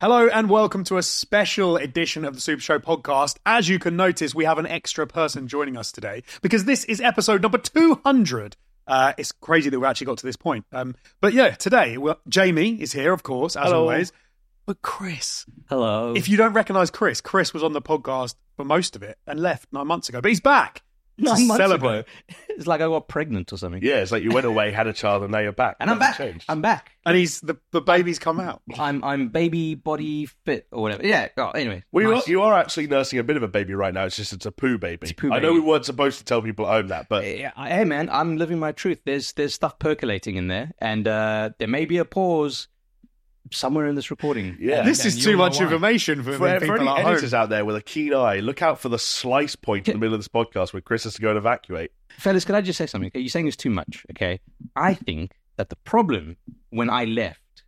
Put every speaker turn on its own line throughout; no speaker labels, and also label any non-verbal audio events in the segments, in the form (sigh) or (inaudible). Hello and welcome to a special edition of the Super Show podcast. As you can notice, we have an extra person joining us today because this is episode number 200. Uh, it's crazy that we actually got to this point. Um, but yeah, today, well, Jamie is here, of course, as
Hello.
always. But Chris,
Hello.
if you don't recognize Chris, Chris was on the podcast for most of it and left nine months ago, but he's back. to
Nine months
celebrate.
ago, it's like I got pregnant or something.
Yeah, it's like you went away, had a child, and now you're back.
And I'm back.
Nothing Changed.
I'm back.
And he's the, the baby's come out.
I'm I'm baby body fit or whatever. Yeah. Oh, anyway.
Well, you,
nice.
are, you are actually nursing a bit of a baby right now. It's just it's a poo baby.
It's a poo
I know
baby.
we weren't supposed to tell people at home that, but
Yeah, I- hey man, I'm living my truth. There's there's stuff percolating in there, and uh, there may be a pause somewhere in this recording.
yeah.
This
then
is
you'll
too
know
much
why.
information for,
for, for
people
any
at home.
editors out there with a keen eye, look out for the slice point in the middle of this podcast where Chris has to go and evacuate.
fellas, can I just say something? Okay, You're saying it's too much. Okay, I think that the problem when I left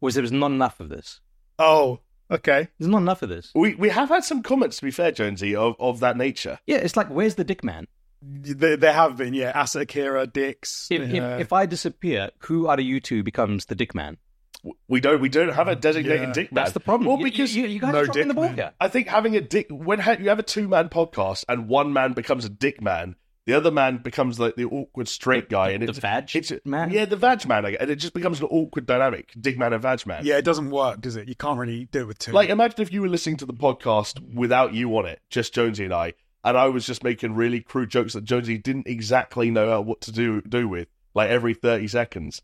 was there was not enough of this.
Oh, okay.
There's not enough of this.
We we have had some comments, to be fair, Jonesy, of, of that nature.
Yeah, it's like where's the dick man?
There, there have been, yeah. Asa Akira, Dix. uh,
If,
yeah.
if, if I disappear, who out of you two becomes the dick man?
W- We don't we don't have a designated
Yeah.
dick man.
That's the problem.
Well,
You-
because
you, you guys
no
are dropping
dick
the ball
man.
here.
I think having a dick when ha- you have a two man podcast and one man becomes a dick man, the other man becomes like the awkward straight guy, and
the
it's
vag
it's a-
man?
Yeah, the vag man, I gu- and it just becomes an awkward dynamic, dick man and vag man.
yeah, it doesn't work, does it? You can't really do it with two.
Like imagine if you were listening to the podcast without you on it, just Jonesy and I, and I was just making really crude jokes that Jonesy didn't exactly know how- what to do do with, like every thirty seconds.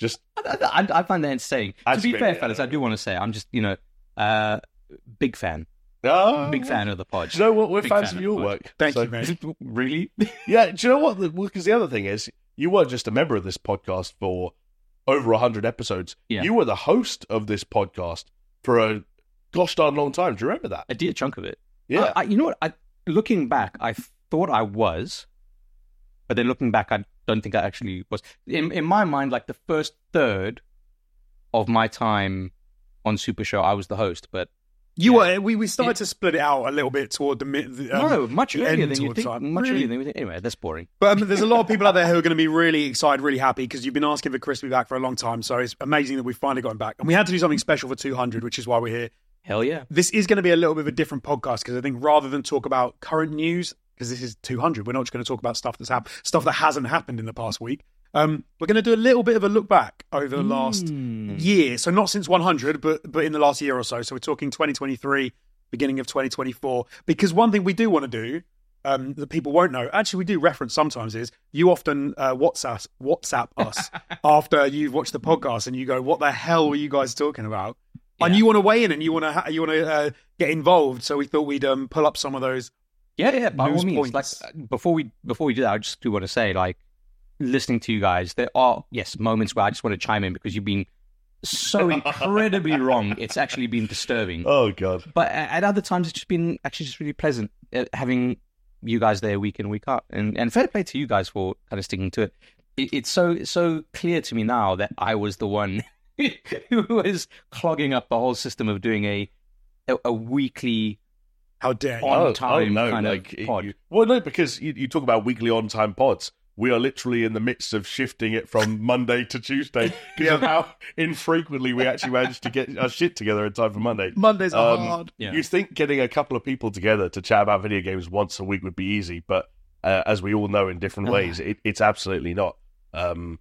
Just
I, I- I find that insane.
That's
to be
great,
fair,
yeah.
fellas, I do want to say I'm just you know uh, big fan,
oh,
big fan of the pod. (laughs)
Do you know what? We're
Big
fans
fan
of
of
your
mine.
work.
Thank
so-
you, mate.
really?
Yeah, do you know what? Because the other thing is, you weren't just a member of this podcast for over 100 episodes.
Yeah.
You were the host of this podcast for a gosh darn long time. Do you remember that?
A dear chunk of it.
Yeah.
I, I, you know what? I, looking back, I thought I was, but then looking back, I don't think I actually was. In, in my mind, like the first third of my time on Super Show, I was the host, but
you were, we, we started to split it out a little bit toward the mid. The, um,
no, much
the
earlier
end
than you
towards
think.
that.
Much
Really?
earlier than you think. Anyway, that's boring.
But um, there's a lot of people out there who are going to be really excited, really happy because you've been asking for Chris to be back for a long time. So it's amazing that we've finally gotten back. And we had to do something special for 200, which is why we're here.
Hell yeah.
This is going to be a little bit of a different podcast because I think rather than talk about current news, because this is 200, we're not just going to talk about stuff that's hap- stuff that hasn't happened in the past week. Um, we're going to do a little bit of a look back over the last year. So not since 100, but but in the last year or so. So we're talking 2023, beginning of 2024. Because one thing we do want to do um, that people won't know, actually we do reference sometimes, is you often uh, WhatsApp WhatsApp us after you've watched the podcast and you go, "What the hell were you guys talking about?" And
Yeah.
you want to weigh in and you want to ha- you want to uh, get involved. So we thought we'd um, pull up some of those.
Yeah, yeah, by all
Lose
means.
points.
Like uh, before we before we do that, I just do want to say, like, listening to you guys, there are yes moments where I just want to chime in because you've been
(laughs)
so incredibly wrong. It's actually been disturbing.
oh, God.
But a- at other times, it's just been actually just really pleasant uh, having you guys there week in week out. And and fair play to you guys for kind of sticking to it. it it's so it's so clear to me now that I was the one (laughs) who was clogging up the whole system of doing a a, a weekly
How dare you?
On
oh,
time
oh, no,
kind of
like, it-
pod.
you- well, no, because you, you talk about weekly on time pods. We are literally in the midst of shifting
(laughs)
it from Monday to Tuesday because of how infrequently we actually managed to get our shit together in time for Monday.
Mondays are
Um,
hard.
Yeah.
You'd think getting a couple of people together to chat about video games once a week would be easy, but uh, as we all know in
(laughs)
different
Ah.
ways, it, it's absolutely not. Um,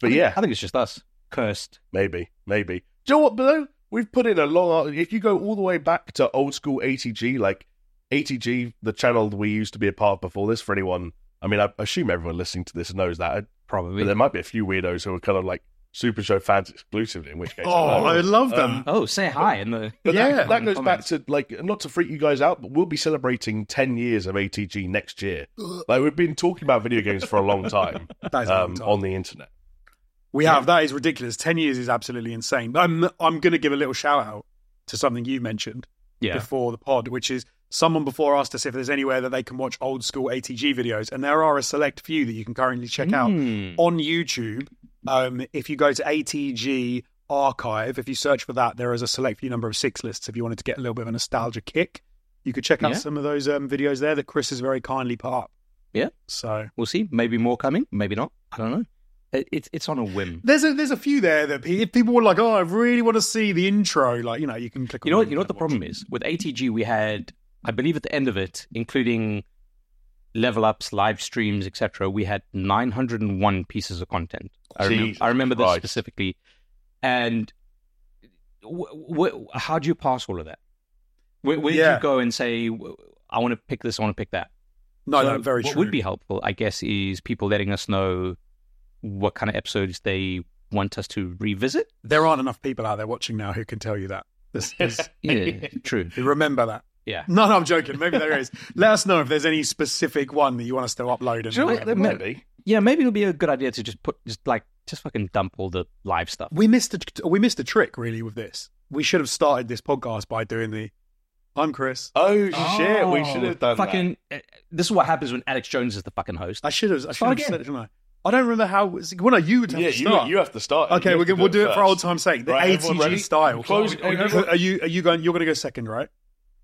but
I think-
yeah,
I think it's just us cursed.
maybe, maybe. Do you know what, though? We've put in a long. If you go all the way back to old school ATG, like ATG, the channel we used to be a part of before this, for anyone, I mean, I assume everyone listening to this knows that,
Probably.
but there might be a few weirdos who are kind of like Super Show fans exclusively, in which case.
Oh,
I don't know.
I love them.
Um,
Oh, say hi in (laughs) the
But
Yeah.
that, that goes back
Comments.
to like not to freak you guys out, but we'll be celebrating ten years of ATG next year. Like we've been talking about video games for a long time,
That is a long
um,
time.
on the internet.
We have. That is ridiculous. 10 years is absolutely insane. I'm, I'm going to give a little shout out to something you mentioned
yeah.
before the pod, which is someone before asked us if there's anywhere that they can watch old school ATG videos. And there are a select few that you can currently check out
Mm.
on YouTube. Um, if you go to ATG archive, if you search for that, there is a select few number of six lists. If you wanted to get a little bit of a nostalgia kick, you could check out
Yeah.
some of those um, videos there that Chris has very kindly put up.
Yeah.
So
We'll see. Maybe more coming. Maybe not. I don't know. It, it's it's on a whim.
There's a there's a few there that pe- if people were like, oh, I really want to see the intro. Like you know, you can click.
You know
on
what? You know what the problem is with ATG. We had, I believe, at the end of it, including level ups, live streams, etc. We had 901 pieces of content. I, remem-
Jesus
I remember this
Christ.
specifically. And w- w- how do you pass all of that? Where, where do
Yeah.
you go and say, w- I want to pick this, I want to pick that?
No,
So
no, very
What
true.
would be helpful, I guess, is people letting us know what kind of episodes they want us to revisit.
There aren't enough people out there watching now who can tell you that.
(laughs)
This is,
Yeah, true.
remember that.
Yeah.
No, no, I'm joking. Maybe there is. Let us know if there's any specific one that you want us to upload. And
Do you know what? There might be.
Yeah, maybe it'll be a good idea to just put, just like, just fucking dump all the live stuff.
we missed a, we missed a trick really with this. We should have started this podcast by doing the. I'm Chris.
Oh, shit, we should have done that.
fucking, uh, This is what happens when Alex Jones is the fucking host.
I should have. I should
Start
have
again.
said it, shouldn't I? I don't remember how. Well, no, you would have
Yeah,
to
you,
start.
you have to start.
okay,
You
we're
have to
gonna, we'll do it for
first.
old time's sake. The
Right, everyone
ATG
ready?
style.
Close-
Are you- are you? Are you going? You're going to go second, right?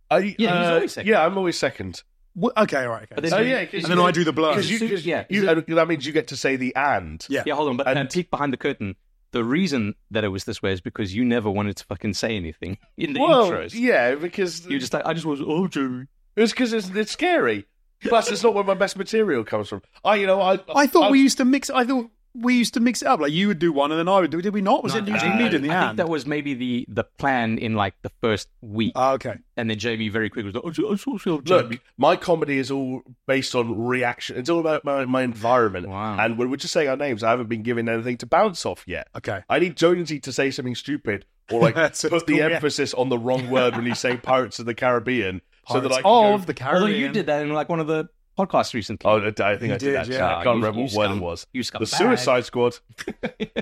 Are you-
Yeah, he's
uh,
always second.
yeah, I'm always second.
Wh- Okay, all right. Okay.
But then-
Oh
So-
yeah, 'cause
and
you
then
get-
I do the blur.
Because you, 'cause
Yeah.
you- and that means you get to say the and.
Yeah.
Yeah, hold on. But
And-
uh, peek behind the curtain. The reason that it was this way is because you never wanted to fucking say anything in the
well,
intros.
yeah, because
You're just like, I just was, oh, Jeremy.
it's because it's, it's scary. Plus, it's not where my best material comes from. I, you know, I,
I thought
I-
we used to mix. I thought we used to mix it up. Like you would do one, and then I would do. Did we not? Was it
No,
usually
I-
me in the
I think
end?
that was maybe the, the plan in like the first week.
Ah, okay.
and then Jamie very quickly was like, oh, I saw yourself, Jeremy.
Look, my comedy is all based on reaction. It's all about my, my environment.
Wow.
And when we're just saying our names, I haven't been given anything to bounce off yet.
Okay.
I need Jonesy to say something stupid or
(laughs)
like
That's
put
what-
the
yeah.
emphasis on the wrong word when he's saying Pirates of the Caribbean, so that I
Pirates
can
Oh, of
go,
the
Although
Caribbean.
you did that in like one of the podcasts recently.
Oh, I think
You
I did,
did,
that.
yeah.
I can't
You-
remember
you
what word
scum-
it was.
you scumbag.
The Suicide Squad,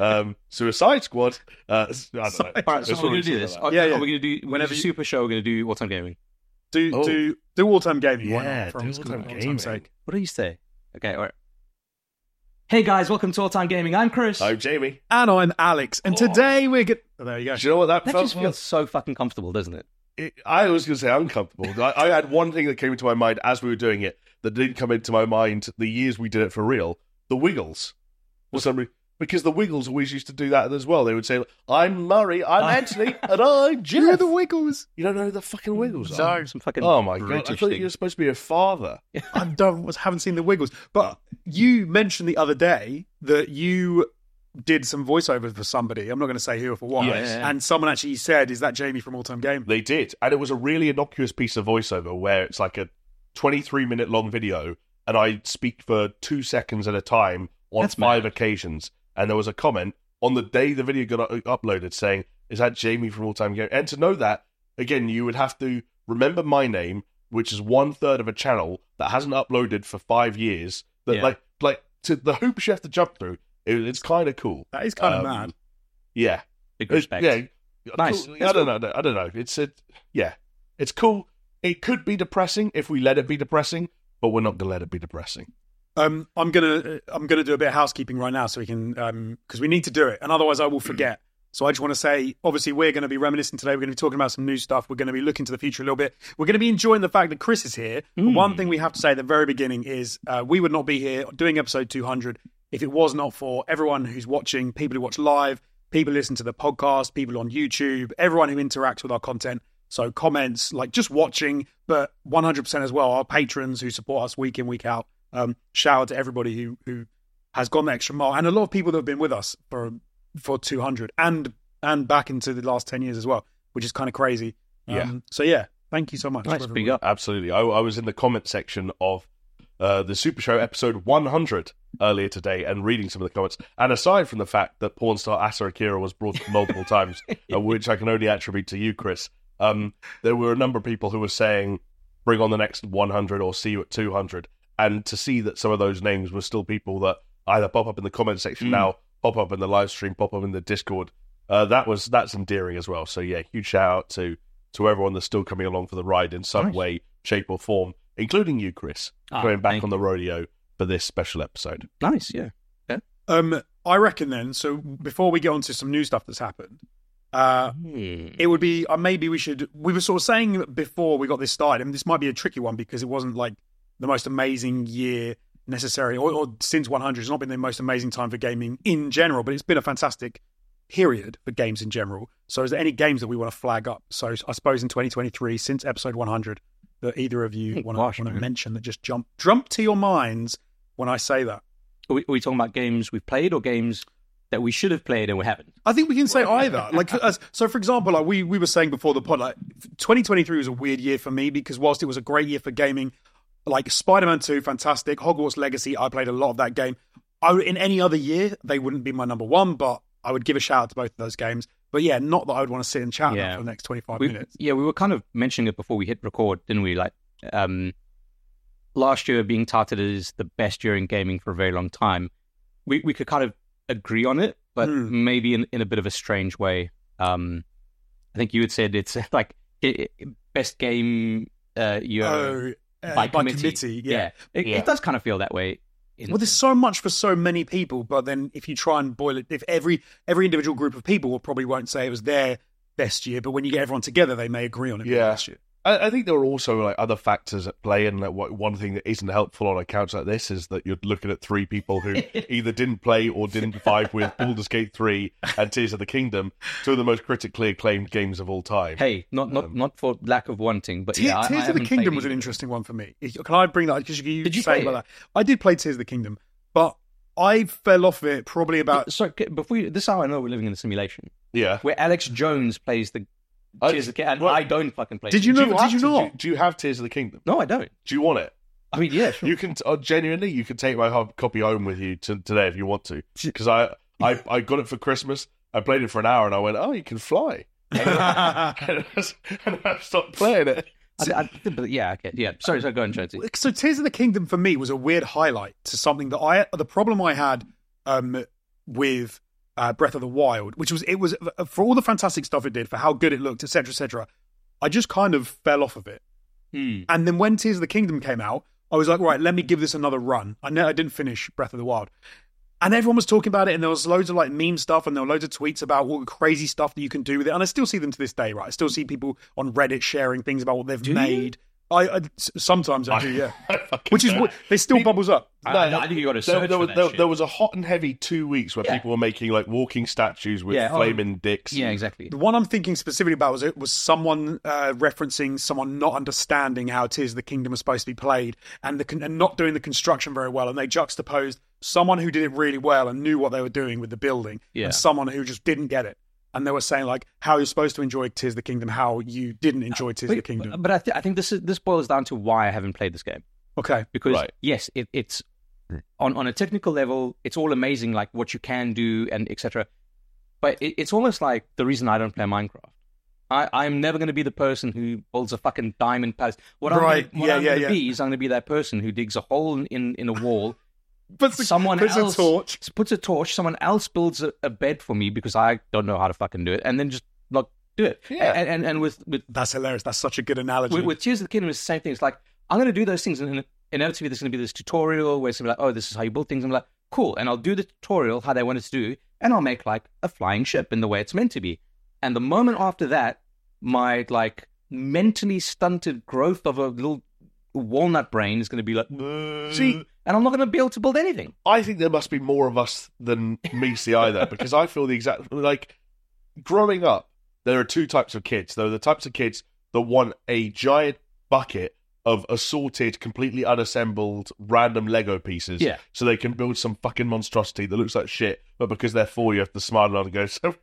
um, Suicide Squad. Uh, I don't know.
All right, so
It's
we're
all
going to do
something
this.
like
Yeah,
Are
yeah.
we going to do, whenever
Whenever
you
you-
super show, we're going to do what's on gaming.
Do
Oh.
do do all time gaming. why
Yeah,
not?
do
for
all-time
old time's
gaming.
sake.
What do you say? Okay, all right. Hey guys, welcome to All Time Gaming. I'm Chris.
that. I'm Jamie.
And I'm Alex. And today we're get. Oh, there you go.
Do you know what that,
that
felt
just
like?
feels so fucking comfortable, doesn't it?
It- I was going to say uncomfortable. I, I had one thing that came into my mind as we were doing it that didn't come into my mind the years we did it for real. The Wiggles, for some reason, because the Wiggles always used to do that as well. They would say, "I'm Murray, I'm
Ah.
Anthony, and I'm Jeff."
You're the Wiggles.
You don't know who the fucking Wiggles.
No.
are?
Some fucking
Oh my god! I
British
thought
thing.
you were supposed to be a father.
I don't was, haven't seen the Wiggles, but you mentioned the other day that you did some voiceovers for somebody. I'm not going to say who or for what.
Yes.
Yeah.
And someone actually said, "Is that Jamie from All Time Gaming?"
They did. And it was a really innocuous piece of voiceover where it's like a 23 minute long video and I speak for two seconds at a time on
That's
five occasions. And there was a comment on the day the video got u- uploaded saying, Is that Jamie from All Time Game? And to know that, again, you would have to remember my name, which is one third of a channel that hasn't uploaded for five years. That
Yeah.
like, like to the hoops you have to jump through. It, it's kind of cool.
That is kind
Um,
of mad.
Yeah.
Big
It's-
respect.
Yeah,
Nice.
Cool. I
That's
don't know. I don't know. It's a yeah. It's cool. It could be depressing if we let it be depressing, but we're not gonna let it be depressing.
Um, I'm gonna I'm gonna do a bit of housekeeping right now, so we can because we need to do it, and otherwise I will forget. So I just want to say, obviously, we're going to be reminiscing today. We're going to be talking about some new stuff. We're going to be looking to the future a little bit. We're going to be enjoying the fact that Chris is here. But
Mm.
one thing we have to say at the very beginning is uh, we would not be here doing episode 200 if it was not for everyone who's watching, people who watch live, people who listen to the podcast, people on YouTube, everyone who interacts with our content. So comments, like just watching, but 100% as well, our patrons who support us week in, week out. Um, shout out to everybody who who has gone the extra mile, and a lot of people that have been with us for for 200 and and back into the last 10 years as well, which is kind of crazy. Um,
Yeah.
so yeah, thank you so much.
Nice,
for
big
everyone.
up.
Absolutely. I, I was in the comment section of uh, the Super Show episode 100 earlier today and reading some of the comments. And aside from the fact that porn star Asa Akira was brought up multiple times, uh, which I can only attribute to you, Chris, um, there were a number of people who were saying, bring on the next 100 or see you at 200. And to see that some of those names were still people that either pop up in the comment section
Mm.
now, pop up in the live stream, pop up in the Discord. Uh, that was that's endearing as well. So yeah, huge shout out to to everyone that's still coming along for the ride in some
Nice.
way, shape, or form, including you, Chris,
Ah,
going back
thank
on the rodeo for this special episode.
Nice, yeah.
Um, I reckon then. So before we get on to some new stuff that's happened,
Ah.
uh,
Hmm.
it would be uh, maybe we should. We were sort of saying before we got this started, and this might be a tricky one because it wasn't like the most amazing year necessarily, or, or since 100, it's not been the most amazing time for gaming in general, but it's been a fantastic period for games in general. So, is there any games that we want to flag up? So, I suppose in 2023, since episode 100, that either of you
Hey,
want,
gosh,
to, want to
man.
mention that just jump jump to your minds when I say that.
Are we, are we talking about games we've played or games that we should have played and we haven't?
I think we can say either. Like, as, so for example, like we we were saying before the pod, like 2023 was a weird year for me because whilst it was a great year for gaming, like Spider-Man 2, fantastic, Hogwarts Legacy, I played a lot of that game. I would- in any other year they wouldn't be my number one, but I would give a shout out to both of those games. But yeah, not that I would want to sit and chat about
Yeah.
for the next 25
We-
minutes.
yeah, we were kind of mentioning it before we hit record, didn't we? Like um, last year being touted as the best year in gaming for a very long time. We we could kind of agree on it, but
Hmm.
maybe in, in a bit of a strange way. Um, I think you had said it's (laughs) like it, it- best game uh, year
Oh, uh,
by, committee.
yeah.
It,
Yeah.
it does kind of feel that way. in-
Well, there's so much for so many people, but then if you try and boil it, if every every individual group of people will probably won't say it was their best year, but when you get everyone together, they may agree on it. being
Yeah.
the best year.
I, I think there are also like other factors at play, and like, what, one thing that isn't helpful on accounts like this is that you're looking at three people who either didn't play or didn't vibe with Baldur's Gate three and Tears of the Kingdom, two of the most critically acclaimed games of all time.
hey, not not not for lack of wanting, but
Te-
yeah, I-
Tears of
I
the
haven't
Kingdom
played
was an
either.
interesting one for me. If- Can I bring that? Because you,
Did you
say
play
about
it?
that, I did play Tears of the Kingdom, but I fell off it probably
(laughs)
about. (laughs)
So c- before you, this is how I know we're living in a simulation
Yeah.
where Alex Jones plays the
I-
Tears of the Kingdom, and
well,
I don't fucking play.
Did
it.
you know?
do have
Did you
to-
not?
Do, do you have Tears of the Kingdom?
No, I don't.
Do you want it?
I mean, yeah,
(laughs)
sure.
You can uh, genuinely, you can take my hard copy home with you to, today if you want to, because I, I, I got it for Christmas. I played it for an hour, and I went, "Oh, you can fly," (laughs) and I stopped playing it.
I, I, but yeah, okay, yeah. Sorry, sorry. Go on, Jonesy.
so Tears of the Kingdom for me was a weird highlight to something that I the problem I had um, with uh, Breath of the Wild, which was it was uh, for all the fantastic stuff it did, for how good it looked, etc., etc. I just kind of fell off of it,
Hmm.
and then when Tears of the Kingdom came out, I was like, right, let me give this another run. I know I didn't finish Breath of the Wild, and everyone was talking about it, and there was loads of like meme stuff, and there were loads of tweets about all the crazy stuff that you can do with it, and I still see them to this day, right? I still see people on Reddit sharing things about what they've
Do you?
made. I, I s- sometimes I do, yeah.
I
(laughs)
fucking
Which is
don't.
what they still bubbles up.
I,
No,
I, I think you got to
There,
search for
there was,
that
there,
shit.
there was a hot and heavy two weeks where
Yeah.
people were making like walking statues with
Yeah, oh.
flaming dicks.
yeah, exactly.
The one I'm thinking specifically about was was someone uh, referencing someone not understanding how it is the kingdom is supposed to be played and the con- and not doing the construction very well, and they juxtaposed someone who did it really well and knew what they were doing with the building,
Yeah.
and someone who just didn't get it. And they were saying like how you're supposed to enjoy Tis the Kingdom, how you didn't enjoy Tis the
Uh, Wait,
Kingdom.
But, um, I, th- I think this is this boils down to why I haven't played this game
Okay,
because
Right.
yes, it, it's
Hmm.
on on a technical level, it's all amazing, like what you can do and etc. But it, it's almost like the reason I don't play Minecraft. I, I'm never going to be the person who builds a fucking diamond palace. What
Right,
I'm, gonna- what
yeah,
I'm
yeah,
going to
yeah.
be is I'm going to be that person who digs a hole in, in a wall
but (laughs)
someone
puts
else
a torch.
puts a torch. Someone else builds a, a bed for me because I don't know how to fucking do it, and then just like do it.
Yeah.
And and, and with with
That's hilarious. That's such a good analogy.
with, with Tears of the Kingdom, it's the same thing. It's like I'm going to do those things, and then inevitably there's going to be this tutorial where it's gonna be like, oh, this is how you build things. I'm like, cool, and I'll do the tutorial how they want it to do, and I'll make like a flying ship in the way it's meant to be. And the moment after that, my like mentally stunted growth of a little walnut brain is going to be like,
See,
and I'm not going to be able to build anything.
I think there must be more of us than me see either, because I feel the exact like growing up, there are two types of kids. There are the types of kids that want a giant bucket of assorted, completely unassembled, random Lego pieces.
Yeah.
So they can build some fucking monstrosity that looks like shit, but because they're four, you have to smile and go, (laughs) "So-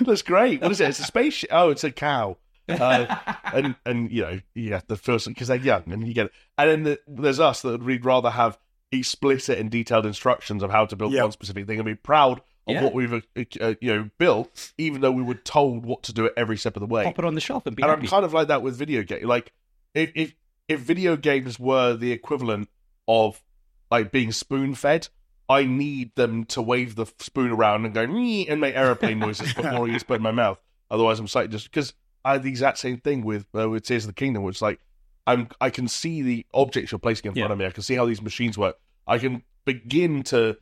that's great. What is it? It's a spaceship. Oh, it's a cow.
(laughs)
Uh, and and you know yeah the first because they're young and you get it and then the, there's us that we'd rather have explicit and detailed instructions of how to build
Yeah.
one specific thing and be proud of
Yeah.
what we've uh, uh, you know built even though we were told what to do at every step of the way
pop it on the shelf and be
and
happy.
I'm kind of like that with video game. Like if if if video games were the equivalent of like being spoon fed, I need them to wave the spoon around and go "Nee," and make aeroplane noises before I get spoon in my mouth. Otherwise, I'm psyched just because I had the exact same thing with uh, with Tears of the Kingdom, which is like I'm I can see the objects you're placing in front
Yeah.
of me. I can see how these machines work. I can begin to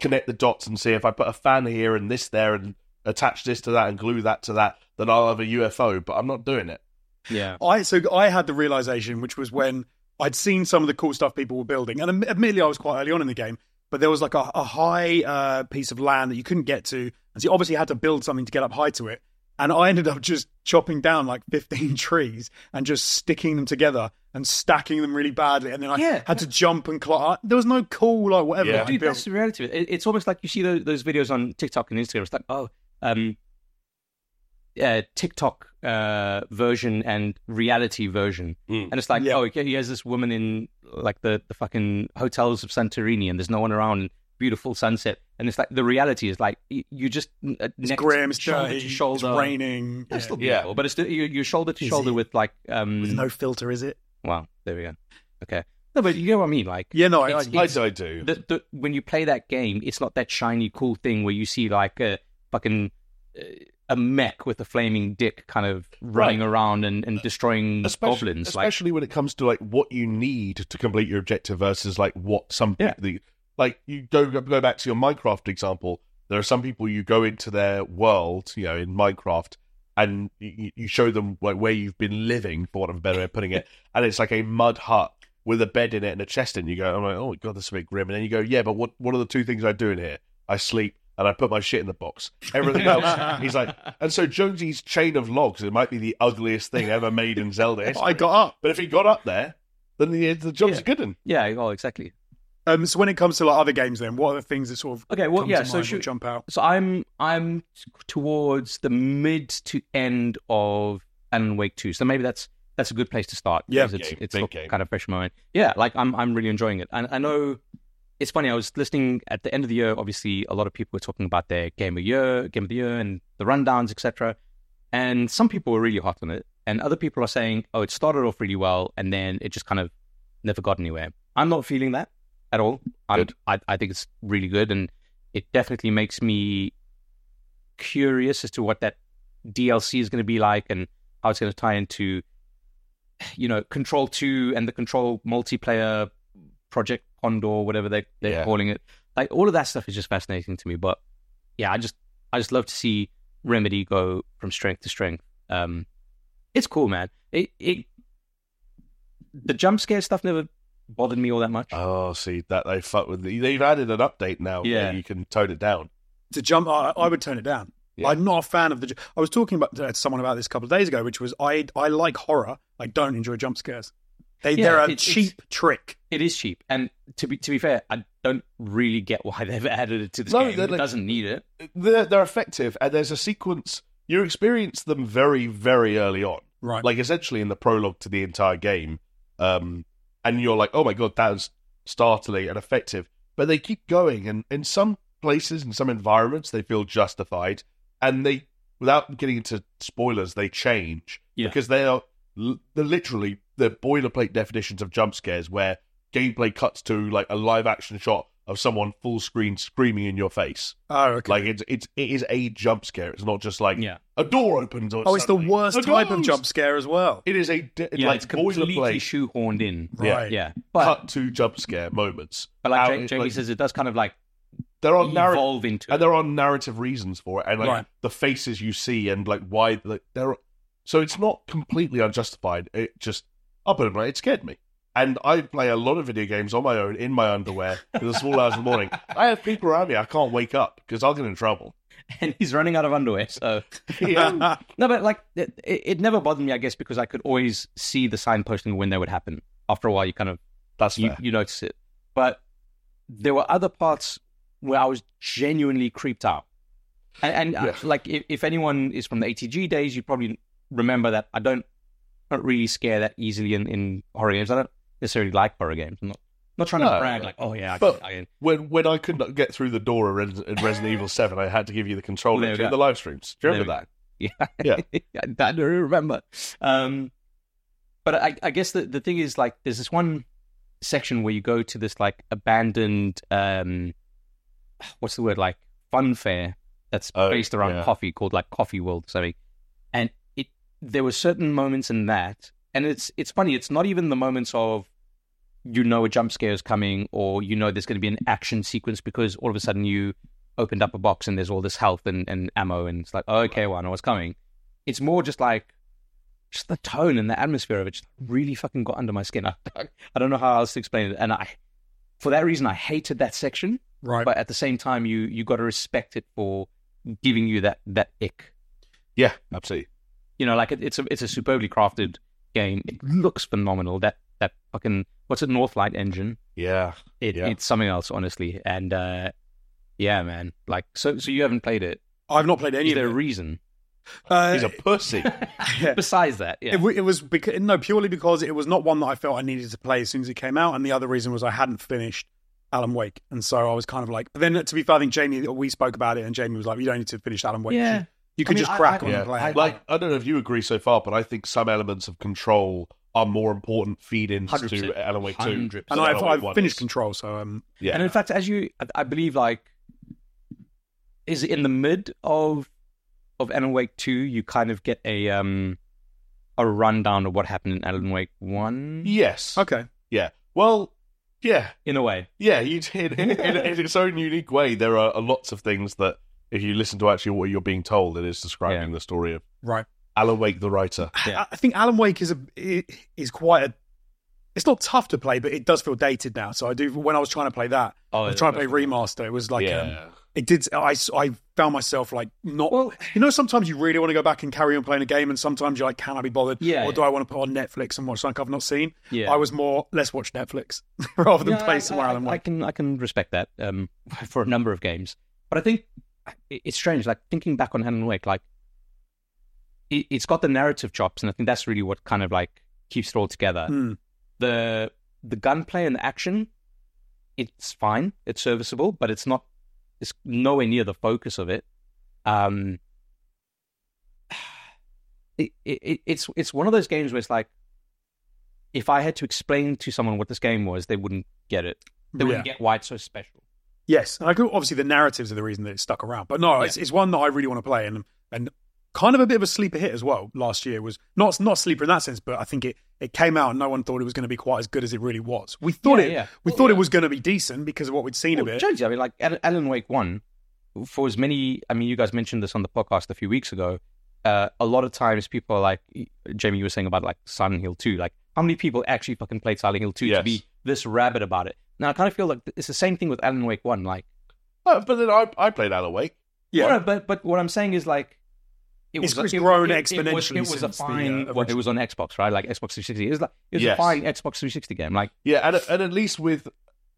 connect the dots and see if I put a fan here and this there and attach this to that and glue that to that, then I'll have a UFO. But I'm not doing it.
yeah.
I so I had the realization, which was when I'd seen some of the cool stuff people were building, and adm- admittedly, I was quite early on in the game. But there was like a, a high uh, piece of land that you couldn't get to, and so you obviously had to build something to get up high to it. And I ended up just chopping down like 15 (laughs) trees and just sticking them together and stacking them really badly. And then I
Yeah.
had to jump and climb. There was no cool like whatever.
Yeah.
that I
Dude,
built.
that's the reality. of it. It- It's almost like you see those, those videos on TikTok and Instagram. It's like, oh, um, uh, TikTok uh, version and reality version,
Mm.
and it's like,
Yeah.
oh, okay, here's this woman in like the the fucking hotels of Santorini, and there's no one around, and beautiful sunset, and it's like the reality is like y- you just uh,
It's
neck-
grim, it's
shoulder
dirty,
to shoulder,
it's raining.
That's still
Yeah.
Yeah.
beautiful, but it's still, you you're shoulder to
Is
shoulder
it-
with like um.
With no filter, is it?
wow, there we go. Okay, no, but you know what I mean, like
Yeah, no, I,
It's-
I,
I, I do.
the, the, when you play that game, it's not that shiny, cool thing where you see like a fucking uh, a mech with a flaming dick kind of running around and, and destroying
especially,
goblins. Like,
especially when it comes to like what you need to complete your objective versus like what some
Yeah.
people the- like you go go back to your Minecraft example. There are some people you go into their world, you know, in Minecraft, and you, you show them like where you've been living, for want of a better way of putting it, and it's like a mud hut with a bed in it and a chest in. it. You go, I'm like, oh god, that's a bit grim. And then you go, yeah, but what what are the two things I do in here? I sleep and I put my shit in the box. Everything else, he's like, and so Jonesy's chain of logs. It might be the ugliest thing ever made in Zelda. history.
I got up.
But if he got up there, then the, the job's
Yeah.
a good one.
yeah, oh, exactly.
Um, so when it comes to like other games, then what are the things that sort of
Okay, well,
come
yeah.
to
So
mind or
should,
jump out?
so I'm I'm t- towards the mid to end of Alan Wake Two. So maybe that's that's a good place to start.
Yeah,
because it's,
game,
it's
big
still
game.
kind of fresh in my mind. Yeah, like I'm I'm really enjoying it, and I know it's funny. I was listening at the end of the year. Obviously, a lot of people were talking about their game of year, game of the year, and the rundowns, etc. And some people were really hot on it, and other people are saying, "Oh, it started off really well, and then it just kind of never got anywhere." I'm not feeling that at all. I'm,
Good.
I I think it's really good, and it definitely makes me curious as to what that DLC is going to be like and how it's going to tie into, you know, Control Two and the Control multiplayer Project Condor, whatever they they're
Yeah.
calling it. Like all of that stuff is just fascinating to me. But yeah, I just I just love to see Remedy go from strength to strength. Um, it's cool, man. It it the jump scare stuff never bothered me all that much.
Oh, see that they fuck with. The, they've added an update now. where
Yeah.
you can tone it down.
To jump, I, I would turn it down.
Yeah.
I'm not a fan of the. ju- I was talking about uh, to someone about this a couple of days ago, which was I I like horror. I don't enjoy jump scares. They
Yeah,
they're a
it's-
cheap trick.
It is cheap, and to be to be fair, I don't really get why (laughs) they've added it to this
No,
game.
they're
It
like-
doesn't need it.
They're, they're effective, and there's a sequence. You experience them very, very early on,
Right.
like essentially in the prologue to the entire game. Um, and you're like, oh my god, that was startling and effective. But they keep going, and in some places, in some environments, they feel justified, and they, without getting into spoilers, they change
Yeah.
because they are l- they're literally the boilerplate definitions of jump scares, where gameplay cuts to like a live action shot of someone full screen screaming in your face.
oh, okay.
Like it's it's it is a jump scare. It's not just like
Yeah,
a door opens. Or
oh, it's the
suddenly,
worst
"A
type of
door's-"
jump scare as well.
It is a de-
yeah,
like
it's completely
boilerplate
shoehorned in.
Yeah.
Right.
Yeah, but
cut to jump scare moments.
but like
Out-
Jamie,
it's
Jamie
like-
says, it does kind of like
There are narrative
evolve into.
and there are narrative reasons for it, and like
Right.
the faces you see, and like why like there. Are, so it's not completely unjustified. It just up and right, it scared me. And I play a lot of video games on my own in my underwear in the small hours of the
(laughs)
morning. I have people around me. I can't wake up because I'll get in trouble.
(laughs) and he's running out of underwear. So
(laughs)
Um,
Yeah.
no, but like it, it it never bothered me, I guess, because I could always see the signposting when they would happen. After a while, you kind of
That's
you,
fair.
you notice it. But there were other parts where I was genuinely creeped out. And, and uh,
Yeah.
like, if, if anyone is from the ATG days, you probably remember that I don't not really scare that easily in, in horror games. I don't necessarily like horror games. I'm not not trying to
No.
brag like, oh yeah, I,
But-
can, I can.
When when I could not get through the door in Res- in Resident Evil Seven, I had to give you the controller
There we
during
go.
the live streams. Do you remember
There
that?
(laughs) I don't remember. Um, but I, I guess the, the thing is like there's this one section where you go to this like abandoned um, what's the word like fun fair that's
Oh,
based around
yeah.
coffee called like Coffee World or something, and it there were certain moments in that, and it's it's funny. It's not even the moments of you know a jump scare is coming or you know there's going to be an action sequence because all of a sudden you opened up a box and there's all this health and, and ammo and it's like oh, okay well I know what's coming it's more just like just the tone and the atmosphere of it just really fucking got under my skin. (laughs) I, I don't know how else to explain it. And I, for that reason, I hated that section.
Right.
But at the same time, you you got to respect it for giving you that that ick.
Yeah, absolutely.
You know, like it, it's a it's a superbly crafted game. It looks phenomenal. That that fucking what's it? Northlight engine.
Yeah.
It,
Yeah.
It's something else, honestly. And uh, yeah, man. Like, so so you haven't played it.
I've not played any
Is
of
there a
it. (laughs)
reason
Uh,
He's a pussy.
Yeah.
besides that? (laughs) Yeah.
It, w- it was because, no purely because it was not one that I felt I needed to play as soon as it came out, and the other reason was I hadn't finished Alan Wake, and so I was kind of like. But then, to be fair, I think Jamie we spoke about it, and Jamie was like, "You don't need to finish Alan Wake.
Yeah.
You, you can
mean,
just
I-
crack
I-
on
yeah.
and play."
I-
it."
like, I don't know if you agree so far, but I think some elements of control are more important feed ins
100%.
to Alan Wake 2.
100%.
and
than
I've,
Alan Wake
I've
1
finished
is.
Control, so um,
Yeah.
And in fact, as you, I- I believe, like, is it in the mid of of Alan Wake two, you kind of get a um a rundown of what happened in Alan Wake one,
yes.
(laughs) okay,
Yeah. Well, yeah.
in a way.
Yeah, you did. In,
(laughs)
in, in its own unique way, there are lots of things that, if you listen to actually what you're being told, it is describing the story of
right.
Alan Wake, the writer.
Yeah.
I, I think Alan Wake is a i- is quite a. It's not tough to play, but it does feel dated now. So I do. When I was trying to play that,
Oh,
I was trying to play remaster. It was like um,
yeah.
it did. I, I found myself like not.
Well-
you know, sometimes you really want to go back and carry on playing a game, and sometimes you're like, can I be bothered?
Yeah,
Or
yeah.
do I want to put on Netflix and watch something I've not seen?
Yeah.
I was more let's watch Netflix (laughs) rather than
No,
play
I-
somewhere
I,
Alan
I
Wake.
can I can respect that um, (laughs) for a number of games, but I think it- it's strange. Like thinking back on Alan Wake, like it, it's got the narrative chops, and I think that's really what kind of like keeps it all together.
Hmm.
The the gunplay and the action, it's fine, it's serviceable, but it's not. It's nowhere near the focus of it. Um, (sighs) it, it, it- it's it's one of those games where it's like, if I had to explain to someone what this game was, they wouldn't get it. They
Yeah.
wouldn't get why it's so special.
Yes, and I could, obviously the narratives are the reason that it stuck around. But no, it's, it's one that I really want to play, and and kind of a bit of a sleeper hit as well. Last year was not not a sleeper in that sense, but I think it it came out and no one thought it was going to be quite as good as it really was. We thought
Yeah,
it
yeah.
we
Well,
thought it
yeah.
was going to be decent because of what we'd seen of
Well,
it.
Jonesy, I mean, like Al- Alan Wake One, for as many, I mean, you guys mentioned this on the podcast a few weeks ago. Uh, a lot of times, people are like Jamie, you were saying about like Silent Hill Two. Like, how many people actually fucking played Silent Hill Two to
Yes.
be this rabid about it? Now, I kind of feel like it's the same thing with Alan Wake One. Like,
Oh, but then I, I played Alan Wake.
Yeah.
No, no, but but what I'm saying is like. It
It's-
a-
it's grown
It was,
exponentially
it was a
since the, uh,
fine. what, it
original-
was on Xbox, right? Like Xbox 360. It was like it was a
Yes.
fine Xbox 360 game. Like
Yeah, and, and at least with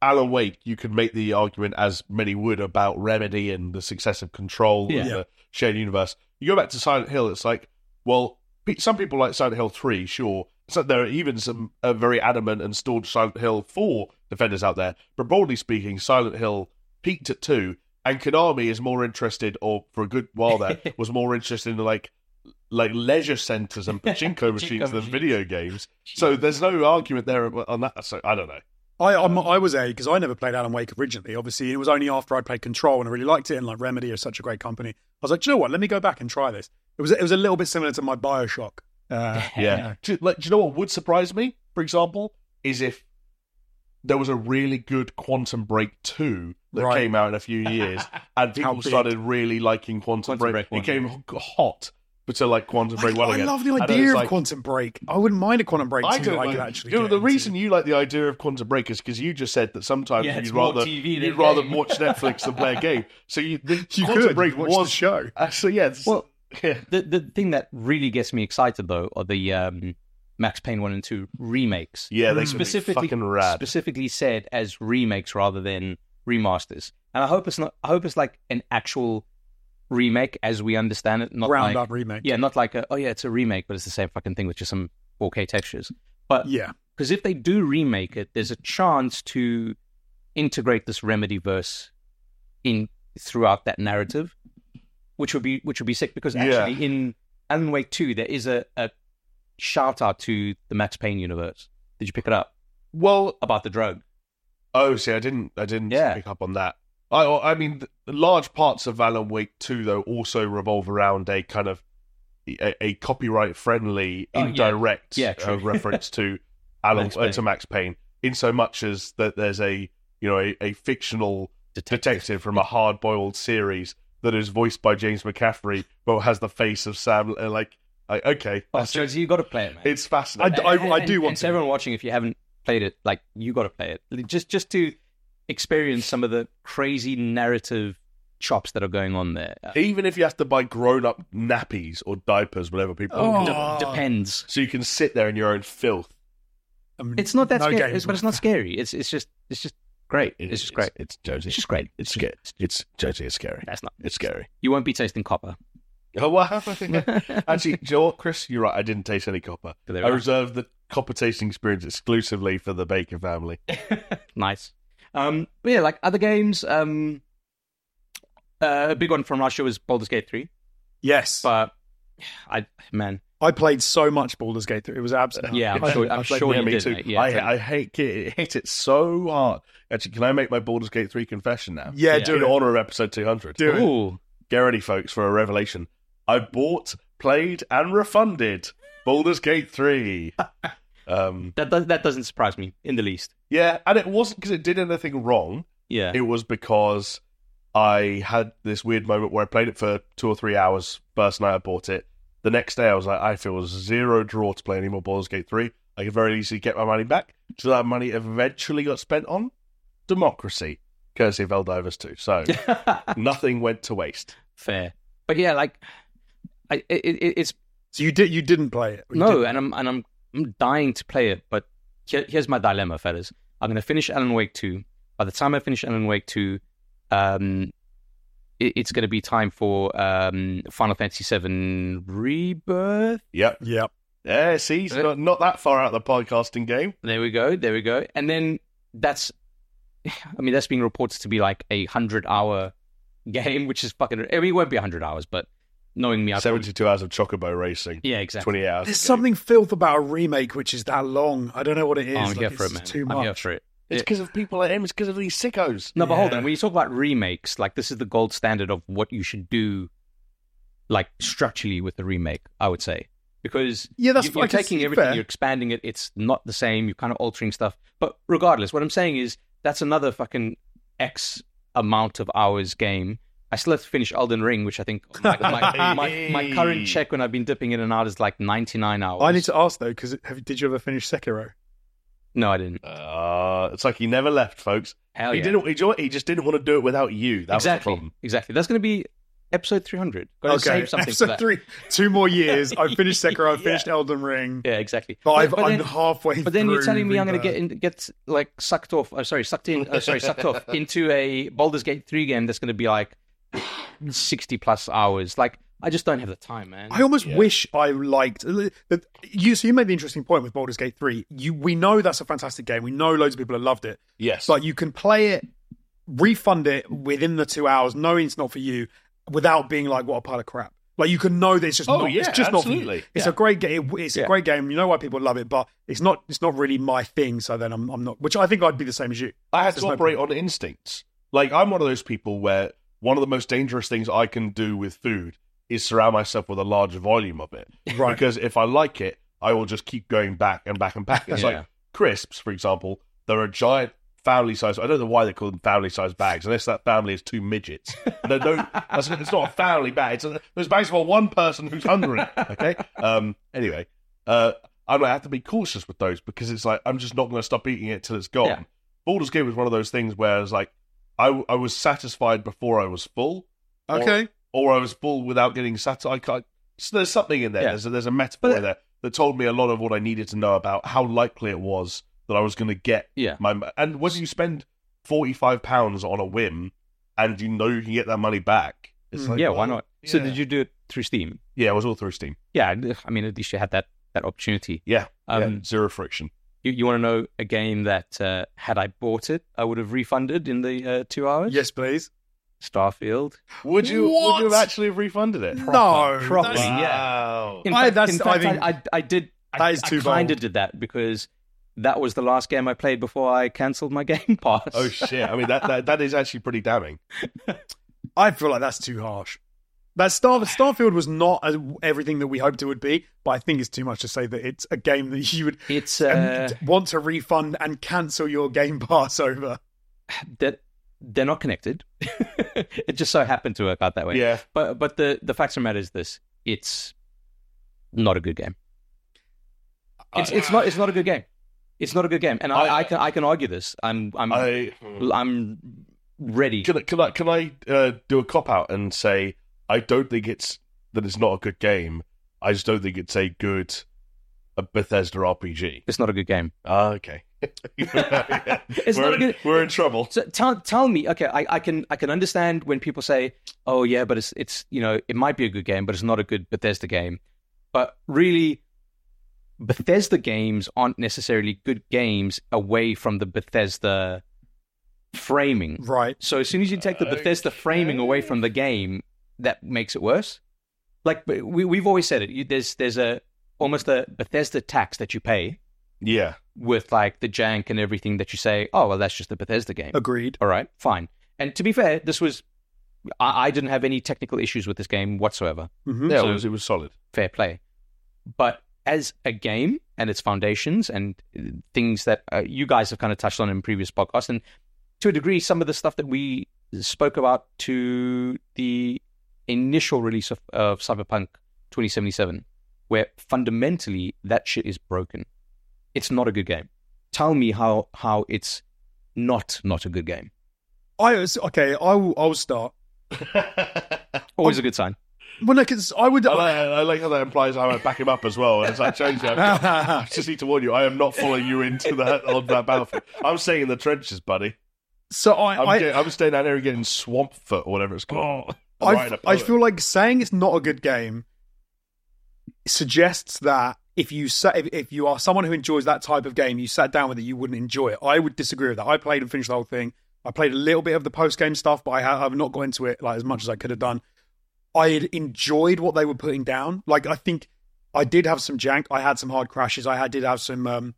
Alan Wake, you could make the argument, as many would, about Remedy and the success of Control
Yeah.
and the shared universe. You go back to Silent Hill, it's like, well, pe- some people like Silent Hill 3, sure. So there are even some uh, very adamant and staunch Silent Hill 4 defenders out there. But broadly speaking, Silent Hill peaked at 2, and Konami is more interested, or for a good while (laughs) there, was more interested in like like leisure centers (laughs) and pachinko machines than
machines.
video games. So there's no argument there on that. So I don't know.
I I'm, I was a because I never played Alan Wake originally. Obviously, it was only after I played Control and I really liked it, and like Remedy is such a great company. I was like, do you know what? Let me go back and try this. It was it was a little bit similar to my Bioshock.
(laughs)
Uh,
Yeah. Do, like, do you know what would surprise me, for example, is if there was a really good Quantum Break 2 that
Right.
came out in a few
(laughs)
years and people
big?
started really liking Quantum,
Quantum
Break.
Break one.
it came h- hot to like Quantum Break 1
I,
again.
love the
And then
idea
it's
of
like,
Quantum Break. I wouldn't mind a Quantum Break
I
too.
don't
I could
like-
actually.
you know,
get
the
into.
reason you like the idea of Quantum Break is because you just said that sometimes
Yeah, it's
you'd
more
rather
TV than
you'd rather
game.
watch Netflix than play a game. So you, the,
(laughs) you
Quantum
could
Break
watch
was
the show.
Uh, (laughs) so yeah,
(laughs)
it's-
Well-
yeah,
the the thing that really gets me excited though are the um, Max Payne one and two remakes.
yeah, they
Specifically,
specifically fucking rad.
specifically said as remakes rather than remasters. And I hope it's not. I hope it's like an actual remake as we understand it, not
round
like
up remake.
yeah, not like a, oh yeah, it's a remake, but it's the same fucking thing with just some 4K textures. But
yeah,
because if they do remake it, there's a chance to integrate this remedy verse in throughout that narrative, which would be which would be sick because
Yeah.
actually in Alan Wake Two there is a, a shout out to the Max Payne universe. Did you pick it up
well,
about the drug?
Oh, see, I didn't, I didn't
Yeah.
pick up on that. I, I mean, th- large parts of Alan Wake Two though also revolve around a kind of a, a copyright-friendly,
Oh, yeah.
indirect
Yeah,
uh,
true.
reference to Alan
Max
uh, to
Payne.
Max Payne, in so much as that there's a you know a, a fictional detective from a hard-boiled series that is voiced by James McCaffrey, but has the face of Sam uh, like. I, okay,
Oh, so you got to play it, man.
it's
I,
fascinating.
I,
And-
I do
and-
want
and
to.
everyone watching, if you haven't played it, like you got to play it just just to experience some of the crazy narrative chops that are going on there. Uh,
Even if you have to buy grown-up nappies or diapers, whatever people,
Oh.
de- depends.
so you can sit there in your own filth.
Um,
It's not that
no
scary,
games
it's- but it's not scary. It's it's just it's just great. It's just great.
It's, Josie.
It's just great.
It's scary. It's Josie. It's scary.
That's not.
It's scary.
You won't be
(laughs)
tasting copper.
Oh, wow.
(laughs)
(laughs) Actually, do you know what, Chris? You're right. I didn't taste any copper.
But there
I
we are.
reserved the copper tasting experience exclusively for the Baker family.
nice. Um, but yeah, like other games. Um, uh, a big one from last year was Baldur's Gate three,
Yes,
but (sighs) I man,
I played so much Baldur's Gate. Through. It was absolutely
yeah, I'm
(laughs)
sure, I'm
I've played-
sure
yeah,
you
me
did.
too.
mate. Yeah,
I, I hate it. It hit it so hard. Actually, can I make my Baldur's Gate 3 confession now?
yeah.
Yeah.
Do
In
it.
honor of episode 200.
Do it.
Ooh,
Get ready, folks, for a revelation. I bought, played, and refunded Baldur's Gate 3. um,
that does, that doesn't surprise me in the least.
yeah, and it wasn't because it did anything wrong.
Yeah,
It was because I had this weird moment where I played it for two or three hours first night I bought it. The next day I was like, I feel zero draw to play any more Baldur's Gate 3. I could very easily get my money back. So that money eventually got spent on democracy, courtesy of Eldivers too.
(laughs)
So nothing went to waste.
fair. But yeah, like I, it, it, it's
So you did. You didn't play it. You
no,
did-
and I'm and I'm I'm dying to play it, but here, here's my dilemma, fellas. I'm gonna finish Alan Wake two. By the time I finish Alan Wake two, um, it, it's gonna be time for um Final Fantasy seven Rebirth.
Yep.
Yeah.
Yeah, see, it's not, not that far out of the podcasting game.
There we go, there we go, and then that's, (laughs) I mean, that's being reported to be like a hundred hour game, which is fucking. I mean, it won't be hundred hours, but knowing me, I probably-
72 hours of Chocobo racing,
yeah, exactly.
20 hours.
There's something filth about a remake which is that long. I don't know what it is.
Oh, I'm
Like,
here for it,
it's
man.
Too
I'm
much.
here for it.
It's because of people like him. It's because of these sickos.
No, but hold on.
Yeah.
When you talk about remakes, like this is the gold standard of what you should do, like structurally with the remake. I would say because
Yeah, that's
you, you're
like, it's
taking everything,
fair.
you're expanding it. It's not the same. You're kind of altering stuff. But regardless, what I'm saying is that's another fucking X amount of hours game. I still have to finish Elden Ring, which
(laughs)
I think my, my, my, my current check when I've been dipping in and out is like 99 hours.
I need to ask though, because did you ever finish Sekiro?
No, I didn't.
Uh, it's like he never left, folks.
Hell Oh,
he
yeah.
didn't. He, jo- he just didn't want to do it without you.
exactly.
That was the problem.
Exactly. That's going to be episode 300. Got to save something for
episode
that.
three, two more
(laughs)
years. I finished Sekiro. I finished Elden Ring.
Yeah, exactly.
Five.
but
I'm
then,
halfway.
but then you're
through
telling me I'm going to
Rebirth.
get in, get like sucked off. Oh, sorry, sucked in. Oh, sorry, sucked
(laughs)
off into a Baldur's Gate three game that's going to be like sixty plus hours. Like I just don't have the time, man.
I almost
Yeah.
wish I liked that- you. So you made the interesting point with Baldur's Gate Three. You, we know that's a fantastic game. We know loads of people have loved it.
Yes.
It's like you can play it, refund it within the two hours, knowing it's not for you, without being like, "What a pile of crap." Like you can know that it's just
Oh,
not.
yeah,
it's just not. For you.
absolutely.
It's
Yeah.
a great game. It's
Yeah.
a great game. You know why people love it, but it's not. It's not really my thing. So then I'm. I'm not. Which I think I'd be the same as you.
I had
There's
to
no
operate on instincts. Like I'm one of those people where one of the most dangerous things I can do with food is surround myself with a large volume of it.
Right.
Because if I like it, I will just keep going back and back and back. It's
Yeah.
like crisps, for example. They're a giant family size. I don't know why they call them family size bags, unless that family is two midgets. They don't. That's, it's not a family bag. It's a, those bags for one person who's hungry. Okay. Um. Anyway, uh, I'm gonna have to be cautious with those because it's like I'm just not gonna stop eating it till it's gone.
Yeah.
Baldur's Gate was one of those things where I was like, I, I was satisfied before I was full,
Okay.
or I was full without getting satisfied. I can't- so there's something in there.
Yeah.
There's, a, there's a metaphor
But-
in there that told me a lot of what I needed to know about how likely it was that I was going to get
yeah,
my. And whether you spend forty five pounds on a whim and you know you can get that money back, it's
Mm.
like
yeah. Why
well,
not? So
yeah.
did you do it through Steam?
Yeah, it was all through Steam.
Yeah, I mean at least you had that that opportunity.
Yeah,
Um,
yeah, zero friction.
You, you want to know a game that uh, had I bought it, I would have refunded in the uh, two hours.
Yes, please.
Starfield.
Would you? Would you have
What?
actually have refunded it?
no.
proper.
that's-
Wow.
Wow.
In
I-
fact,
that's-
in fact,
I think-
I, I, I did. I-
That is
I,
too
kind of
bold.
did that because that was the last game I played before I cancelled my (laughs) Game Pass.
Oh shit! I mean that, that that is actually pretty damning.
I feel like that's too harsh. That Star Starfield was not uh everything that we hoped it would be, but I think it's too much to say that it's a game that you would
it's
um,
uh,
want to refund and cancel your Game Pass over.
that they're not connected. (laughs) it just so happened to work out that way.
Yeah,
But but the the fact of the matter is this: it's not a good game. It's, it's not. It's not a good game. It's not a good game, and I, I,
I-
can I can argue this. I'm I'm I,
I
am i am ready.
can I can I, can I uh, do a cop out and say I don't think it's that it's not a good game. I just don't think it's a good a Bethesda RPG.
It's not a good game.
Ah, okay. (laughs)
It's
we're
not a
in,
good-
We're in trouble.
So tell tell me, okay, I, I can I can understand when people say, oh yeah, but it's it's you know it might be a good game, but it's not a good Bethesda game. But really, Bethesda games aren't necessarily good games away from the Bethesda framing.
Right.
So as soon as you take the Bethesda framing away from the game, that makes it worse. Like but we we've always said it. You, there's there's a almost a Bethesda tax that you pay
Yeah.
with like the jank and everything that you say. Oh well, that's just a Bethesda game.
Agreed.
All right, fine. And to be fair, this was I, I didn't have any technical issues with this game whatsoever.
hmm
Yeah,
So-
it, was, it was (laughs) solid.
Fair play. But as a game and its foundations and uh, things that uh, you guys have kind of touched on in previous podcasts, and to a degree, some of the stuff that we spoke about to the initial release of, of Cyberpunk 2077, where fundamentally that shit is broken. It's not a good game. Tell me how how it's not not a good game.
I was okay. I will. I'll start.
Always a good sign.
Well, no, 'cause I would.
I like, I like how that implies I might back him up as well. As I change
Ah.
that, I just need to warn you, I am not following you into that on that battlefield. I'm staying in the trenches, buddy.
(laughs) so I.
I'm,
I,
get- I'm staying down here and getting swamp foot or whatever it's called.
Oh, I,
Riding a
I
poet.
feel like saying it's not a good game suggests that if you sa if, if you are someone who enjoys that type of game, you sat down with it, you wouldn't enjoy it. I would disagree with that. I played and finished the whole thing. I played a little bit of the post game stuff, but I have I've not got into it like as much as I could have done. I had enjoyed what they were putting down. Like I think I did have some jank. I had some hard crashes. I had, did have some um,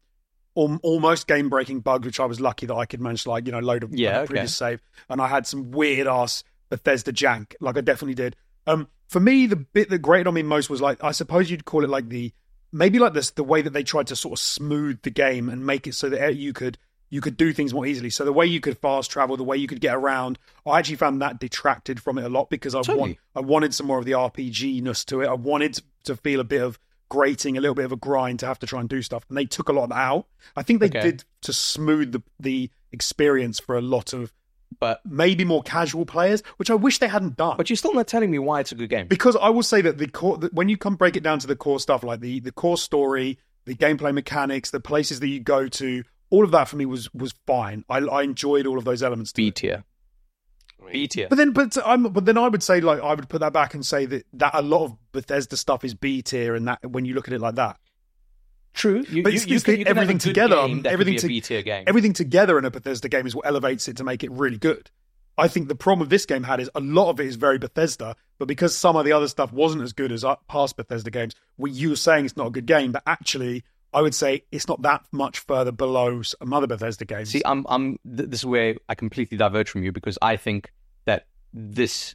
al- almost game breaking bugs, which I was lucky that I could manage to like you know load of
Yeah,
uh, previous save. And I had some weird ass Bethesda jank. Like I definitely did. Um, for me, the bit that grated on me most was like I suppose you'd call it like the maybe like this the way that they tried to sort of smooth the game and make it so that you could you could do things more easily. So the way you could fast travel, the way you could get around, I actually found that detracted from it a lot because I
Totally.
want I wanted some more of the RPG ness to it. I wanted to feel a bit of grating, a little bit of a grind to have to try and do stuff. And they took a lot of that out. I think they
Okay.
did to smooth the the experience for a lot of
But
maybe more casual players, which I wish they hadn't done.
But you're still not telling me why it's a good game.
Because I will say that the core, that when you come break it down to the core stuff, like the the core story, the gameplay mechanics, the places that you go to, all of that for me was was fine. I, I enjoyed all of those elements. to
B
it.
tier. B tier.
But then, but I'm, but then I would say like I would put that back and say that that a lot of Bethesda stuff is B tier, and that when you look at it like that,
True. You,
But
you,
it's-
you
it's
can,
the-
you can have a
everything
good
together,
game that could
everything
be a
to-
B tier game.
everything together in a Bethesda game is what elevates it to make it really good. I think the problem this game had is a lot of it is very Bethesda, but because some of the other stuff wasn't as good as uh, past Bethesda games, we you were saying it's not a good game, but actually, I would say it's not that much further below some other Bethesda games.
See, I'm, I'm. Th- this is where I completely diverge from you because I think that this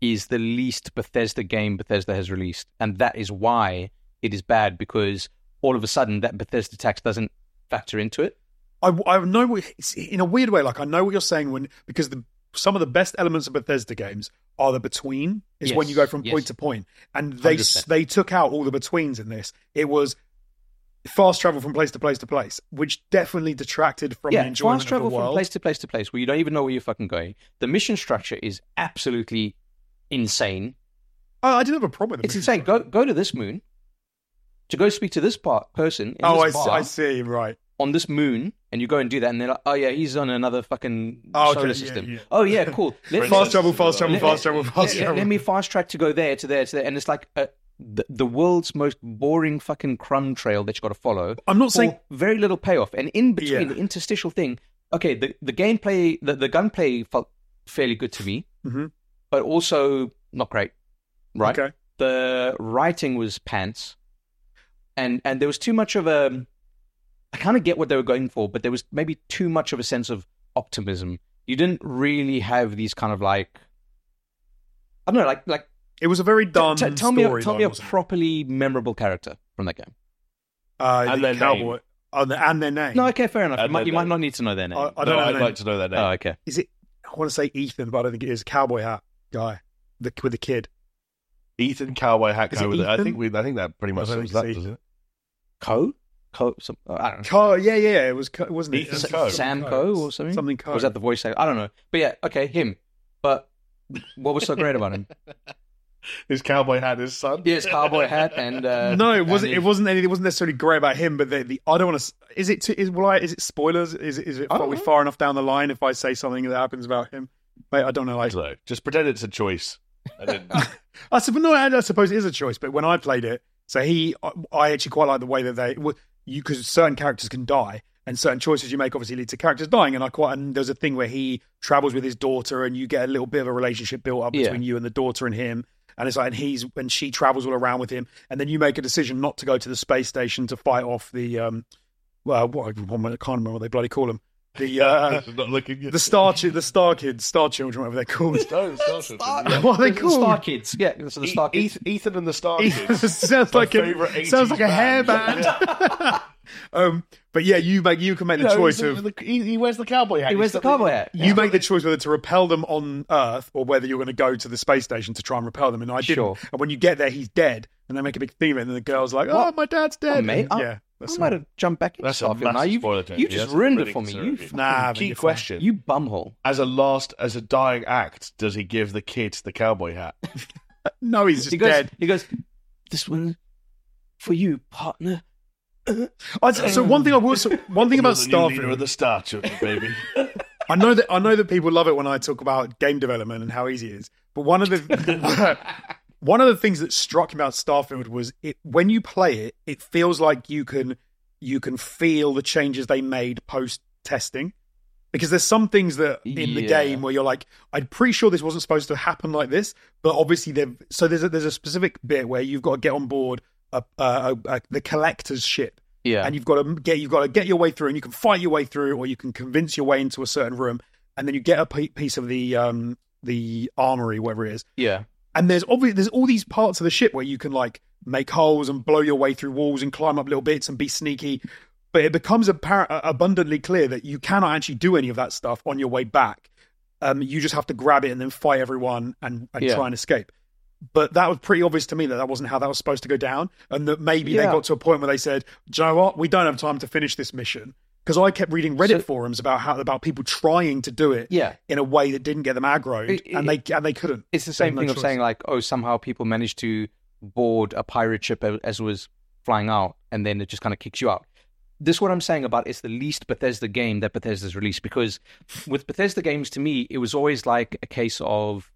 is the least Bethesda game Bethesda has released, and that is why it is bad because all of a sudden that Bethesda tax doesn't factor into it.
I, I know what- it's in a weird way. Like I know what you're saying when because the some of the best elements of Bethesda games are the between is when
Yes,
you go from
yes.
point to point, and they
100%.
they took out all the betweens in this. It was fast travel from place to place to place, which definitely detracted from the
yeah,
enjoyment
fast travel
of the world.
from place to place to place where you don't even know where you're fucking going. The mission structure is absolutely insane.
I, I didn't have a problem with it.
It's insane. Go go to this moon to go speak to this part person. In
Oh, I
this
see,
bar,
I see. Right.
on this moon, and you go and do that, and they're like, oh yeah, he's on another fucking
Oh, okay,
solar
yeah,
system.
yeah.
Oh yeah,
(laughs)
cool. Let,
Fast
let,
travel, fast travel,
let-
fast travel, fast
let- let
travel.
me fast track to go there, to there, to there, and it's like uh the, the world's most boring fucking crumb trail that you got to follow.
I'm not
for
saying-
very little payoff, and in between
Yeah.
the interstitial thing. Okay, the the gameplay, the the gunplay felt fairly good to me,
Mhm.
but also not great. Right
Okay.
the writing was pants and and there was too much of a i kind of get what they were going for but there was maybe too much of a sense of optimism you didn't really have these kind of like i don't know like like
It was a very dumb
t- tell me a,
story.
tell me a properly memorable character from that game
uh,
And
the
their
cowboy Oh, the- and their name.
no okay fair enough you
And
might,
then
you
they-
might not need to know their name
I, I
No,
don't know.
I'd
the name.
like to know their name.
oh okay
Is it? I want to say Ethan, but I don't think it is. Cowboy hat guy, the with the kid.
Ethan Cowboy
Is it
Hacko. with it. I
Ethan?
think we. I think that pretty much
I think
sums that,
it's
doesn't it?
Co? Co? Some, oh, I don't know.
Co, yeah, yeah, it was, Co- wasn't it?
Ethan
Something
Co.
Sam Co or something?
Something Co.
Was that the voice actor? I don't know. But yeah, okay, him. But what was so great about
(laughs)
him?
His cowboy hat, his son.
Yes, cowboy hat and uh,
no, it wasn't.
and
It
his-
wasn't. Any, it wasn't necessarily great about him, but the, the I don't want to. Is it? Too, is will I? Is it spoilers? Is it? Is it?
I don't
Are we
know.
far enough down the line if I say something that happens about him? Mate, I don't know.
I
Like,
don't know. Just pretend it's a choice. And then (laughs)
I suppose no, I, I suppose it is a choice. But when I played it, so he, I, I actually quite like the way that they, well, you because certain characters can die, and certain choices you make obviously lead to characters dying. And I quite and there's a thing where he travels with his daughter, and you get a little bit of a relationship built up
Yeah.
between you and the daughter and him. And it's like, and he's and she travels all around with him, and then you make a decision not to go to the space station to fight off the, um, well, what I can't remember what they bloody call them, the
(laughs)
uh,
It's not looking good. (laughs)
the star chi- the star kids, star children, whatever they're called.
Star, Star Children,
(laughs)
yeah.
What are they
the
called?
Star Kids. Yeah, so the Star
E-
Kids.
Eth- Ethan and the Star Kids.
(laughs) sounds
My
like a
favourite
sounds
80s
like a hairband.
band. (laughs)
um, but yeah, you make you can make the
You know,
choice
he's
of
the- the- he, he wears the cowboy hat.
He wears the cowboy hat.
you make the choice whether to repel them on Earth or whether you're going to go to the space station to try and repel them. And I didn't.
Sure.
And when you get there, he's dead, and they make a big theme, of it, and the girl's like, "Oh,
What?
my dad's dead."
Oh, mate,
And,
I-
yeah,
I
that's
might
all.
have jumped back into
That's a
stuff.
massive
Now you,
spoiler, Tony.
you just
That's
ruined
really
it for me. You,
conservative.
fucking-
Nah, but
Key
you're fine.
question.
you bumhole.
As a last, as a dying act, does he give the kids the cowboy hat?
No, he's just
He goes,
dead.
he goes, this one for you, partner.
I, so one thing I will, so one thing
You're
about
the new
Starfield
leader of the Star Children,
(laughs)
baby.
I know that I know that people love it when I talk about game development and how easy it is. But one of the (laughs) one of the things that struck me about Starfield was it when you play it, it feels like you can you can feel the changes they made post testing. Because there's some things that in the
Yeah.
game where you're like, I'm pretty sure this wasn't supposed to happen like this, but obviously they've so there's a, there's a specific bit where you've got to get on board a, a, a, a, the collector's ship,
Yeah.
and you've got to get you've got to get your way through, and you can fight your way through, or you can convince your way into a certain room, and then you get a pe- piece of the um the armory, whatever it is.
yeah.
And there's obviously there's all these parts of the ship where you can like make holes and blow your way through walls and climb up little bits and be sneaky, but it becomes appar- abundantly clear that you cannot actually do any of that stuff on your way back. Um, you just have to grab it and then fight everyone and, and
Yeah.
try and escape. But that was pretty obvious to me that that wasn't how that was supposed to go down, and that maybe they
Yeah.
got to a point where they said, "Do you know what? We don't have time to finish this mission." Because I kept reading Reddit
So-
forums about how about people trying to do it
Yeah.
in a way that didn't get them aggroed,
It-
and they and they couldn't.
It's
They
the
have
same
no
thing of
choice.
saying like, oh, somehow people managed to board a pirate ship a- as it was flying out, and then it just kind of kicks you out. This what I'm saying about it's the least Bethesda game that Bethesda's released because with Bethesda games, to me, it was always like a case of,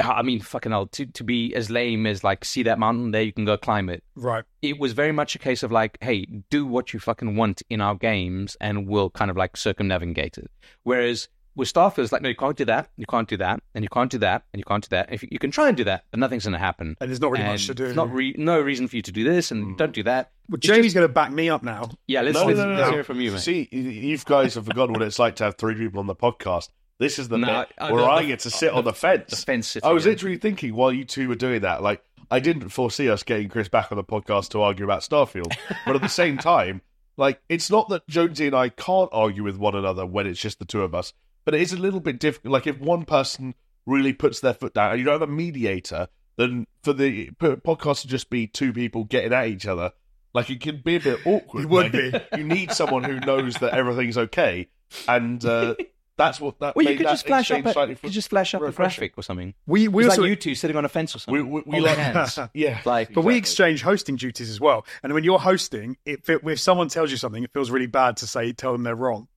I mean, fucking hell, to to be as lame as like, see that mountain there, you can go climb it.
Right.
It was very much a case of like, hey, do what you fucking want in our games, and we'll kind of like circumnavigate it. Whereas with Starfield, it's like, no, you can't do that, you can't do that, and you can't do that, and you can't do that. If you, you can try and do that, but nothing's going to happen.
And there's not really
And
much to do.
There's not re- no reason for you to do this, and don't do that.
well,
it's
Jamie's going to back me up now.
Yeah, let's,
No,
let's,
no, no,
let's
no.
hear it from you, man.
See, you- you guys have forgotten what it's like to have three people on the podcast. This is the
No,
bit
I- I-
where
the-
I get to sit on the fence.
The fence sitting
I was
here.
literally thinking while you two were doing that, like I didn't foresee us getting Chris back on the podcast to argue about Starfield, but at
(laughs)
the same time, like it's not that Jonesy and I can't argue with one another when it's just the two of us, but it is a little bit difficult. Like if one person really puts their foot down, and you don't have a mediator, then for the p- podcast to just be two people getting at each other, like it can be a bit awkward.
It would
Like, You need someone who knows that everything's okay, and
(laughs)
uh, that's what that.
Well, you
made
could
that
just flash up.
exchange
A,
slightly
you could just flash up a
refreshing.
graphic or something.
We we
It's
also
like you two sitting on a fence or
we
something.
we, we
Holding
like
hands.
(laughs) yeah.
(laughs) like,
but we exchange hosting duties as well. And when you're hosting, it fe- if someone tells you something, it feels really bad to say tell them they're wrong.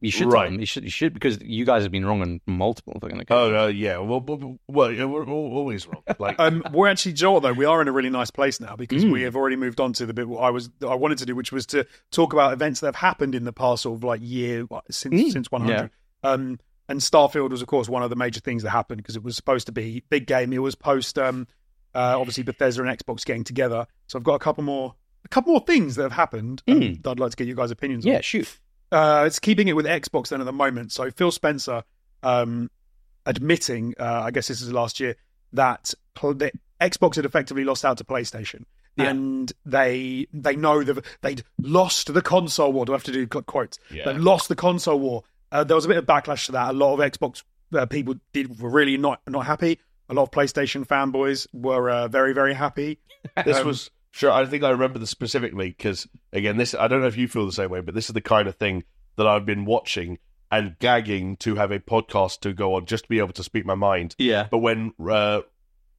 you should tell
Right.
them. You should, you should, because you guys have been wrong on multiple fucking occasions.
Oh uh, yeah, well, well, well, well, yeah, we're all, always wrong. (laughs) Like
Um, we're actually Joel though. We are in a really nice place now because
Mm.
we have already moved on to the bit I was I wanted to do, which was to talk about events that have happened in the past sort of like year what, since
Mm.
since 100. Um, and Starfield was of course one of the major things that happened because it was supposed to be big game. It was post um, uh, obviously Bethesda and Xbox getting together. So I've got a couple more a couple more things that have happened. um,
Mm.
that I'd like to get you guys' opinions on
yeah, shoot.
uh, it's keeping it with Xbox then at the moment. So Phil Spencer um, admitting, uh, I guess this is last year, that pl- that Xbox had effectively lost out to PlayStation.
Yeah.
And they they know that they'd lost the console war. Do I have to do qu- quotes?
Yeah.
They lost the console war. Uh, there was a bit of backlash to that. A lot of Xbox uh, people did were really not not happy. A lot of PlayStation fanboys were uh, very, very happy.
This
Um,
was sure. I think I remember this specifically because again, this I don't know if you feel the same way, but this is the kind of thing that I've been watching and gagging to have a podcast to go on just to be able to speak my mind.
Yeah.
But when uh,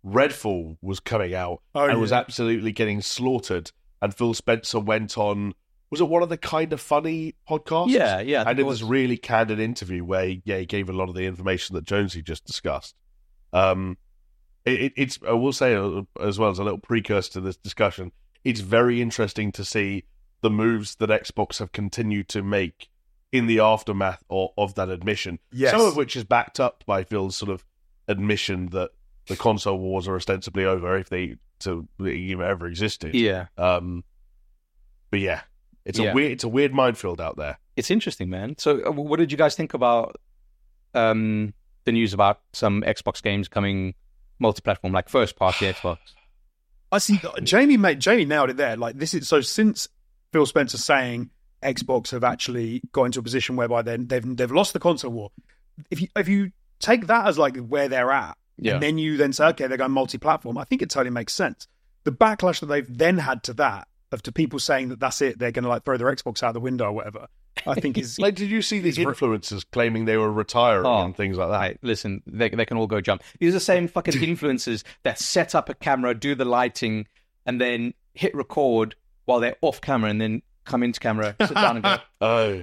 Redfall was coming out,
Oh,
and was
yeah.
absolutely getting slaughtered, and Phil Spencer went on. Was it one of the kind of funny podcasts?
Yeah, yeah. I think
and
it
it was
was.
really candid interview where yeah he gave a lot of the information that Jonesy just discussed. Um, it, it- it's I will say uh, as well as a little precursor to this discussion, it's very interesting to see the moves that Xbox have continued to make in the aftermath or, of that admission.
Yes.
Some of which is backed up by Phil's sort of admission that the console wars are ostensibly over if they to you know, ever existed.
Yeah.
Um, but yeah, it's
Yeah.
a weird it's a weird minefield out there.
It's interesting, man. So, uh, what did you guys think about um, the news about some Xbox games coming multi-platform, like (sighs) first-party Xbox?
I
(sighs)
see. Jamie made Jamie nailed it there. Like this is so since Phil Spencer saying Xbox have actually got into a position whereby then they've they've lost the console war. If you if you take that as like where they're at,
Yeah.
and then you then say okay they're going multi-platform, I think it totally makes sense. The backlash that they've then had to that of to people saying that that's it, they're going to like throw their Xbox out the window or whatever. I think
(laughs)
is
Like, did you see these
re-
influencers claiming they were retiring
Oh.
and things like that?
Right, listen, they, they can all go jump. These are the same (laughs) fucking influencers that set up a camera, do the lighting, and then hit record while they're off camera, and then come into camera, sit down, and go,
(laughs) Oh,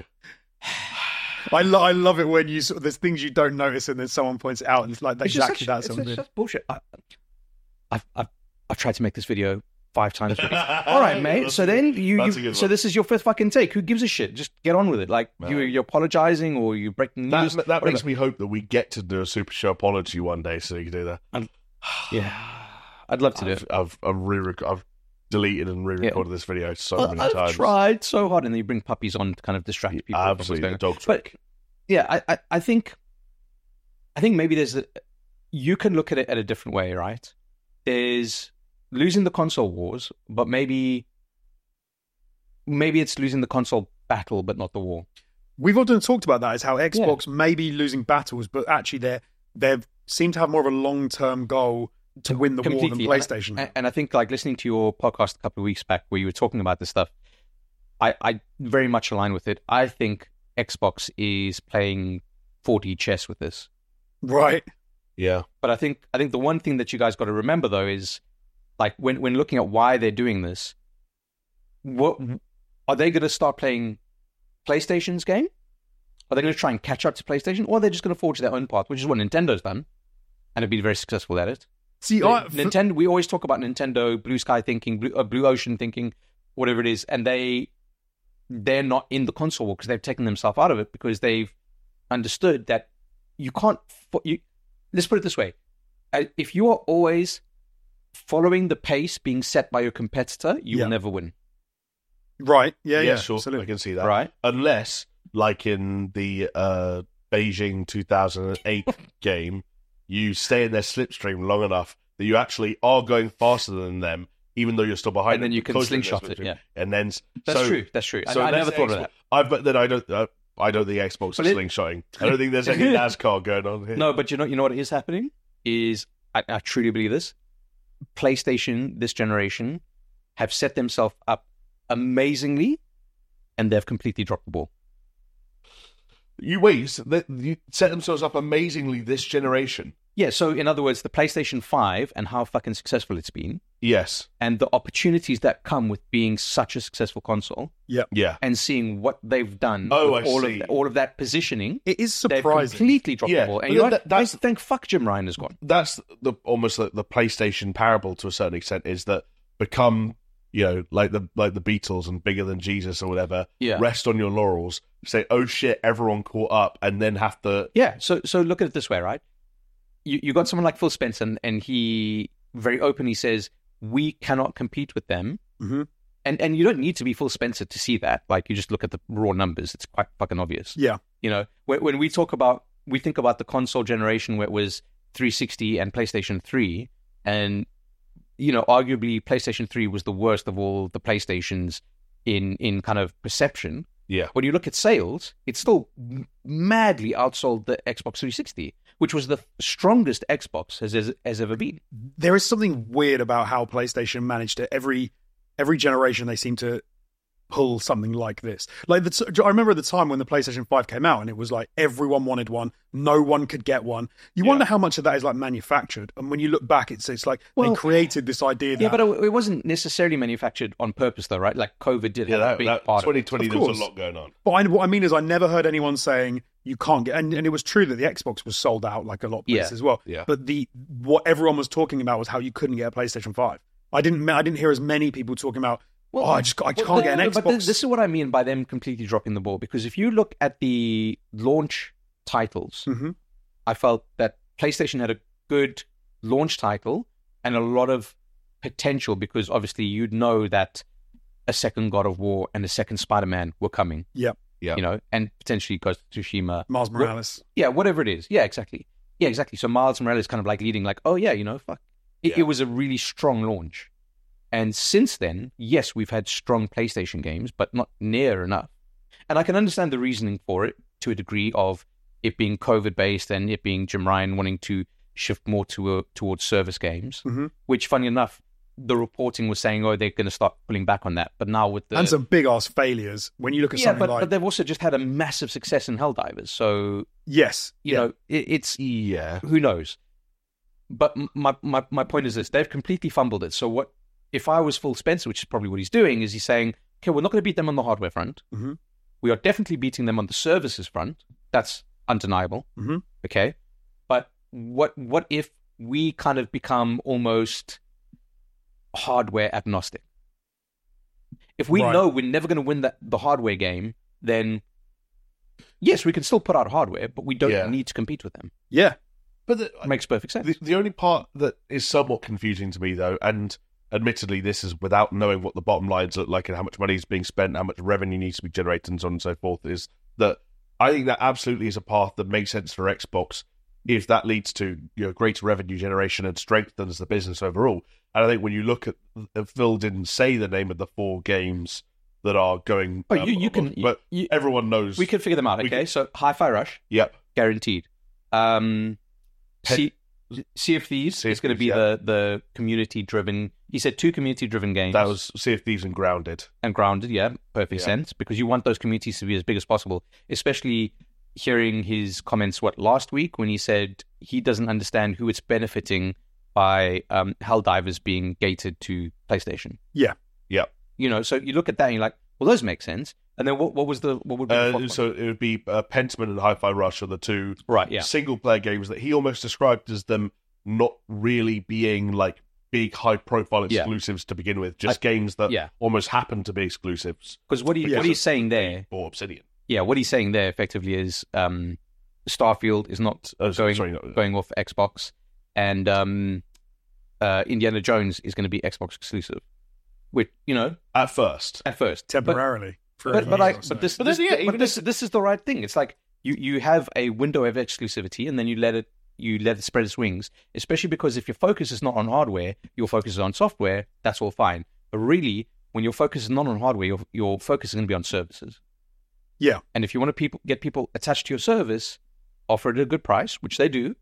I, lo- I love it when you sort of, there's things you don't notice and then someone points it out and it's like
(laughs) It's just
exactly
such-
that sort of
it's
thing.
just bullshit. I, I've, I've, I've tried to make this video five (laughs) times. All right, mate.
That's
So
a
then
good-
you,
that's a
you
good
so
one.
this is your first fucking take. Who gives a shit? Just get on with it. Like
No.
you, you're apologizing or you're breaking news.
that, that makes
whatever.
me hope that we get to do a super show apology one day, so you can do that. (sighs)
Yeah, I'd love to do
I've
it.
I've, I've re I've deleted and re-recorded this video so
Well,
many
I've
times.
tried so hard, and then you bring puppies on to kind of distract people. from what's
Absolutely,
going
the
on.
dog
But
trick.
yeah, I, I, I think, I think maybe there's a, you can look at it at a different way, right? There's losing the console wars, but maybe, maybe it's losing the console battle, but not the war.
We've often talked about that is how Xbox may be losing battles, but actually they are they seem to have more of a long term goal to win the war than
Completely. uh,
PlayStation.
And, and I think like listening to your podcast a couple of weeks back where you were talking about this stuff, I, I very much align with it. I think Xbox is playing 4D chess with this.
right.
yeah,
But I think I think the one thing that you guys got to remember though is like when when looking at why they're doing this, what are they going to start playing PlayStation's game? Are they going to try and catch up to PlayStation, or are they just going to forge their own path, which is what Nintendo's done, and have been very successful at it?
See, I, f-
Nintendo. We always talk about Nintendo blue sky thinking, blue, uh, blue ocean thinking, whatever it is, and they they're not in the console war because they've taken themselves out of it because they've understood that you can't. fo- You, let's put it this way: Uh, if you are always following the pace being set by your competitor, you
Yeah.
will never win.
right. Yeah,
yeah,
yeah,
sure. I
absolutely.
can see that.
Right?
unless like in the uh,
(laughs)
Beijing 2008 game, you stay in their slipstream long enough that you actually are going faster than them, even though you're still behind.
And
them
then you can
because you're in their
slingshot it,
slipstream.
yeah.
and then
That's
so,
true. That's true. I-
So
I, never
that's
thought of
Xbox.
that.
I but then I don't. Uh, I don't think Xbox
But
is
it-
slingshotting. I
(laughs)
don't think there's any NASCAR going on (laughs) here.
No, but you know, you know what is happening is I, I truly believe this. PlayStation this generation have set themselves up amazingly, and they've completely dropped the ball.
you wait. so they- You set themselves up amazingly this generation.
Yeah. So in other words, the PlayStation Five and how fucking successful it's been,
Yes.
and the opportunities that come with being such a successful console,
Yeah.
and seeing what they've done.
Oh,
with
I
all
see.
of that, all of that positioning.
It is
They've
surprising.
completely dropped
Yeah,
the ball, and
but
you know
that-
what? I
that's-
thank fuck Jim Ryan has gone.
that's the almost like the PlayStation parable to a certain extent is that become you know like the like the Beatles and bigger than Jesus or whatever.
Yeah.
Rest on your laurels. Say oh shit, everyone caught up, and then have to
Yeah. So so look at it this way, right? You you got someone like Phil Spencer, and, and he very openly says we cannot compete with them.
Mhm.
And and you don't need to be Phil Spencer to see that. Like you just look at the raw numbers; it's quite fucking obvious.
Yeah.
You know, when, when we talk about we think about the console generation where it was 360 and PlayStation 3, and you know, arguably PlayStation 3 was the worst of all the PlayStations in in kind of perception
yeah
when you look at sales, it's still m- madly outsold the Xbox 360. which was the strongest Xbox has has, has ever been.
there is something weird about how PlayStation managed to every every generation they seem to pull something like this. Like the t- I remember at the time when the PlayStation 5 came out and it was like everyone wanted one, no one could get one. You wonder how much of that is like manufactured and when you look back it's it's like
Well-
they created this idea that
Yeah, but it, it wasn't necessarily manufactured on purpose, though, right? Like COVID did
Yeah,
have a
that,
big
that
part. of it.
2020
Of
there was
course.
a lot going on.
But I, what I mean is, I never heard anyone saying you can't get, and, and it was true that the Xbox was sold out like a lot of
Yeah.
places as well.
Yeah.
But the what everyone was talking about was how you couldn't get a PlayStation Five. I didn't, I didn't hear as many people talking about.
Well,
oh, I just, I
Well,
can't get
no,
an
no,
Xbox.
But this, this is what I mean by them completely dropping the ball. Because if you look at the launch titles,
Mhm.
I felt that PlayStation had a good launch title and a lot of potential because obviously you'd know that a second God of War and a second Spider Man were coming.
Yep.
Yeah.
You know, and potentially Ghost of Tsushima.
Miles Morales.
Yeah, whatever it is. Yeah, exactly. Yeah, exactly. So Miles Morales kind of like leading, like, oh yeah, you know, fuck. It,
Yeah.
it was a really strong launch, and since then, yes, we've had strong PlayStation games, but not near enough. And I can understand the reasoning for it to a degree of it being COVID based and it being Jim Ryan wanting to shift more to uh, towards service games,
Mhm.
which, funny enough, the reporting was saying, oh, they're going to start pulling back on that. But now with the
and some big ass failures when you look at
yeah,
something
but,
like
but they've also just had a massive success in Helldivers, so
yes,
you know it, it's
Yeah.
who knows? But m- my, my my point is this: they've completely fumbled it. So what? If I was Phil Spencer, which is probably what he's doing, is he's saying, "Okay, we're not going to beat them on the hardware front.
Mm-hmm.
Mhm.
We are definitely beating them on the services front. That's undeniable.
Mm-hmm.
Mhm.
Okay, but what what if we kind of become almost hardware agnostic? If we
Right.
know we're never going to win that the hardware game, then yes, we can still put out hardware, but we don't
Yeah.
need to compete with them
yeah,
But the,
makes perfect sense.
the, the only part that is somewhat confusing to me, though, and admittedly, this is without knowing what the bottom lines look like and how much money is being spent, how much revenue needs to be generated, and so on and so forth, is that I think that absolutely is a path that makes sense for Xbox if that leads to you know, greater revenue generation and strengthens the business overall. And I think when you look at uh, Phil didn't say the name of the four games that are going, um,
Oh, you- you can-
but
you-
everyone knows.
we can figure them out.
We
Okay,
can-
so Hi-Fi Rush
Yep.
guaranteed. Um,
Pe-
sea, sea of Thieves
Sea of
is going to be
Thieves,
the the community driven. He said two community driven games
That was Sea of Thieves and Grounded.
and grounded. Yeah, perfect
Yeah.
sense because you want those communities to be as big as possible. Especially hearing his comments what last week when he said he doesn't understand who it's benefiting by um, Helldivers being gated to PlayStation.
Yep.
You know, so you look at that and you're like, well, those make sense. And then what, what was the what would be the fourth
Uh,
one?
so it would be uh, Pentiment and Hi-Fi Rush are the two
right? Yeah,
single-player games that he almost described as them not really being like big, high-profile
Yeah.
exclusives to begin with, just games that
yeah.
almost happen to be exclusives
Because what he
Because
what he's saying there,
or Obsidian.
yeah, what he's saying there effectively is um, Starfield is not
Oh, so-
going
sorry, no,
going off Xbox, and um, uh, Indiana Jones is going to be Xbox exclusive. Which you know
at first.
at first
temporarily. for
but
a
but,
year
like,
or so.
but this
But
this,
then, yeah,
but
even
this, this is the right thing. It's like you you have a window of exclusivity, and then you let it you let it spread its wings. Especially because if your focus is not on hardware, your focus is on software. That's all fine. But really, when your focus is not on hardware, your your focus is going to be on services.
Yeah.
And if you want to people get people attached to your service, offer it at a good price, which they do.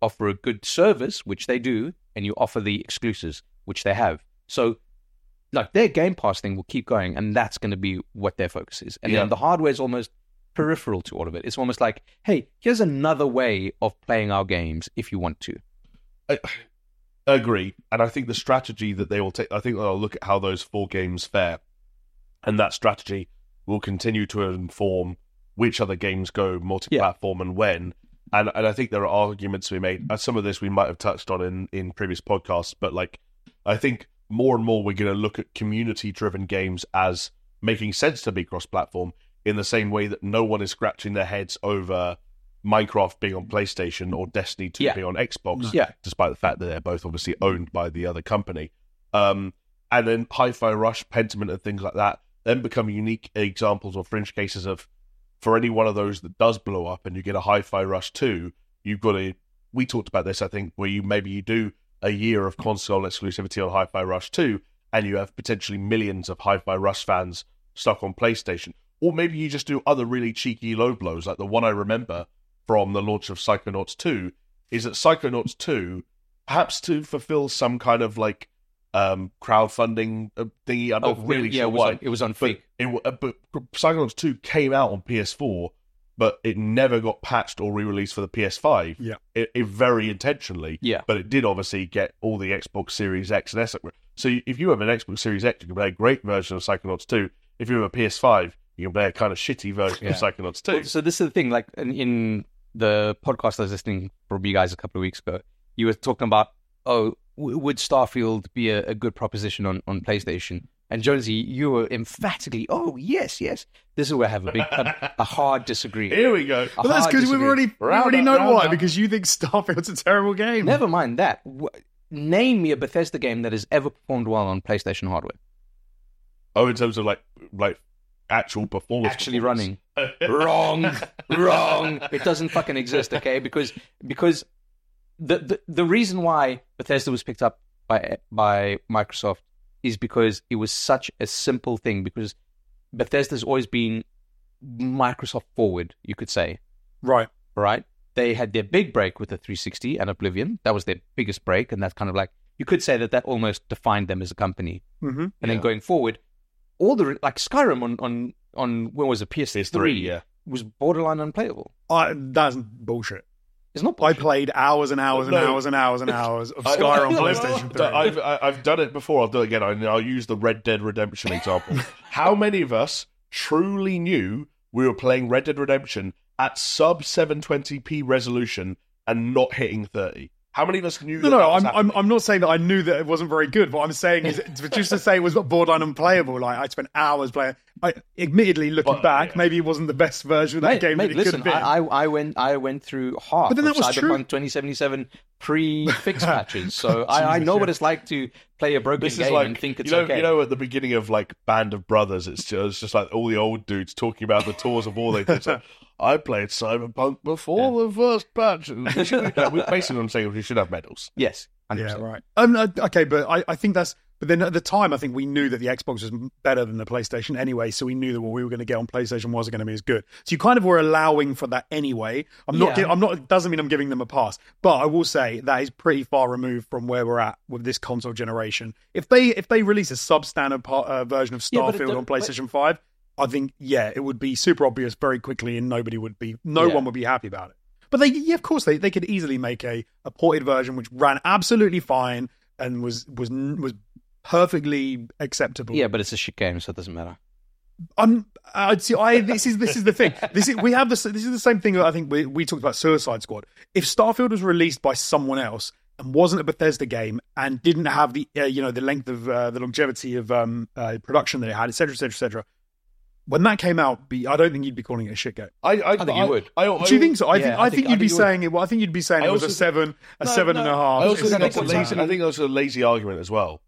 Offer a good service, which they do, and you offer the exclusives, which they have. So like their Game Pass thing will keep going, and that's going to be what their focus is. And
Yeah.
then the hardware is almost peripheral to all of it. It's almost like, hey, here's another way of playing our games if you want to.
I, I agree, and I think the strategy that they will take. I think they'll look at how those four games fare, and that strategy will continue to inform which other games go multi-platform and when. And and I think there are arguments to be made. Uh, Some of this we might have touched on in in previous podcasts, but like I think more and more we're going to look at community-driven games as making sense to be cross-platform in the same way that no one is scratching their heads over Minecraft being on PlayStation or Destiny 2
Yeah.
being on Xbox
Yeah,
despite the fact that they're both obviously owned by the other company. Um, and then Hi-Fi Rush, Pentiment, and things like that then become unique examples or fringe cases of for any one of those that does blow up and you get a Hi-Fi Rush 2, you've got a. We talked about this, I think, where you maybe you do a year of console exclusivity on Hi-Fi Rush 2 and you have potentially millions of Hi-Fi Rush fans stuck on PlayStation. Or maybe you just do other really cheeky low blows, like the one I remember from the launch of Psychonauts 2 is that Psychonauts 2, perhaps to fulfill some kind of like um crowdfunding uh, thingy, I'm not really
Oh, yeah,
sure
it was
why.
on, it was on
But
fake.
it w- uh, but Psychonauts 2 came out on PS4, but it never got patched or re-released for the PS5.
Yeah.
It, it very intentionally.
Yeah.
But it did obviously get all the Xbox Series X and S. So you- if you have an Xbox Series X, you can play a great version of Psychonauts 2. If you have a PS5, you can play a kind of shitty version
Yeah.
of Psychonauts 2.
Well, so this is the thing. Like in, in the podcast I was listening from you guys a couple of weeks ago, you were talking about oh, w- would Starfield be a, a good proposition on, on PlayStation? And Jonesy, you were emphatically, oh yes, yes. This is where I have a big, a, a hard disagree.
(laughs) Here we go.
A
But that's
hard
because we've
disagree.
already, we
Round
already
up,
know
round
why,
up.
because you think Starfield's a terrible game.
Never mind that. W- name me a Bethesda game that has ever performed well on PlayStation hardware.
Oh, in terms of like like actual performance,
actually running.
(laughs)
wrong, wrong. It doesn't fucking exist, okay? Because because the, the the reason why Bethesda was picked up by by Microsoft is because it was such a simple thing. Because Bethesda's always been Microsoft forward, you could say,
Right.
right? They had their big break with the 360 and Oblivion. That was their biggest break, and that's kind of like you could say that that almost defined them as a company.
Mm-hmm.
And then
Yeah.
going forward, all the like Skyrim on on on when was it PS3?
It's three, yeah.
was borderline unplayable.
I, that's bullshit.
It's not.
I played hours and hours and
No.
hours and hours and hours of
(laughs) I-
Skyrim on
I-
PlayStation 3.
I've, I- I've done it before. I'll do it again. I- I'll use the Red Dead
(laughs)
Redemption example. How many of us truly knew we were playing Red Dead Redemption at sub 720p resolution and not hitting 30? How many of us knew?
no,
that
no,
that was
I'm, I'm,
happening?
I'm not saying that I knew that it wasn't very good. What I'm saying
(laughs)
is, to- just to say it was borderline unplayable, like I spent hours playing. I, admittedly, looking
But,
back,
yeah.
maybe it wasn't the best version of that
Mate,
game
mate,
that it could
listen,
have been.
I, I I went I went through half
But then
of
that was
Cyberpunk
true.
2077
(laughs)
pre-fix patches, so I, I
Jesus,
know
yeah.
what it's like to play a broken
This
game
is like
and think it's
you know
okay.
you know at the beginning of like Band of Brothers, it's just, it's just like all the old dudes talking about the tours of all they did.
(laughs)
It's like, I played Cyberpunk before the first patch. (laughs) We should- Basically, what I'm saying is we should have medals.
yes, 100%.
yeah, right. Um, uh, okay, but I, I think that's. But then at the time, I think we knew that the Xbox was better than the PlayStation anyway, so we knew that what we were going to get on PlayStation wasn't going to be as good. So you kind of were allowing for that anyway. I'm not.
Yeah.
gi- I'm not. It doesn't mean I'm giving them a pass, but I will say that is pretty far removed from where we're at with this console generation. If they if they release a substandard part, uh, version of
Yeah, but it
Starfield
don't-
on PlayStation Five, I think yeah, it would be super obvious very quickly, and nobody would be. No
Yeah.
one would be happy about it. But they, yeah, of course, they, they could easily make a, a ported version which ran absolutely fine and was was n- was perfectly acceptable.
Yeah, but it's a shit game, so it doesn't matter.
I'm. I'd see. I this is this is the thing. This is we have this. This is the same thing that I think we we talked about Suicide Squad. If Starfield was released by someone else and wasn't a Bethesda game and didn't have the uh, you know the length of uh, the longevity of um uh, production that it had, etc., etc., etc. When that came out, be I don't think you'd be calling it a shit game.
I, I,
think you would.
I,
Do you think so? I
yeah,
think
I
I
think-
think
I
you'd
think
be
you would.
saying it. Well, I think you'd be saying
I
it was a
also-
seven, a
No,
seven
no.
and a half.
I also
It's
think that's a
not
lazy.
something-
I think that's a lazy argument as well.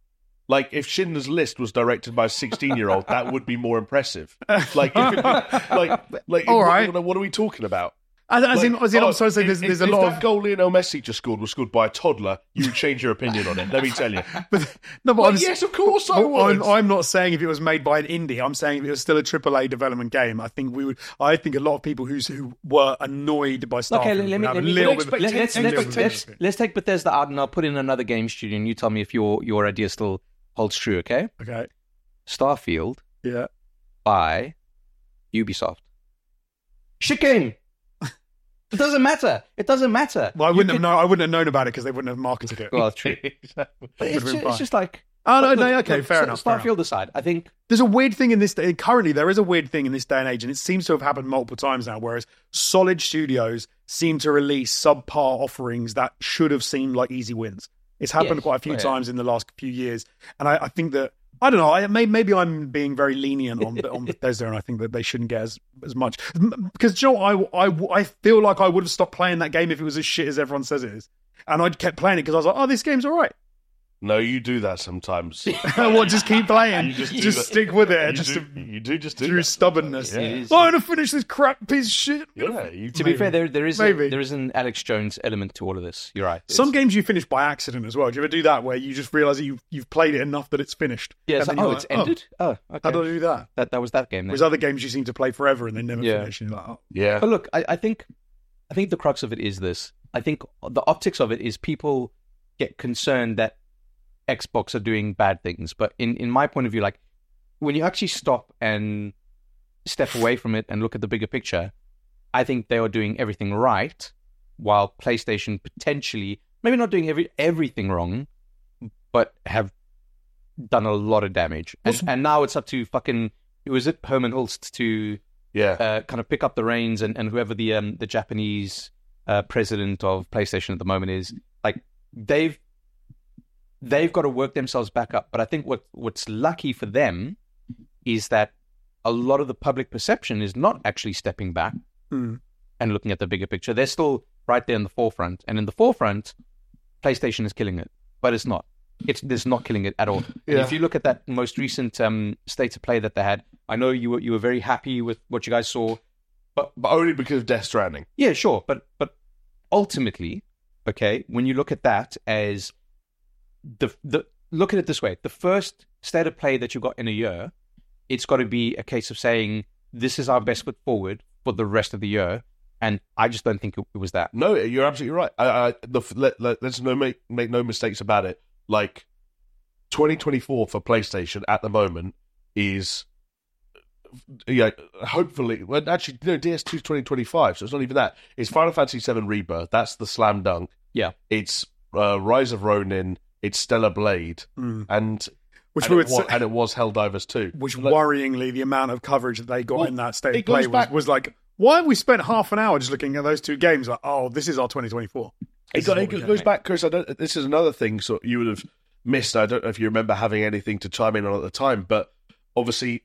Like if Schindler's List was directed by a sixteen-year-old, that would be more impressive. Like,
(laughs)
if it, like, like,
All
what-
right.
What, are we talking about?
As, as
Like,
in, as in,
oh,
I'm sorry to say,
if-
there's,
if-
there's a
if
lot
that
of.
goal Lionel Messi just scored was scored by a toddler. You would change your opinion on it. Let
(laughs)
me tell you.
But, no, but
Well,
I'm,
yes, of course I
well,
would.
I'm, I'm not saying if it was made by an indie. I'm saying if it was still a AAA development game. I think we would. I think a lot of people who's, who were annoyed by Starfield
Okay, let, let
would
me,
have
let
Oh, a
me
little
let's,
bit. of-
let's, let's,
a little
let's,
bit
let's,
of-
let's take Bethesda out and I'll put in another game studio, and you tell me if your your idea still holds true. Okay,
Okay.
Starfield
Yeah.
by Ubisoft. Shit game. It doesn't matter. It doesn't matter.
Well, I
You
wouldn't
could-
have known. I wouldn't have known about it because they wouldn't have marketed it.
Well,
(laughs)
true. But
Would've been
it's, just, it's
fine.
just like
Oh no,
Look,
no,
look,
okay,
look,
fair
so
enough. fair enough.
Starfield aside, I think
There's a weird thing in this day. Currently, there is a weird thing in this day and age, and it seems to have happened multiple times now. Whereas solid studios seem to release subpar offerings that should have seemed like easy wins. It's happened
Yes.
quite a few
Oh, yeah.
times in the last few years, and I, I think that I don't know. I, maybe, maybe I'm being very lenient on on Bethesda, and I think that they shouldn't get as as much because Joe, I, I I feel like I would have stopped playing that game if it was as shit as everyone says it is, and I'd kept playing it because I was like, oh, this game's all right. (laughs)
no, you do that sometimes. You
well, just keep playing, just,
just do that.
stick with it, just.
do,
to-
you do just do
through
that.
stubbornness. Oh,
Yeah.
It is.
I'm gonna finish this crap piece of shit.
Yeah,
to
you do.
be
Maybe.
fair, there there is a,
Maybe.
there is an Alex Jones element to all of this. You're right.
Some games you finish by accident as well. Do you ever do that where you just realise that you've you've played it enough that it's finished?
yeah,
And
so-
then
oh,
you're
it's
like,
ended. Oh, okay.
How do I do that?
that that was that game. Then.
There's other games you seem to play forever and they never
Yeah.
finish. And you're like, oh.
Yeah.
But look, I, I think I think the crux of it is this: I think the optics of it is people get concerned that Xbox are doing bad things, but in in my point of view, like when you actually stop and step away from it and look at the bigger picture, I think they are doing everything right, while PlayStation potentially maybe not doing every everything wrong, but have done a lot of damage. And,
Awesome.
and now it's up to fucking who is it, Herman Hulst, to
Yeah.
uh, kind of pick up the reins and, and whoever the um, the Japanese uh, president of PlayStation at the moment is, like they've they've got to work themselves back up. But I think what what's lucky for them is that a lot of the public perception is not actually stepping back
Mm.
and looking at the bigger picture. They're still right there in the forefront, and in the forefront, PlayStation is killing it, but it's not. It's, it's not killing it at all. And
Yeah.
if you look at that most recent um, state of play that they had, I know you were you were very happy with what you guys saw.
but, but only because of Death Stranding.
Yeah, sure, but but ultimately, okay, when you look at that as the the look at it this way, the first state of play that you got in a year, it's got to be a case of saying this is our best foot forward for the rest of the year, and I just don't think it, it was that.
No, you're absolutely right. I, I, the, let, let, let's no make, make no mistakes about it. Like 2024 for PlayStation at the moment is, yeah, hopefully. Well, actually, no, DS2 is 2025, so it's not even that. It's Final Fantasy VII Rebirth. That's the slam dunk.
Yeah.
It's uh, Rise of Ronin. It's Stellar Blade,
Mm.
and
Which
and,
we would
it was,
say-
and it was Helldivers 2.
which
Like,
worryingly the amount of coverage that they got
Well,
in that state
it
of play
goes
was,
back-
was like why have we spent half an hour just looking at those two games like oh this is our 2024
It,
This
go-
is
it
what we
goes
got.
back, Chris. I don't. This is another thing. So you would have missed. I don't know if you remember having anything to chime in on at the time, but obviously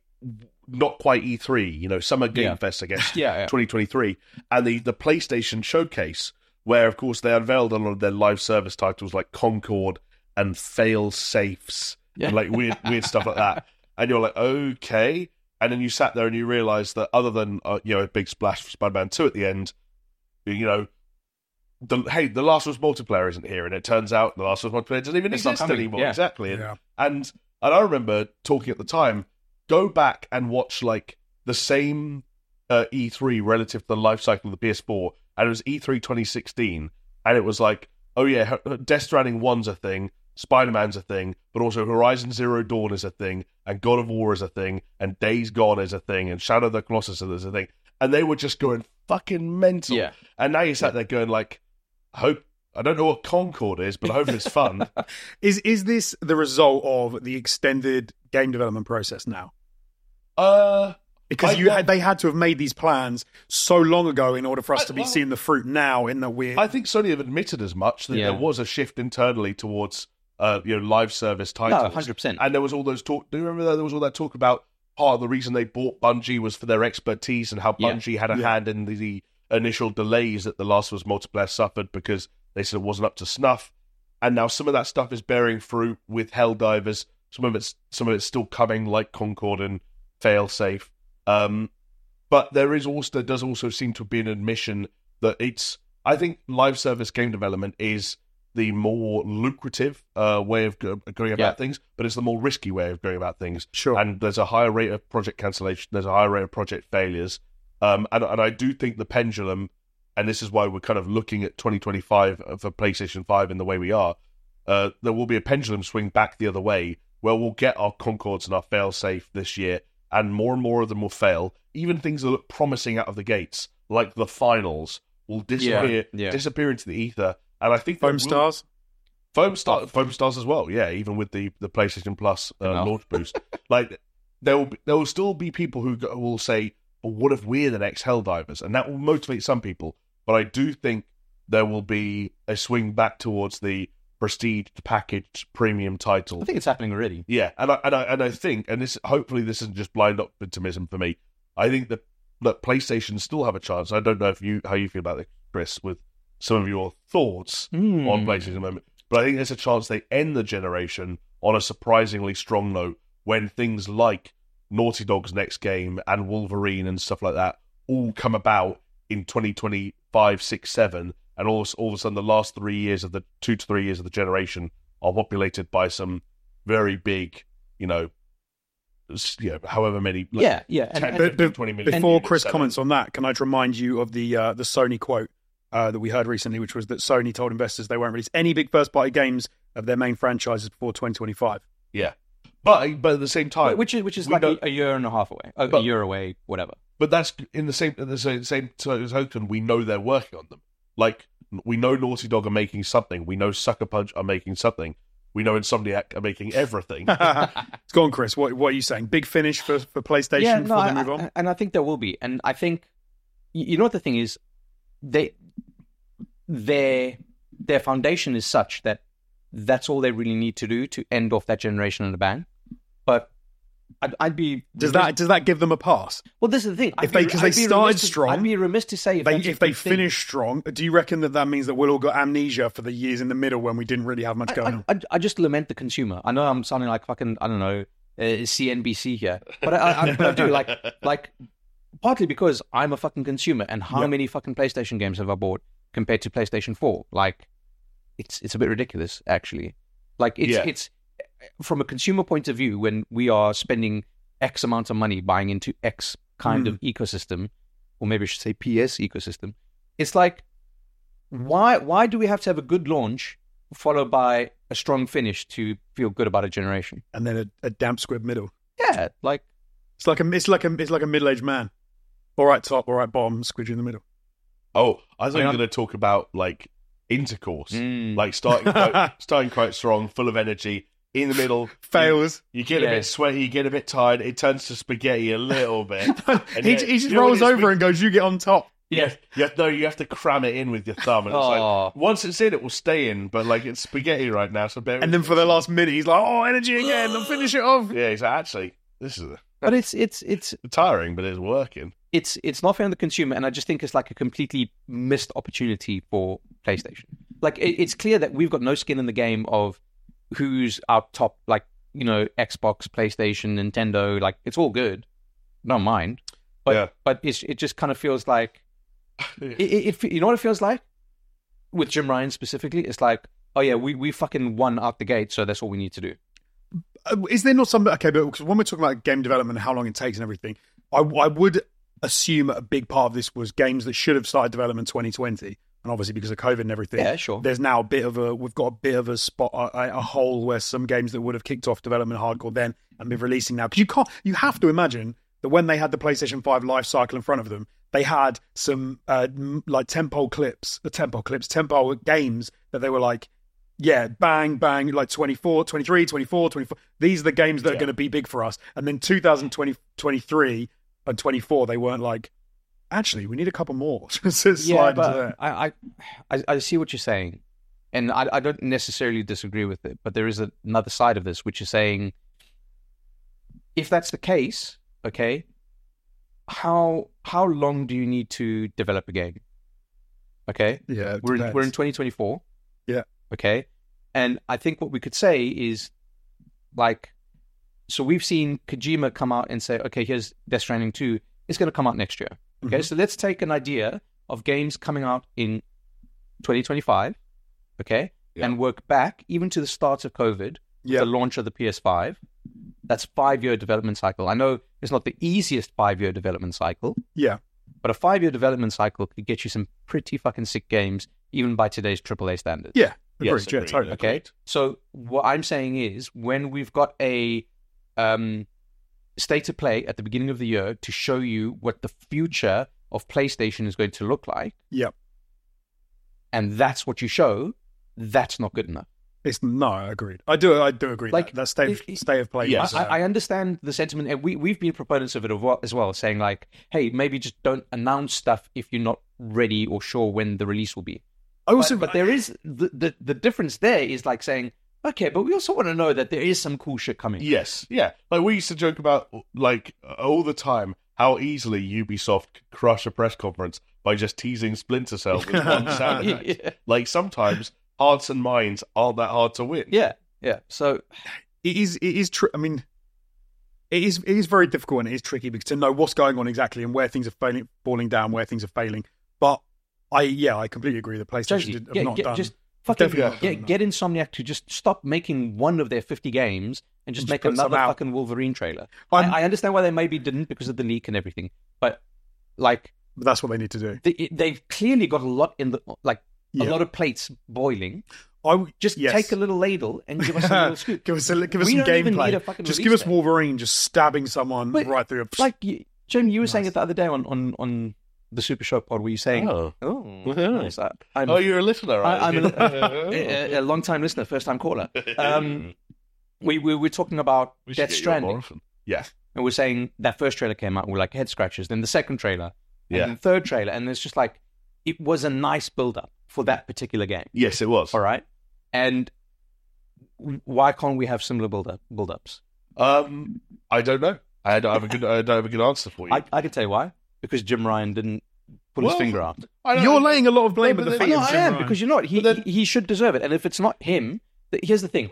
not quite E3. You know, Summer Game
Yeah.
Fest, I
(laughs)
guess,
Yeah, yeah.
2023, and the the PlayStation Showcase, where of course they unveiled a lot of their live service titles like Concord and Fail Safes
Yeah.
and like weird weird stuff like that. And you're like, okay. And then you sat there and you realised that other than uh, you know a big splash for Spider-Man Two at the end, you know, the hey, the Last of Us multiplayer isn't here, and it turns out the Last of Us multiplayer doesn't even
It's not
exist
coming,
anymore.
yeah.
Exactly. And,
yeah
and and I remember talking at the time, go back and watch like the same uh, E3 relative to the life cycle of the PS4, and it was E E3 2016, and it was like, oh yeah, H- Death Stranding one's a thing, Spider Man's a thing, but also Horizon Zero Dawn is a thing, and God of War is a thing, and Days Gone is a thing, and Shadow of the Colossus is a thing, and they were just going fucking mental.
Yeah.
And now you sat there going like, I hope I don't know what Concord is, but I hope
(laughs)
it's fun.
is is this the result of the extended game development process now
uh.
because
I-
you had, they had to have made these plans so long ago in order for us
I-
to be
well-
seeing the fruit now in the weird
I think Sony have admitted as much that
Yeah.
there was a shift internally towards uh, you know live service
No,
titles,
hundred percent.
and there was all those talk. Do you remember that there was all that talk about part of the reason they bought Bungie was for their expertise and how
Yeah.
Bungie had a
Yeah.
hand in the, the initial delays that The Last of Us multiplayer suffered because they said it wasn't up to snuff, and now some of that stuff is bearing fruit with Helldivers. Some of it's some of it's still coming, like Concord and Failsafe. Um, but there is also there does also seem to be an admission that it's I think live service game development is the more lucrative uh, way of go- going about
Yeah.
things, but it's the more risky way of going about things.
sure
And there's a higher rate of project cancellation. There's a higher rate of project failures. Um, and and I do think the pendulum, and this is why we're kind of looking at 2025 for PlayStation 5 in the way we are. Uh, there will be a pendulum swing back the other way, where we'll get our Concords and our failsafe this year, and more and more of them will fail. Even things that look promising out of the gates, like the finals, will disappear
yeah.
disappear into the ether. And I think that
foam
will-
stars
Foam Star, Foam Stars as well. Yeah, even with the the PlayStation Plus uh,
Enough. (laughs)
launch boost, like there will be, there will still be people who go- will say, well, "What if we're the next Helldivers?" And that will motivate some people. But I do think there will be a swing back towards the prestiged packaged premium title.
I think it's happening already.
Yeah, and I and I and I think, and this hopefully this isn't just blind optimism for me. I think that that PlayStation still have a chance. I don't know if you how you feel about it, Chris, with some of your thoughts
Hmm.
on PlayStation at the moment, but I think there's a chance they end the generation on a surprisingly strong note when things like Naughty Dog's next game and Wolverine and stuff like that all come about in 2025, 6, 7, and all, all of a sudden the last three years of the two to three years of the generation are populated by some very big, you know, s- you know however many. like,
yeah, yeah, and,
10,
and-
But- but
20 million
before
units
chris
selling.
comments on that can i just remind you of the uh, the sony quote uh, that we heard recently, which was that Sony told investors they won't release any big first party games of their main franchises before (laughs) 2025.
Yeah, but but at the same time,
which is which is
we
like a,
don't-
a year and a half away, a, a
But-
year away, whatever.
but that's in the same in the same, same to- token. We know they're working on them. Like we know Naughty Dog are making something. We know Sucker Punch are making something. We know Insomniac are making everything.
it's gone, Chris. What, what are you saying? Big finish for, for PlayStation before
I,
they move on?
I- and I think there will be, and I think you you know what the thing is, they their their foundation is such that that's all they really need to do to end off that generation in a bang. But I'd, I'd be
does that does that give them a pass?
well. This is the thing. I'd
if they-
be-
'cause they
I'd be
started
remiss to-
strong,
I'd be remiss to say if,
They,
that's a
if they
good thing.
finish strong, do you reckon that that means that we'll all got amnesia for the years in the middle when we didn't really have much going on?
I, I, I just lament the consumer. I know I'm sounding like fucking I don't know uh, CNBC here, but I, (laughs) I, I, but I do like like partly because I'm a fucking consumer, and how
Yeah.
many fucking PlayStation games have I bought compared to PlayStation Four? Like, it's it's a bit ridiculous actually. Like it's
Yeah.
it's from a consumer point of view when we are spending X amount of money buying into X kind of
Mm.
ecosystem, or maybe I should say PS ecosystem. It's like why why do we have to have a good launch followed by a strong finish to feel good about a generation?
And then a, a damp squib middle.
Yeah, like
It's like a it's like a it's like a middle aged man. All right, top. All right, bottom. Squidge in the
(laughs)
middle.
(laughs) oh, I thought you
I
were
mean,
going to talk about like intercourse,
Mm.
like
(laughs)
(laughs)
starting quite, starting quite strong, full of energy, in the middle,
Fails.
You get a
Yeah.
bit sweaty, you get a bit tired, it turns to spaghetti a little
(laughs)
bit. (laughs) And
(laughs) he,
yet-
he just
you know
rolls
what it is
over and goes, "You get on top."
Yes. You have, no, you have to cram it in with your thumb. And it's
Aw.
like, once it's in, it will stay in, but like it's spaghetti right now, so bear
And then for the last minute, he's like, "Oh, energy again! I'll finish it off."
Yeah, he's like, actually, this is
but it's it's it's
tiring, but it's working.
it's it's not fair on the consumer, and I just think it's like a completely missed opportunity for PlayStation. Like it, it's clear that we've got no skin in the game of who's our top, like you know, Xbox, PlayStation, Nintendo. Like it's all good, not mine. But
Yeah.
but it's, it just kind of feels like
Yeah.
it, it, it. You know what it feels like with Jim Ryan specifically. It's like oh yeah, we we fucking won out the gate, so that's all we need to do.
Uh, is there not some okay but 'cause when we're talking about game development and how long it takes and everything I, I would assume a big part of this was games that should have started development 2020 and obviously because of covid and everything
Yeah, sure.
there's now a bit of a we've got a bit of a spot a, a hole where some games that would have kicked off development hardcore then and been releasing now because you can't you have to imagine that when they had the PlayStation 5 life cycle in front of them they had some uh, m- like tempo clips the tempo clips tempo games that they were like yeah bang bang like 24 23 24 24 these are the games that are
Yeah.
going to be big for us and then 2020 23 and 24 they weren't like actually we need a couple more (laughs) so it's sliding to there.
I, I, I, I see what you're saying, and I, I don't necessarily disagree with it. But there is another side of this, which is saying, if that's the case, okay, how how long do you need to develop a game? Okay,
yeah it
we're in,
depends.
we're in 2024.
uh, Yeah.
Okay, and I think what we could say is, like, so we've seen Kojima come out and say, okay, here's Death Stranding two. It's going to come out next year. Okay, so let's take an idea of games coming out in 2025, okay,
Yeah.
and work back even to the start of COVID,
Yeah.
the launch of the PS5. That's five year development cycle. I know it's not the easiest five year development cycle,
yeah
but a five year development cycle could get you some pretty fucking sick games, even by today's AAA standards.
yeah agreed,
Yes,
yeah
agreed,
totally
yeah.
Okay.
Correct.
So what I'm saying is when we've got a um, state of play at the beginning of the year to show you what the future of PlayStation is going to look like,
yeah
and that's what you show, that's not good enough.
it's no agreed i do i do agree like
Like,
that, that state,
if-
of, state of play
Yeah.
was, uh,
I, I understand the sentiment, and we we've been proponents of it as well- as well, saying like, hey, maybe just don't announce stuff if you're not ready or sure when the release will be.
I also
but, but there is the, the the difference there is like saying, okay, but we also want to know that there is some cool shit coming.
Yes, yeah. Like we used to joke about, like all the time, how easily Ubisoft could crush a press conference by just teasing Splinter
(laughs)
Cell with one sound effect.
yeah.
Like sometimes hearts and minds aren't that hard to win.
yeah, yeah. So
it is it is true. I mean, it is it is very difficult and it is tricky because to know what's going on exactly and where things are failing, falling down, where things are failing. But I yeah, I completely agree. The PlayStation
Josie,
did, have
yeah,
not
get,
done.
just fucking
definitely not done
get, get Insomniac to just stop making one of their fifty games and just,
Just
make
put some
another
out.
fucking Wolverine trailer.
I'm-
I, I understand why they maybe didn't because of the leak and everything, but like
But that's what they need to do.
They, it- they've clearly got a lot in the like
Yeah.
a lot of plates boiling.
I w-
Just
yes.
take a little ladle and give us
(laughs)
a little scoop.
Give us, a, li- give us
We
some
don't even
gameplay.
need a fucking
just
release
give us
date.
Wolverine just stabbing someone
But,
right through. A,
Like you, Jamie, you were saying
Nice.
it the other day on on on the Super Show Pod, where you saying, "Oh,
Oh. Yeah.
nice. I, I'm,
oh, you're a listener, right?
I, am (laughs) a, a, long time listener, first time caller." Um, we, we were talking about
(laughs) Mm. We should
Death
get you on
Stranding,
more often. Yeah.
and we're saying that first trailer came out, and we're like head scratches. Then the second trailer, and
Yeah.
then the third trailer, and it's just like it was a nice build up for that particular game.
Yes, it was.
All right, and w- why can't we have similar build up build ups?
Um, I don't know. I don't have a good. I don't have a good answer for you.
I, I could tell you why because Jim Ryan didn't put
Well,
his finger out.
I don't-
You're laying a lot of blame
No,
at
but
the
then-
feet
No,
of
I
Jim
am
Ryan.
because you know what? He,
But then-
he he should deserve it. And if it's not him, th- here's the thing: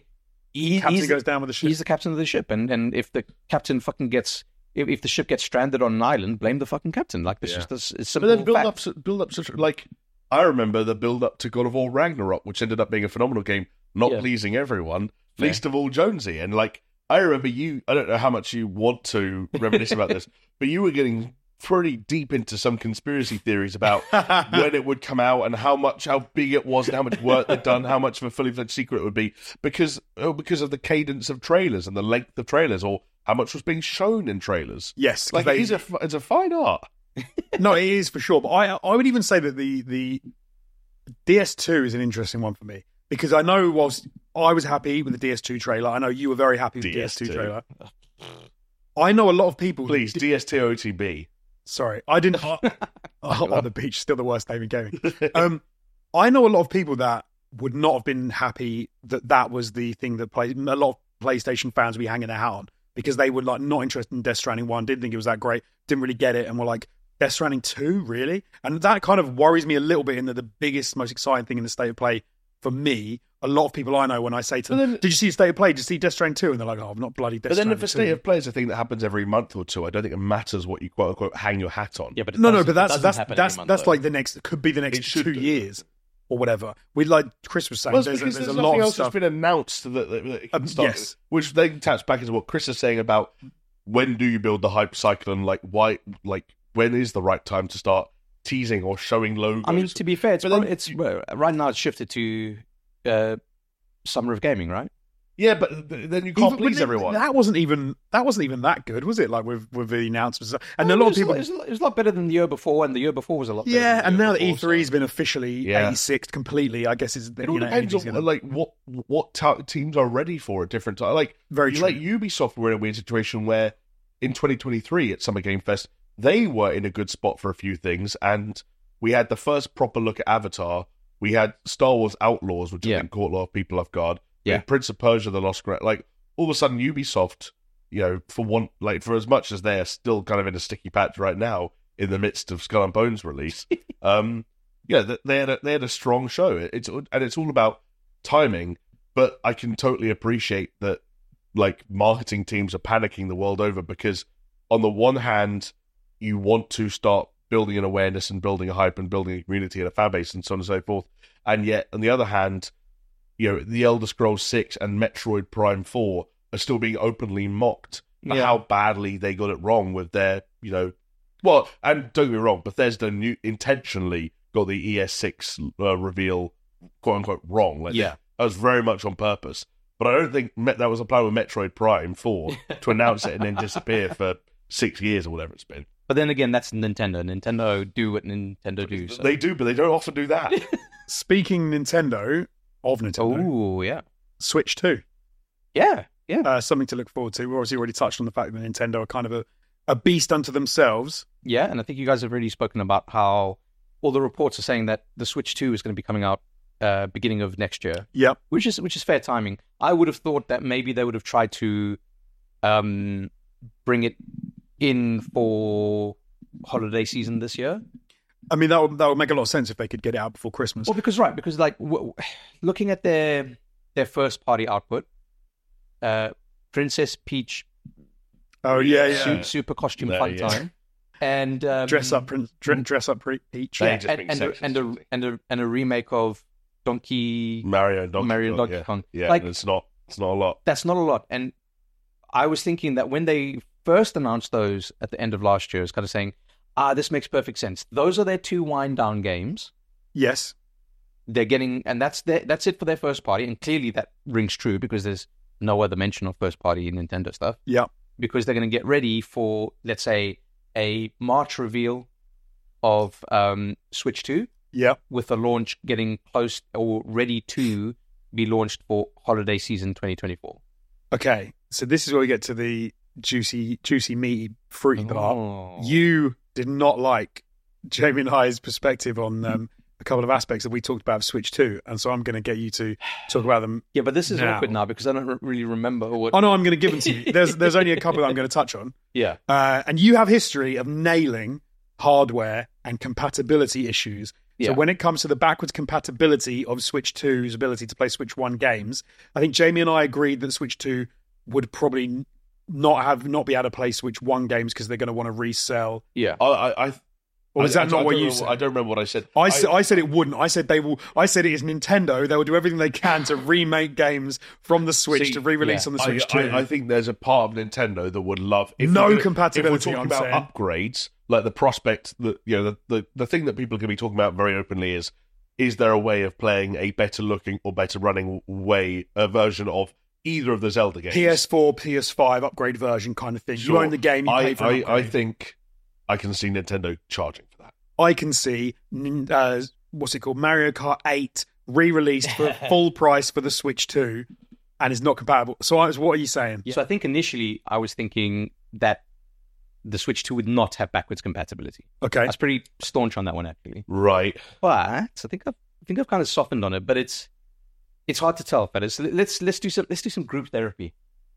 he,
Captain
he's,
goes down with the ship.
he's the captain of the ship, and, and if the captain fucking gets if, if the ship gets stranded on an island, blame the fucking captain. Like this
Yeah.
is this is
But
simple.
then build
fact.
up, build up such like. I remember the build up to God of War Ragnarok, which ended up being a phenomenal game, not
Yeah.
pleasing everyone,
Fair.
least of all Jonesy. And like, I remember you. I don't know how much you want to reminisce
(laughs)
about this, but you were getting pretty deep into some conspiracy
(laughs)
theories about when it would come out and how much how big it was and how much work they'd done how much of a fully fledged secret it would be because oh, because of the cadence of trailers and the length of trailers or how much was being shown in trailers
yes, 'cause
like
they-
it's a f- it's a fine art
no, it is for sure. But I, I would even say that the the DS2 is an interesting one for me because I know whilst I was happy with the DS2 trailer, I know you were very happy with the DS2,
DS2.
trailer. I know a lot of people. who
please DSTOTB
Sorry, I
(laughs)
didn't. oh, on the beach, still the worst name in gaming. Um, I know a lot of people that would not have been happy that that was the thing that play, a lot of PlayStation fans would be hanging their hat on because they were like not interested in Death Stranding one, didn't think it was that great, didn't really get it, and were like Death Stranding two, really? And that kind of worries me a little bit. In that the biggest, most exciting thing in the state of play for me, a lot of people I know when I say to them,
But then-
"Did you see state of play? Did you see Death Stranding 2? And they're like, "Oh, I've not bloody Death
but then
Stranding
if
2."
a state of play is a thing that happens every month or two I don't think it matters what you quote unquote hang your hat on
yeah, but it
no, no,
doesn't-
but
it
that's
doesn't
that's
happen every
that's
month,
that's
though.
like the next it could be the
It
next
should
two
do.
years or whatever. We like Chris was saying,
Well, it's
there's, a,
because
there's,
there's,
a lot
nothing
of
else
stuff.
that's been announced that, that, that it can
Um,
start,
yes.
which then taps back into what Chris is saying about when do you build the hype cycle and like why, like when is the right time to start teasing or showing logos?
I mean, to be fair, it's
But then
prob- it's well, right now it's shifted to uh, summer of gaming, right?
yeah, but th- then you can't
Even-
please
but
everyone.
That wasn't even that wasn't even that good, was it? Like with with the announcements, and a lot of
Well, it was
people.
It was, a lot- it was a lot better than the year before, and the year before was a lot. better
yeah,
than
and
the year
now that E
before,
three
so-
has been officially
Yeah.
eighty sixth completely, I guess is
it
you
all
know
depends on
anything's gonna-
like what what ta- teams are ready for at different times. Like
Very
you,
true.
like Ubisoft were in a weird situation where in 2023 at Summer Game Fest they were in a good spot for a few things, and we had the first proper look at Avatar. We had Star Wars Outlaws, which
Yeah.
I think caught a lot of people off guard.
Yeah.
We had Prince of Persia: The Lost Crown. Like all of a sudden, Ubisoft, you know, for one, like for as much as they're still kind of in a sticky patch right now in the midst of Skull and Bones release, um, yeah, th- they had a, they had a strong show. It- It's and it's all about timing. But I can totally appreciate that like marketing teams are panicking the world over because on the one hand you want to start building an awareness and building a hype and building a community and a fan base and so on and so forth and yet on the other hand you know the elder scrolls 6 and metroid prime 4 are still being openly mocked for
Yeah.
how badly they got it wrong with their you know well and don't get me wrong bethesda knew, intentionally got the es6 uh, reveal quote unquote wrong like
Yeah.
that was very much on purpose but I don't think Met- that was a plan with Metroid Prime
(laughs)
4 to announce it and then disappear for six years or whatever it's been.
But then again, that's Nintendo. Nintendo do what Nintendo do. So.
They do, but they don't often do that.
(laughs) Speaking Nintendo of Nintendo
oh yeah,
Switch two,
yeah, yeah,
uh, something to look forward to. We've obviously already touched on the fact that Nintendo are kind of a, a beast unto themselves.
yeah. And I think you guys have really spoken about how all the reports are saying that the Switch Two is going to be coming out uh, beginning of next year,
Yep,
which is which is fair timing. I would have thought that maybe they would have tried to um, bring it in for holiday season this year.
I mean that would, that would make a lot of sense if they could get it out before Christmas.
Well, because right, because like w- (sighs) w- looking at their their first party output, uh, Princess Peach
oh yeah, yeah.
su- super costume
There,
fun
yeah.
time, and um,
dress up, prin- dre- dress up, pre- Peach.
They
yeah,
just
and,
being
and, a,
sexist,
and, a,
really.
and a and a remake of Donkey
Mario and Donkey
Mario and
Kong,
Donkey
yeah.
Kong.
Yeah,
Like-
and it's not it's not a lot.
That's not a lot, and I was thinking that when they first announced those at the end of last year, I was kind of saying ah, this makes perfect sense. Those are their two wind down games.
Yes.
They're getting, and that's their, that's it for their first party. And clearly that rings true because there's no other mention of first party Nintendo stuff.
Yeah.
because they're going to get ready for, let's say, a March reveal of um, Switch 2,
Yeah.
with the launch getting close or ready to be launched for holiday season 2024.
Okay. So this is where we get to the juicy, juicy, meaty, fruity part.
Oh.
You did not like Jamie and I's perspective on um, a couple of aspects that we talked about of Switch 2. And so I'm going to get you to talk about them.
yeah, but this is
Now.
awkward now because I don't re- really remember what.
Oh, no, I'm going to give them to you. There's, there's only a couple that I'm going to touch on.
Yeah.
Uh, and you have history of nailing hardware and compatibility issues.
Yeah.
So when it comes to the backwards compatibility of Switch 2's ability to play Switch 1 games, I think Jamie and I agreed that Switch 2 would probably n- not have not be able to play Switch 1 games because they're going to want to resell.
Yeah.
I, I, I
Or is
I-
that
I-
not
I
what
don't
you
remember-
said?
I don't remember what I said.
I, s- I said it wouldn't. I said they will. I said it is Nintendo. They will do everything they can to remake games from the Switch
See,
to re-release
yeah.
on the
I,
Switch
I-
2.
I think there's a part of Nintendo that would love if
No
we're gonna-
compatibility,
If we're talking
I'm
about
saying.
upgrades, like the prospect that you know the, the the thing that people are going to be talking about very openly is is there a way of playing a better looking or better running way a version of either of the Zelda games?
PS4, PS5 upgrade version kind of thing. You
Sure.
own the game. You
I
pay for an
I, I
upgrade.
think I can see Nintendo charging for that.
I can see nin- uh, what's it called Mario Kart 8 re-released
(laughs)
for full price for the Switch 2 and is not compatible. So I was what are you saying?
So I think initially I was thinking that the Switch 2 would not have backwards compatibility. I
Okay.
was pretty staunch on that one, actually.
Right.
but I think I've, I think I've kind of softened on it. But it's it's hard to tell, fellas. So Let's let's do some let's do some group therapy.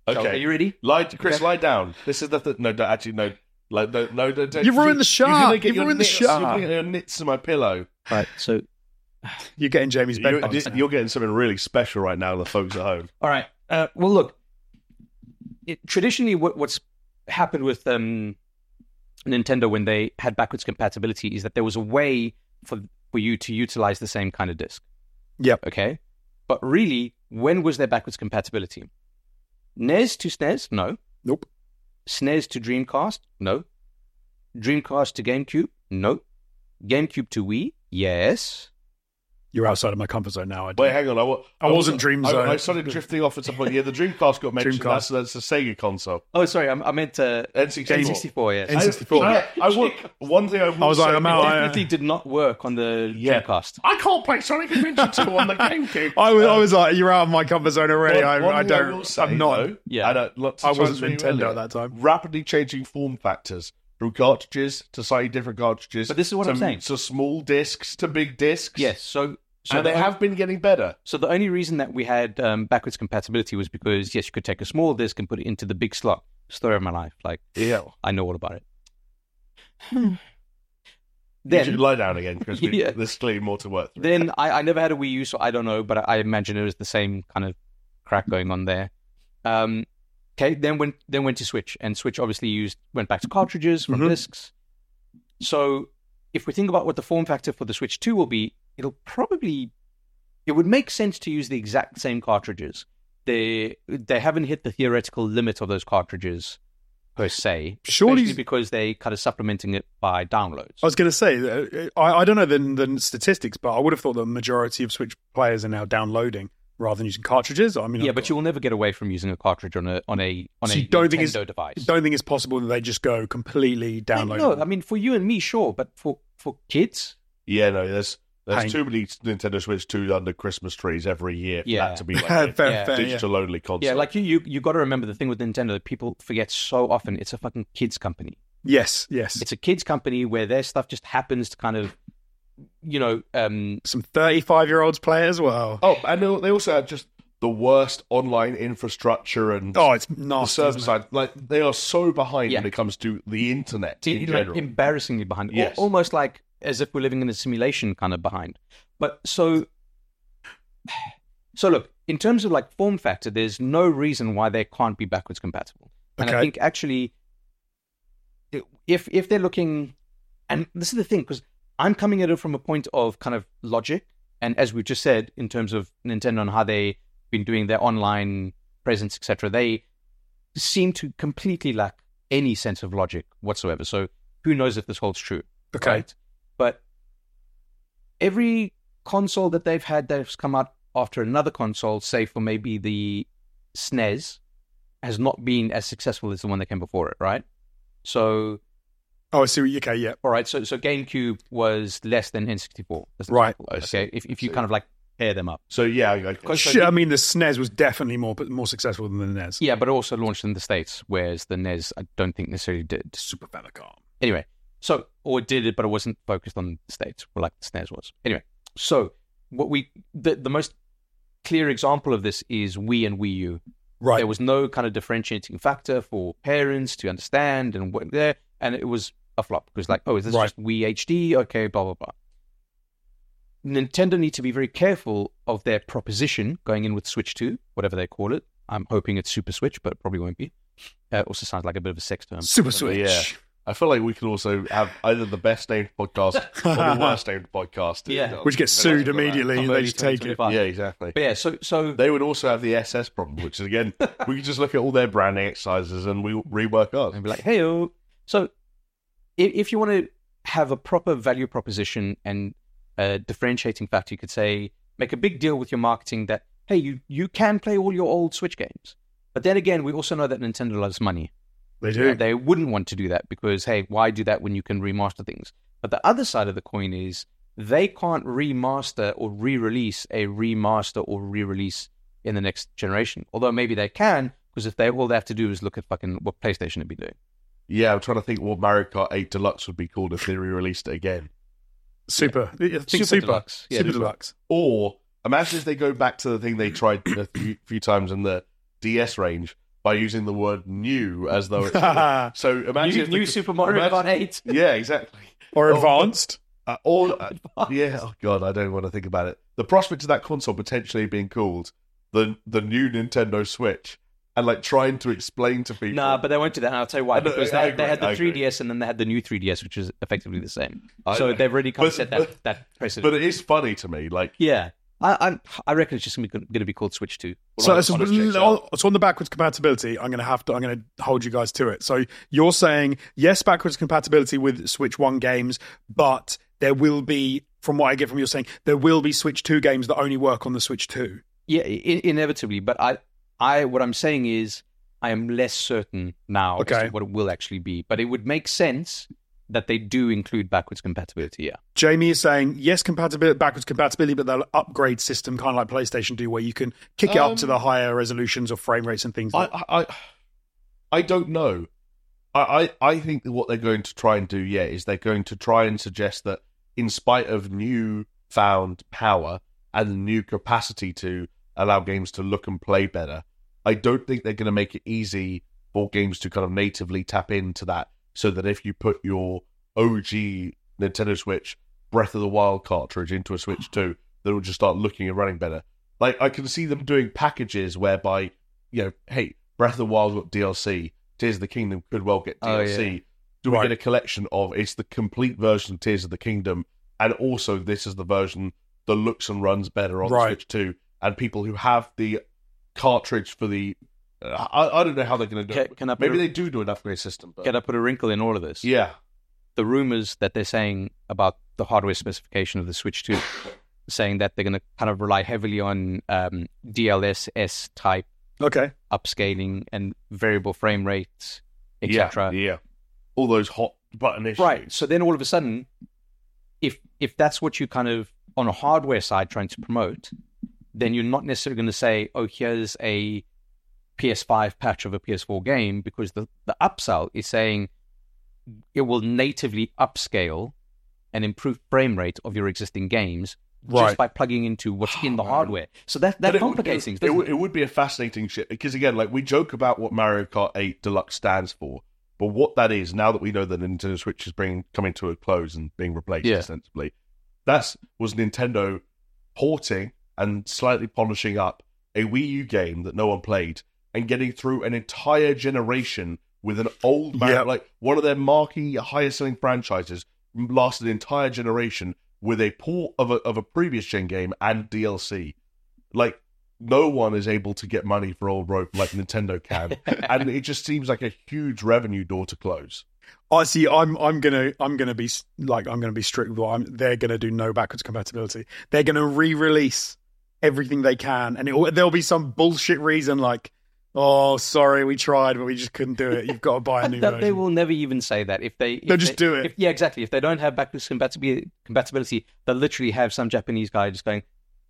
So,
Okay.
are you ready?
Lie, Chris,
Okay.
lie down. This is the th- no, no, actually, no, like, no, no, no, no.
You ruined the
You're
shark.
gonna get
You
your
ruined the
nits-
shark.
You're gonna get your nits in my pillow.
All right. So
You're getting Jamie's bed
You're,
bugs now.
you're getting something really special right now, the folks at home.
all right. Uh, well, look. It, traditionally, what, what's happened with um, Nintendo when they had backwards compatibility is that there was a way for for you to utilize the same kind of disc.
Yep.
Okay. But really, when was there backwards compatibility? NES to SNES? No.
Nope.
SNES to Dreamcast? No. Dreamcast to GameCube? No. GameCube to Wii? Yes.
You're outside of my comfort zone now. I
Wait,
don't.
hang on. I, wa-
I wasn't dream
I,
zone.
I started drifting off at some point. Yeah, the Dreamcast got mentioned.
Dreamcast.
That's, that's a Sega console.
Oh, sorry, I, I meant uh,
N64.
N64. Yes.
N- N64.
I, I, I want, one thing I, will
I was like,
say-
I'm out.
It
I-
definitely did not work on the
Yeah.
Dreamcast.
I can't play Sonic Adventure 2 on the GameCube.
(laughs)
Uh,
I was, I was like, you're out of my comfort zone already.
One- one
I, I
thing
don't.
will say,
I'm not.
though,
Yeah.
and, uh, lots of
I
times
wasn't
when you
Nintendo
earlier,
at that time.
Rapidly changing form factors from cartridges to slightly different cartridges.
But this is what
to,
I'm saying.
To small discs to big discs.
Yes. So, so
So they
the-
have been getting better.
So the only reason that we had um, backwards compatibility was because yes, you could take a small disc and put it into the big slot. Story of my life. Like
Yeah.
I know all about it.
you should
then,
lie down again because
(laughs) Yeah.
there's clearly more to work through.
then I, I never had a Wii U, so I don't know, but I, I imagine it was the same kind of crack going on there. Um, okay, then went then went to Switch, and Switch obviously used went back to cartridges from
Mhm.
discs. So if we think about what the form factor for the Switch Two will be, it'll probably it would make sense to use the exact same cartridges. They they haven't hit the theoretical limit of those cartridges per se,
Surely-
especially because they kind of supplementing it by downloads.
I was going to say, uh, I, I don't know the, the statistics, but I would have thought the majority of Switch players are now downloading rather than using cartridges. I mean,
yeah,
I've
but
got-
you will never get away from using a cartridge on a on a on
So
a
you don't think it's-
Nintendo device.
don't think it's possible that they just go completely download.
no, I mean for you and me, sure, but for for kids,
Yeah, no, there's there's
Pain.
too many Nintendo Switch 2 under Christmas trees every year for
Yeah.
that to be (laughs)
(laughs)
like
fair,
a
fair,
Yeah.
yeah.
digital only console.
yeah, like you you you got to remember the thing with Nintendo that people forget so often. It's a fucking kids company.
Yes, yes.
It's a kids company where their stuff just happens to kind of, you know, um,
Some 35 year olds play it as well.
oh, and they they also have just the worst online infrastructure and
Oh, it's
the
nasty.
server
isn't it?
side. Like they are so behind
Yeah.
when it comes to the internet
t-
in
like,
general.
embarrassingly behind. Al-
Yes.
almost like as if we're living in a simulation, kind of behind. But so, (sighs) so look in terms of like form factor, there's no reason why they can't be backwards compatible. And I
Okay.
think actually, i- if if they're looking, and this is the thing because I'm coming at it from a point of kind of logic, and as we've just said in terms of Nintendo and how they've been doing their online presence, etc., they seem to completely lack any sense of logic whatsoever. So who knows if this holds true?
Okay.
right? But every console that they've had that's come out after another console, say for maybe the SNES, has not been as successful as the one that came before it, right? So,
Oh, I see. What, okay, yeah.
all right, so so GameCube was less than N64, as an
Right.
example,
I see.
Okay, if if you
I see.
kind of like pair them up,
So yeah, I, I,
Cause-
Shit, I mean, the SNES was definitely more more successful than the NES.
yeah, but also launched in the states, whereas the NES I don't think necessarily did.
Super Famicom.
Anyway, so or it did it, but it wasn't focused on the states, well, like the snares was. Anyway, so what we the, the most clear example of this is Wii and Wii U.
Right.
There was no kind of differentiating factor for parents to understand and what there, and it was a flop because like, oh, is this
Right.
just Wii HD? Okay, blah blah blah. Nintendo need to be very careful of their proposition going in with Switch Two, whatever they call it. I'm hoping it's Super Switch, but it probably won't be. Uh, it also sounds like a bit of a sex term.
Super Switch.
yeah. I feel like we could also have either the best named (laughs) podcast or the worst named podcast.
Yeah.
Which gets sued immediately.
Come
They
early
just take it.
2025.
Yeah, exactly.
But yeah, so so
They would also have the SS problem, which is again, we could just look at all their branding exercises and we rework ours.
and be like, hey, oh. so if, if you want to have a proper value proposition and a differentiating factor, you could say make a big deal with your marketing that hey, you you can play all your old Switch games, but then again, we also know that Nintendo loves money.
They do.
And They wouldn't want to do that because hey, why do that when you can remaster things? But the other side of the coin is they can't remaster or re-release a remaster or re-release in the next generation. Although maybe they can because if they all they have to do is look at fucking what PlayStation would be doing.
Yeah, I'm trying to think what Mario Kart 8 Deluxe would be called if they re-released it again.
Super. I think
Super
Super.
Deluxe. Yeah,
Super
Deluxe.
Deluxe.
Or imagine if they go back to the thing they tried a few, few times in the DS range by using the word "new" as
(laughs)
though it's so. Imagine if they could- imagine-
Eight.
(laughs) Yeah, exactly.
(laughs) or advanced.
Uh, or uh, yeah, oh god, I don't want to think about it. The prospect of that console potentially being called the the new Nintendo Switch and like trying to explain to people.
Nah, but they won't do that. And I'll tell you why.
I know,
Because
I
they,
agree,
they had
I
the
agree.
3DS and then they had the new 3DS, which is effectively the same.
I
so
know.
they've already kind of
But-
set that,
but-
that precedent.
but it is funny to me. Like
yeah. I, I I reckon it's just going to be called Switch 2.
So,
Well,
so,
honest checks
on, so on the backwards compatibility, I'm going to have to. I'm going to hold you guys to it. So you're saying yes, backwards compatibility with Switch One games, but there will be, from what I get from you saying, there will be Switch Two games that only work on the Switch Two.
Yeah, I- inevitably. But I, I, what I'm saying is, I am less certain now as
Okay.
to what it will actually be. But it would make sense that they do include backwards compatibility. Yeah,
Jamie is saying yes, compatibility, backwards compatibility, but they'll upgrade system, kind of like PlayStation do, where you can kick it up to
Um,
the higher resolutions or frame rates and things. like
I, I, I- I don't know. I, I, I think that what they're going to try and do, yeah, is they're going to try and suggest that in spite of new found power and new capacity to allow games to look and play better, I don't think they're going to make it easy for games to kind of natively tap into that so that if you put your OG Nintendo Switch Breath of the Wild cartridge into a Switch 2, that will just start looking and running better. Like, I can see them doing packages whereby you know, hey, Breath of the Wild's got DLC. Tears of the Kingdom could well get
Oh,
DLC.
yeah.
Do we
Right.
get a collection of it's the complete version of Tears of the Kingdom, and also this is the version that looks and runs better on
Right.
Switch 2, and people who have the cartridge for the, I, I don't know how they're going to do
can,
it.
can I put
Maybe
a,
they do do an upgrade system, but
can I put a wrinkle in all of this?
yeah,
the rumors that they're saying about the hardware specification of the Switch 2, saying that they're going to kind of rely heavily on um, DLSS type
that. Okay,
upscaling and variable frame rates,
yeah,
etc.
yeah, all those hot button issues,
Right. So then all of a sudden, if if that's what you kind of on a hardware side trying to promote, then you're not necessarily going to say, oh, here's a PS5 patch of a PS4 game because the, the upsell is saying it will natively upscale and improve frame rate of your existing games
Right.
just by plugging into what's in the
Oh, man.
hardware. So that
But
that
it would-
complicates
it,
things.
It,
doesn't
would- it would be a fascinating shit because again, like we joke about what Mario Kart 8 Deluxe stands for, but what that is now that we know that Nintendo Switch is bringing coming to a close and being replaced
Yeah.
ostensibly, that's was Nintendo porting and slightly polishing up a Wii U game that no one played and getting through an entire generation with an old man,
Yeah.
like one of their marquee highest selling franchises lasted an entire generation with a port of a, of a previous gen game and DLC. Like no one is able to get money for old rope like Nintendo can, and it just seems like a huge revenue door to close.
I see. I'm I'm gonna I'm gonna be s- like I'm gonna be strict with what I'm. They're gonna do no backwards compatibility. They're gonna re-release everything they can, and it, there'll be some bullshit reason like, oh, sorry, we tried, but we just couldn't do it. You've got to
(laughs)
buy a new
That-
version.
they
(laughs)
will never even say that if they. If
They'll just
they-
do it.
if- yeah, exactly. If they don't have backwards compatibi- compatibility, they'll literally have some Japanese guy just going,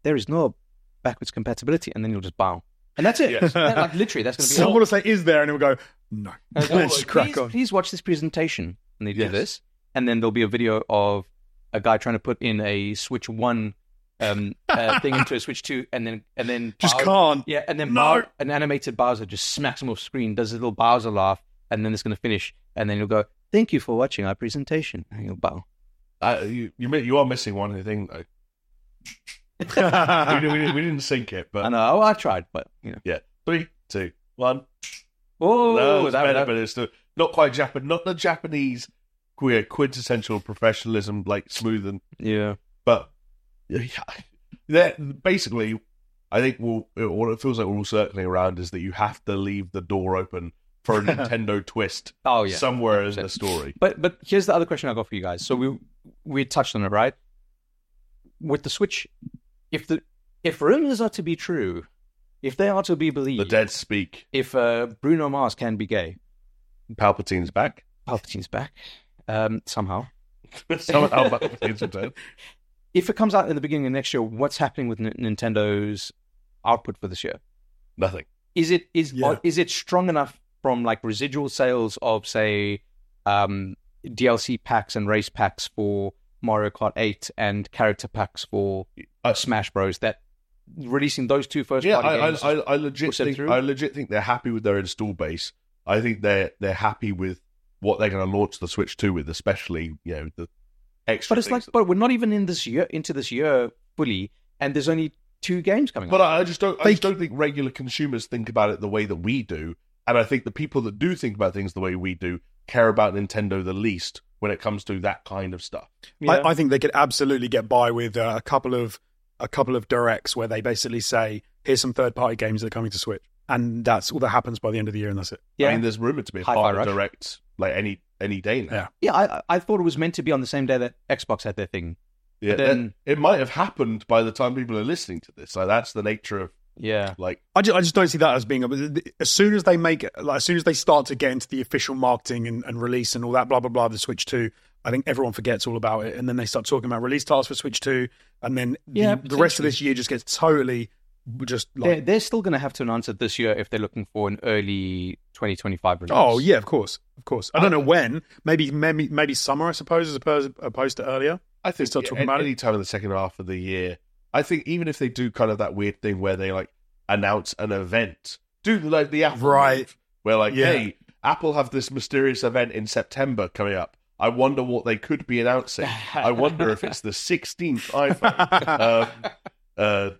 "There is no backwards compatibility," and then you'll just bow, and that's it.
Yes. (laughs)
(laughs)
That- like literally, that's going to be. all.
Someone will say, "Is there?" and it'll go,
(laughs)
"No." (laughs)
And they'll go,
Let's
"Oh,
crack
please,
on.
please watch this presentation, and they do
Yes.
this, and then there'll be a video of a guy trying to put in a Switch One um, uh, thing into a Switch Two, and then and then (laughs)
Just
bow-
can't.
Yeah, and then
No.
Bow- an animated Bowser just smacks him off screen, does a little Bowser laugh, and then it's going to finish, and then you'll go, "Thank you for watching our presentation," and you'll bow.
I, Uh, you you mi- you are missing one thing though.
(laughs)
(laughs)
We, didn't- we, didn't- we didn't sync it,
I
but
know oh, I tried, but you know,
yeah, three, two, one.
oh,
no, it's
that,
better,
that-
but it's still- not quite Japan. Not the Japanese queer quintessential professionalism, like smooth and
yeah,
but yeah, that basically, I think we'll, what it feels like we're all circling around is that you have to leave the door open
(laughs)
for a Nintendo twist
oh yeah.
somewhere in the
100%.
story.
But but here's the other question I got for you guys. So we we touched on it, right? With the Switch, if the if rumors are to be true, if they are to be believed,
The dead speak.
if uh, Bruno Mars can be gay, (laughs)
Palpatine's back.
Palpatine's back um, somehow.
Somehow oh, Palpatine's returned.
(laughs) If it comes out in the beginning of next year, what's happening with N- Nintendo's output for this year?
Nothing.
is it is
Yeah.
are- is it strong enough from like residual sales of say um DLC packs and race packs for Mario Kart 8 and character packs for
Uh,
Smash Bros that releasing those two first
Yeah,
party
I, I,
games
I, I legit
push them
think
through?
I legit think they're happy with their install base. I think they're they're happy with what they're going to launch the Switch Two with, especially you know the extra.
but it's like
things.
but we're not even in this year into this year fully and there's only two games coming
But
out.
I I just don't. I just don't think regular consumers think about it the way that we do, and I think the people that do think about things the way we do care about Nintendo the least when it comes to that kind of stuff.
I, I think they could absolutely get by with uh, a couple of a couple of directs where they basically say, "Here's some third party games that are coming to Switch," and that's all that happens by the end of the year, and that's it.
yeah.
I mean, there's rumored to be a
Hi-Fi
part
Rush.
of direct like any any day now.
Yeah.
yeah, I, I- I thought it was meant to be on the same day that Xbox had their thing.
Yeah,
But then-
that- it might have happened by the time people are listening to this. Like that's the nature of
Yeah.
like
I just, I just don't see that as being a. As soon as they make, like, as soon as they start to get into the official marketing and, and release and all that, blah blah blah, of the Switch Two, I think everyone forgets all about it, and then they start talking about release titles for Switch Two, and then the, the
Yeah,
rest of
potentially.
this year just gets totally just
They're,
like,
they're still going to have to announce it this year if they're looking for an early 2025 release.
oh
(laughs)
yeah, of course, of course. I don't know when, maybe maybe maybe summer, I suppose, as opposed, opposed to earlier.
I think
Still talking
a-
about it?
any time in the second half of the year. I think even if they do kind of that weird thing where they like announce an event, do like the Apple
Right.
move, where like
Yeah.
hey, Apple have this mysterious event in September coming up. I wonder what they could be announcing. I wonder if it's the 16th iPhone. um, uh,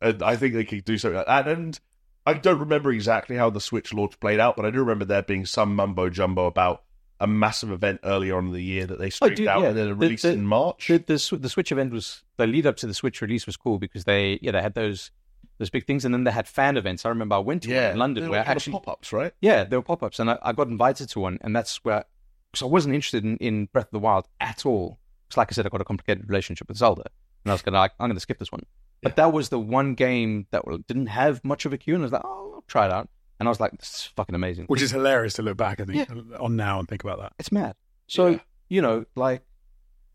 and I think they could do something like that. And I don't remember exactly how the Switch launch played out, but I do remember there being some mumbo jumbo about a massive event earlier on in the year that they streaked
dude,
out
yeah.
and then
The-
a release
the-
in March.
The, the, Sw- the Switch event was the lead up to the Switch release was cool because they yeah they had those those big things and then they had fan events. I remember I went to one in London where actually
pop ups, right?
yeah there were pop ups and I, I got invited to one and that's where because I wasn't interested in, in Breath of the Wild at all because like I said I got a complicated relationship with Zelda and I was gonna like, I'm gonna skip this one but that was the one game that didn't have much of a queue and I was like oh I'll try it out and I was like this is fucking
(laughs)
amazing
which is hilarious to look back I think on now and think about that.
it's mad. So
Yeah.
you know, like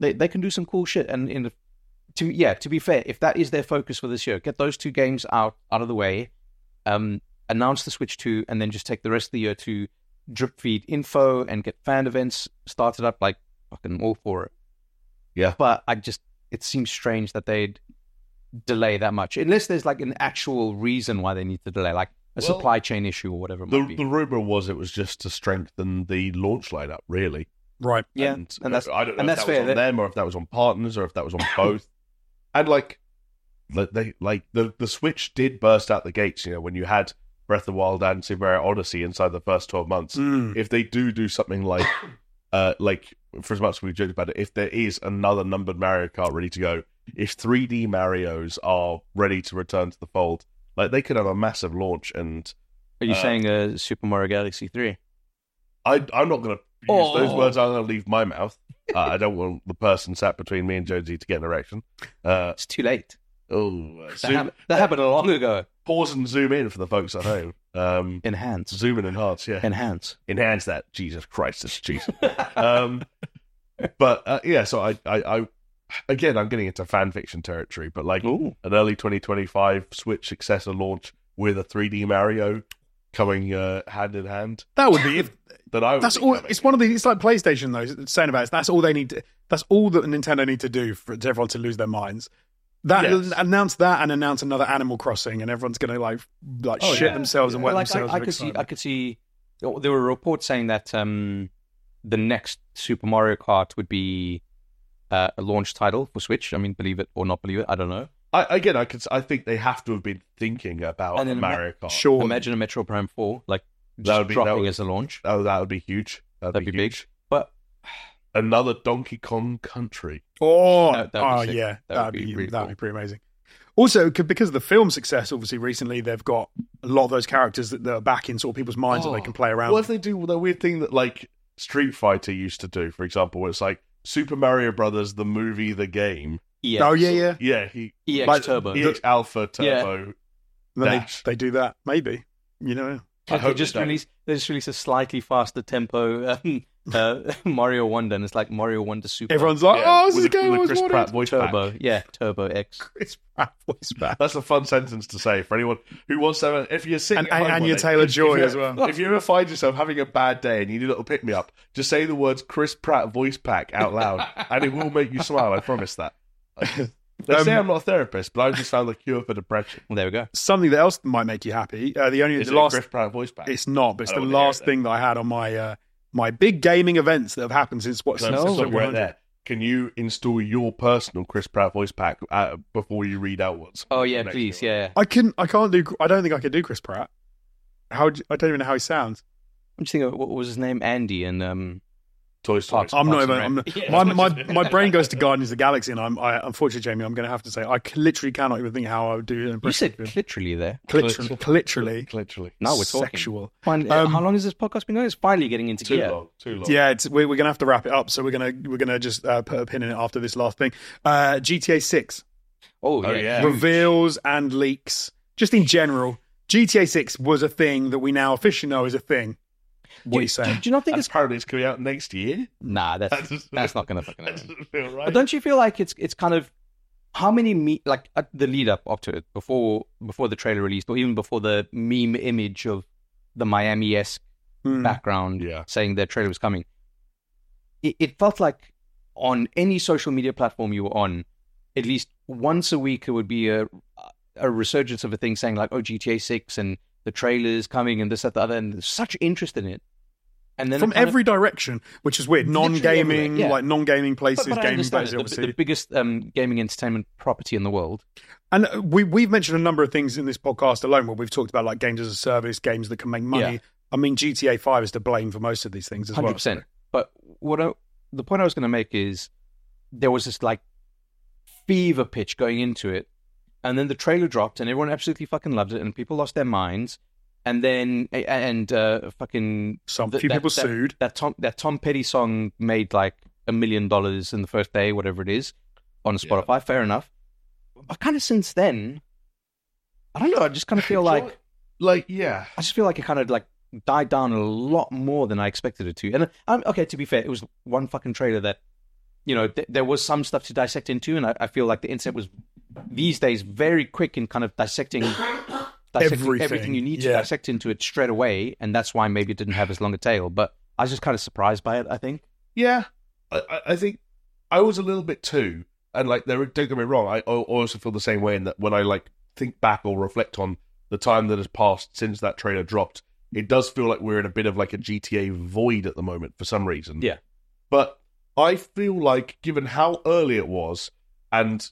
they they can do some cool shit. And in the, to yeah, to be fair, if that is their focus for this year, get those two games out out of the way, um, announce the Switch two, and then just take the rest of the year to drip feed info and get fan events started up. Like fucking all for it.
Yeah.
but I just it seems strange that they'd delay that much unless there's like an actual reason why they need to delay, like a
Well,
supply chain issue or whatever. It
The,
might be.
the rumor was it was just to strengthen the launch lineup, really.
Right.
yeah,
and, uh,
and that's
I don't know
and
if
that's
that
fair.
was on
That-
them or if that was on partners or if that was on both.
(coughs)
and like like they like the the Switch did burst out the gates. You know when you had Breath of the Wild and Super Mario Odyssey inside the first twelve months.
Mm.
If they do do something like (coughs) uh like for as much as we joked about it, if there is another numbered Mario Kart ready to go, if 3D Mario's are ready to return to the fold, like they could have a massive launch and
Are you
uh,
saying uh, Super Mario Galaxy three?
I, I'm not going to
Oh.
those words I'm going to leave my mouth. Uh, I don't want the person sat between me and Josie to get an erection. Uh,
It's too late.
oh, uh,
That,
zoom,
hap- that happened long ago.
pause and zoom in for the folks at home. Um,
Enhance.
zoom in and hearts, yeah.
Enhance.
enhance that. Jesus Christ, it's Jesus. um, but uh, yeah, so I, I, I, again, I'm getting into fan fiction territory, but like
Ooh.
an early 2025 Switch successor launch with a 3D Mario coming uh, hand in hand.
That would be if
That I would
that's
be
all.
coming.
It's one of the. It's like PlayStation though. it's Saying about it, that's all they need. To, that's all that Nintendo need to do for everyone to lose their minds. That
Yes.
announce that and announce another Animal Crossing, and everyone's gonna like like
Oh,
shit
yeah.
themselves and wet
Like,
themselves.
I, I
with
could see. I
excitement.
could see. oh, There were reports saying that um, the next Super Mario Kart would be uh, a launch title for Switch. I mean, believe it or not believe it, I don't know.
I, again, I could. I think they have to have been thinking about
And then
Mario Kart.
Sure.
Imagine a Metro Prime Four like
That
just
would be- that
dropping
would-
as a launch.
Oh, that would be huge. That'd,
That'd be big.
huge.
But
Another Donkey Kong Country.
Oh,
That- that would
oh
be sick.
yeah,
That would
that'd
be
be,
really
that'd
cool.
be pretty amazing. Also, c- because of the film success, obviously recently they've got a lot of those characters that, that are back in sort of people's minds that
Oh.
they can play around.
What if they do the weird thing that like Street Fighter used to do, for example, where it's like Super Mario Brothers, the movie, the game.
EX,
with. Oh yeah, yeah.
Yeah, E he
EX
like,
E Turbo.
EX Alpha Turbo.
And then
Dash.
they, they do that, maybe. You know,
I
Like, they
hope
just
they don't.
release they just release a slightly faster tempo um, (laughs) uh, Mario Wonder, and it's like Mario Wonder Super
everyone's like,
Yeah,
"Oh, this
with
is a
the-
game I
with the
was
Chris
wanted." (laughs)
Pratt voice pack.
Turbo, yeah, Turbo X.
Chris Pratt voice back.
That's a fun sentence to say for anyone who wants to. Have a, if you're sitting
And
at home one
Anya
day,
Taylor
if you-
Joy as well.
If you ever find yourself having a bad day and you need a little pick me up, just say the words Chris Pratt voice pack
(laughs)
out loud, and it will make you smile. I promise that. They say
Um,
I'm not a therapist, but I just found the cure for depression.
Well, there we go.
Something that else that might make you happy. Uh, the only
Is
the
it
last,
Chris Pratt voice pack?
it's not, but it's
I
the
don't wanna hear it
last
then.
thing that I had on my uh, my big gaming events that have happened since what?
So
Since
No.
so
episode
we're
100.
there. Can you install your personal Chris Pratt voice pack uh, before you read out what's?
Oh yeah,
next
please,
to it?
yeah.
I couldn't. I can't do. I don't think I could do Chris Pratt. How do- I don't even know how he sounds.
I'm just thinking, what was his name? Andy and um,
Toy Story.
Parks.
I'm not
Parks
even.
and
I'm
Rec.
not-
(laughs) Yeah,
my my
that's what you-
my brain goes to Guardians of the Galaxy, and I'm. I, unfortunately, Jamie, I'm going to have to say I c- literally cannot even think how I would do an
you
impression.
said literally there.
literally, literally,
Literally.
Now we're talking.
sexual.
Finally,
Um,
how long has this podcast been going? It's finally getting into
Too
gear.
long. Too long.
Yeah, it's, we're, we're gonna have to wrap it up. So we're gonna we're gonna just uh, put a pin in it after this last thing. Uh, GTA Six
Oh,
Oh,
yeah.
yeah.
reveals and leaks, just in general. GTA Six was a thing that we now officially know is a thing. What are you
Do,
saying?
do you not think
And (laughs)
it's
apparently it's coming out next (laughs) year.
nah? That's
That doesn't-
that's not gonna fucking
(laughs) That
happen.
doesn't feel right.
But don't you feel like it's it's kind of how many me like at the lead up up to it before before the trailer released or even before the meme image of the Miami esque
Hmm.
background
Yeah.
saying their trailer was coming. It, it felt like on any social media platform you were on, at least once a week it would be a a resurgence of a thing saying like oh GTA six and the trailer's coming and this that the other and there's such interest in it. And then it
From
kind of-
every direction, which is weird.
Literally
Non gaming,
everywhere, yeah.
like non gaming places,
but, but I
gaming
understand
places,
it. The,
obviously.
the biggest um, gaming entertainment property in the world.
And uh, we we've mentioned a number of things in this podcast alone where we've talked about like games as a service, games that can make money.
Yeah.
I mean, GTA Five is to blame for most of these things as
hundred
well.
percent. But what I, the point I was going to make is there was this like fever pitch going into it, and then the trailer dropped, and everyone absolutely fucking loved it, and people lost their minds, and then a- and uh, fucking
Some
th-
few
that-
people
that-
sued.
That Tom that Tom Petty song made like a million dollars in the first day, whatever it is, on Spotify. Fair enough. But kind of since then, I don't know. I just kind of feel like
like yeah.
I just feel like it kind of like died down a lot more than I expected it to. And um, okay, to be fair, it was one fucking trailer that you know th- there was some stuff to dissect into, and I, I feel like the internet was these days very quick in kind of
(coughs)
dissecting. Dissecting
Everything,
everything. you need to
yeah.
dissect into it straight away, and that's why maybe it didn't have as long a tail. But I was just kind of surprised by it. I think
Yeah, I, I- I think I was a little bit too, and like there. Don't get me wrong, I, I also feel the same way in that when I like think back or reflect on the time that has passed since that trailer dropped, it does feel like we're in a bit of like a GTA void at the moment for some reason.
Yeah.
but I feel like given how early it was, and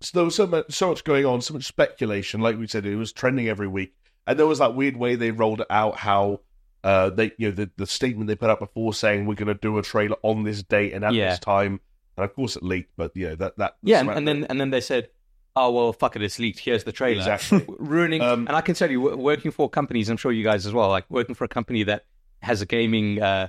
so there was so much, so much going on, so much speculation. Like we said, it was trending every week, and there was that weird way they rolled out how uh, they you know the, the statement they put out before saying we're going to do a trailer on this date and at
Yeah.
this time, and of course it leaked, but you know that that
yeah, and, and then and then they said, "Oh well, fuck it, it's leaked. Here's the trailer."
exactly
ruining.
Um,
and I can tell you, wo- working for companies, I'm sure you guys as well, like working for a company that has a gaming uh,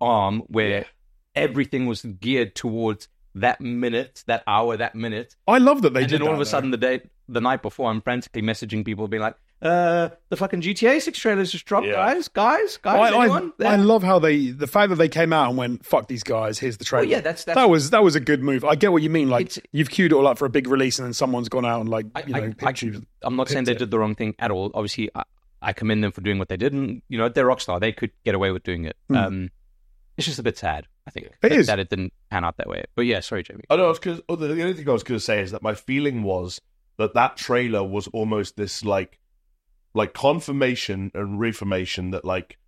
arm where everything was geared towards that minute, that hour, that minute.
(laughs) I love that they
and
did.
then
that,
all of a
though.
sudden, the day, the night before, I'm frantically messaging people, being like, "Uh, the fucking GTA six trailers just dropped,
Yeah.
guys, guys, guys,
I, I,
"Oh, anyone?"
I love how they the fact that they came out and went fuck these guys. Here's the trailer.
Well, yeah, that's- that's-
that was that was a good move. I get what you mean. Like
It's-
you've queued it all up for a big release, and then someone's gone out and like
I,
you know
I,
picked you.
am not saying they
picked it.
did the wrong thing at all. Obviously, I, I commend them for doing what they did, and you know they're Rockstar; they could get away with doing it.
Hmm.
Um, it's just a bit sad, I think,
It
that,
is.
that it didn't pan out that way. But yeah, sorry, Jamie.
Oh no, I was cause, oh, the, the only thing I was going to say is that my feeling was that that trailer was almost this like, like confirmation and reformation that like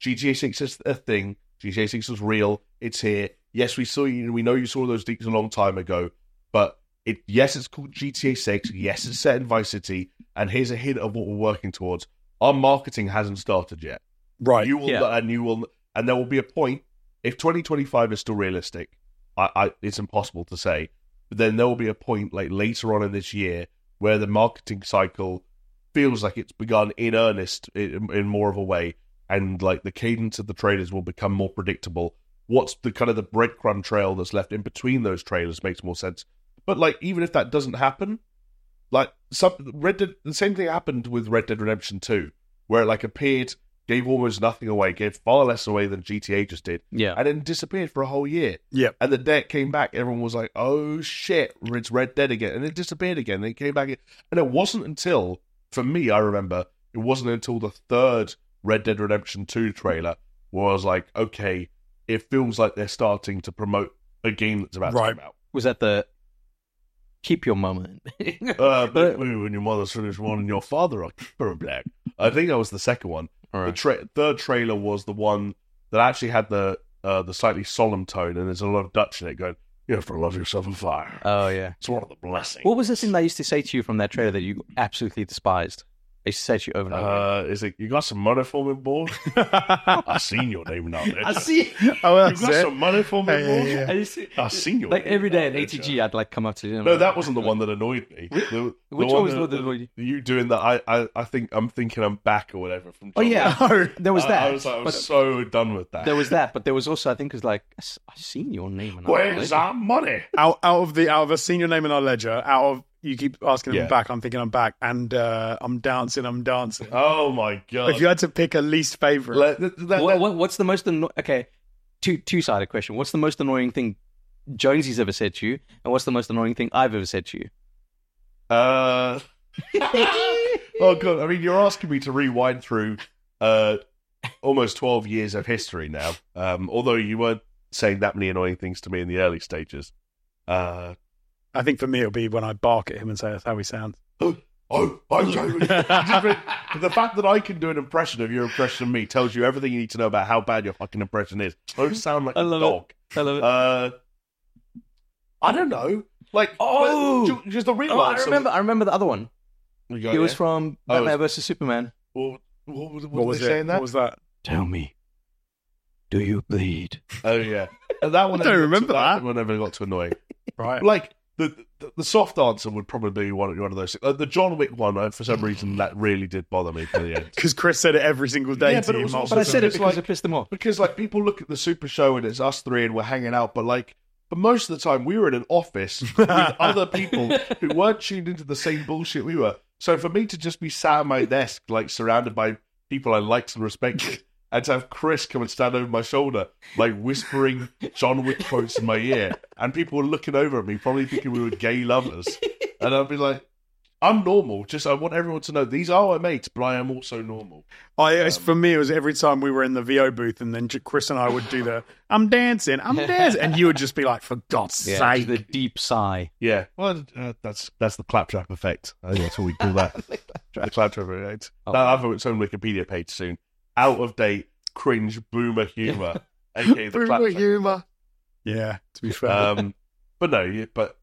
GTA Six is a thing. GTA Six is real. It's here. Yes, we saw you. We know you saw those leaks a long time ago, but it. Yes, it's called GTA Six. Yes, it's set in Vice City, and here's a hint of what we're working towards. Our marketing hasn't started yet.
Right.
You will,
Yeah.
and you will, and there will be a point if 2025 is still realistic. I, I it's impossible to say, but then there will be a point like later on in this year where the marketing cycle feels like it's begun in earnest in, in more of a way, and like the cadence of the trailers will become more predictable. What's the kind of the breadcrumb trail that's left in between those trailers makes more sense. But like, even if that doesn't happen, like some Red Dead, the same thing happened with Red Dead Redemption Two, where it like appeared, gave almost nothing away, gave far less away than GTA just did,
Yeah,
and then disappeared for a whole year.
yeah.
And the day it came back, everyone was like, "Oh shit, it's Red Dead again," and it disappeared again. Then it came back, and it wasn't until, for me, I remember it wasn't until the third Red Dead Redemption Two trailer where I was like, "Okay, it feels like they're starting to promote a game that's about
Right.
to come out."
was that the keep your moment? (laughs)
Uh, but when your mother's finished one and your father are (laughs) pure black, I think that was the second one.
All
The
right.
tra- third trailer was the one that actually had the uh, the slightly solemn tone, and there's a lot of Dutch in it going, "You have to love yourself and fire."
Oh yeah.
It's one of the blessings.
What was the thing they used to say to you from that trailer that you absolutely despised? They used to say to you over and over.
Uh, is it you got some money for
(laughs)
me, boy? I seen your name now. I
see.
Oh,
You (laughs)
that's
got
it.
some money for me,
Yeah, yeah,
boy?
yeah.
I used to-
I seen your
like
name
every
in
day at
that picture.
ATG, I'd like come up to you. and
No,
I'm
that
like,
wasn't the one that annoyed me. The, the
Which
one
one was the one that annoyed you?
you doing that? I, I, I think I'm thinking I'm back or whatever. From
Oh
John
yeah,
Wick.
No.
(laughs) there was
I-
that.
I, was, like, I was
But
so done with that.
there was that, but there was also I think it was like I s- I seen your name. And I was
Where's
like,
our money?
out out of the out of a senior name in our ledger. Out of you keep asking them
Yeah.
back. I'm thinking I'm back, and uh, I'm dancing. I'm dancing.
Oh my god!
If you had to pick a least favorite,
Let- let- let-
What, what, what's the most anno- okay? Two two sided question. What's the most annoying thing Jonesy's ever said to you, and what's the most annoying thing I've ever said (laughs) to you?
uh,
(laughs)
oh god! I mean, you're asking me to rewind through uh, almost 12 years of history now. Um, although you weren't saying that many annoying things to me in the early stages. Uh,
I think for me it'll be when I bark at him and say that's how he sounds.
oh, I'm
(laughs)
sorry. the fact that I can do an impression of your impression of me tells you everything you need to know about how bad your fucking impression is. I don't sound like
I
a
love it.
dog.
I love it.
Uh, I don't know. Like,
Oh!
but ju- just the real
Oh, I
answer-
remember. I remember the other one.
You go,
it was
yeah?
from
Oh, it
Batman versus Superman.
What, what, was- what,
What,
were
was
they
it?
saying that?
What was
(laughs)
that?
Tell me, do you bleed?
oh yeah, and that one
I don't
never got
remember
to,
that.
one never got to annoying.
Right.
Like the, the the soft answer would probably be one one of those. Uh, the John Wick one, uh, for some reason, that really did bother me to the end.
Because Chris said it every single day
Yeah,
to
but it
you.
was
multiple
But I said it
times.
because
like-
I pissed them off.
(laughs) because like people look at the super show and it's us three and we're hanging out, but like for most of the time we were in an office (laughs) with
(laughs)
other people who weren't tuned into the same bullshit we were. So for me to just be sat at my desk, like surrounded by people I liked and respected, and to have Chris come and stand over my shoulder, like whispering John Wick quotes in my ear, and people were looking over at me, probably thinking we were gay lovers, and I'd be like. I'm normal. Just I want everyone to know these are my mates, but I am also normal.
I, it's, for me, it was every time we were in the VO booth, and then J- Chris and I would do the "I'm dancing,
(laughs)
I'm dancing," and you would just be like, "For God's
Yeah,
sake!"
the deep sigh.
Yeah, well, uh, that's that's the claptrap effect. (laughs) I think that's what we call that. the claptrap effect.
Oh.
That'll have its own Wikipedia page soon. Out of date, cringe,
(laughs)
boomer humor, aka the
Brutal
claptrap.
humour. Yeah, to be fair,
Um, but no, you, but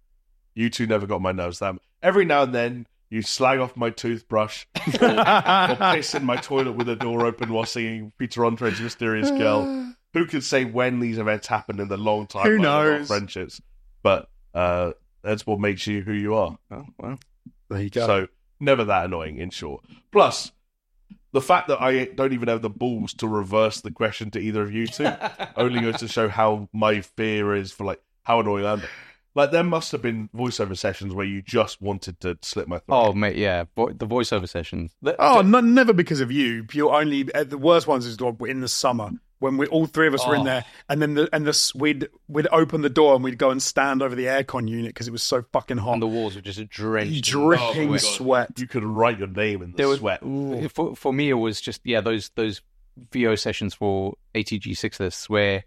you two never got my nose. That every now and then you slag off my toothbrush
(laughs)
or piss in my toilet with the door open while singing Peter Andre's Mysterious
(sighs)
Girl. Who could say when these events happened in the long time
Who knows?
friendships? But uh, that's what makes you who you are.
Oh, well.
there you go.
So never that annoying in short. Plus, The fact that I don't even have the balls to reverse the question to either of
(laughs)
you two only goes to show how my fear is for like how annoying I am. Like there must have been voiceover sessions where you just wanted to slit my throat.
Oh mate, yeah, Vo- the voiceover sessions. The-
Oh, no, never because of you. Pure only uh, the worst ones is like in the summer when we all three of us were in
Oh.
there, and then the, and this we'd we'd open the door and we'd go and stand over the aircon unit because it was so fucking hot,
and the walls were just drenched, in-
dripping
Oh my God.
sweat.
You could write your name in the
There was-
sweat.
for for me it was just yeah those those VO sessions for ATG six lists where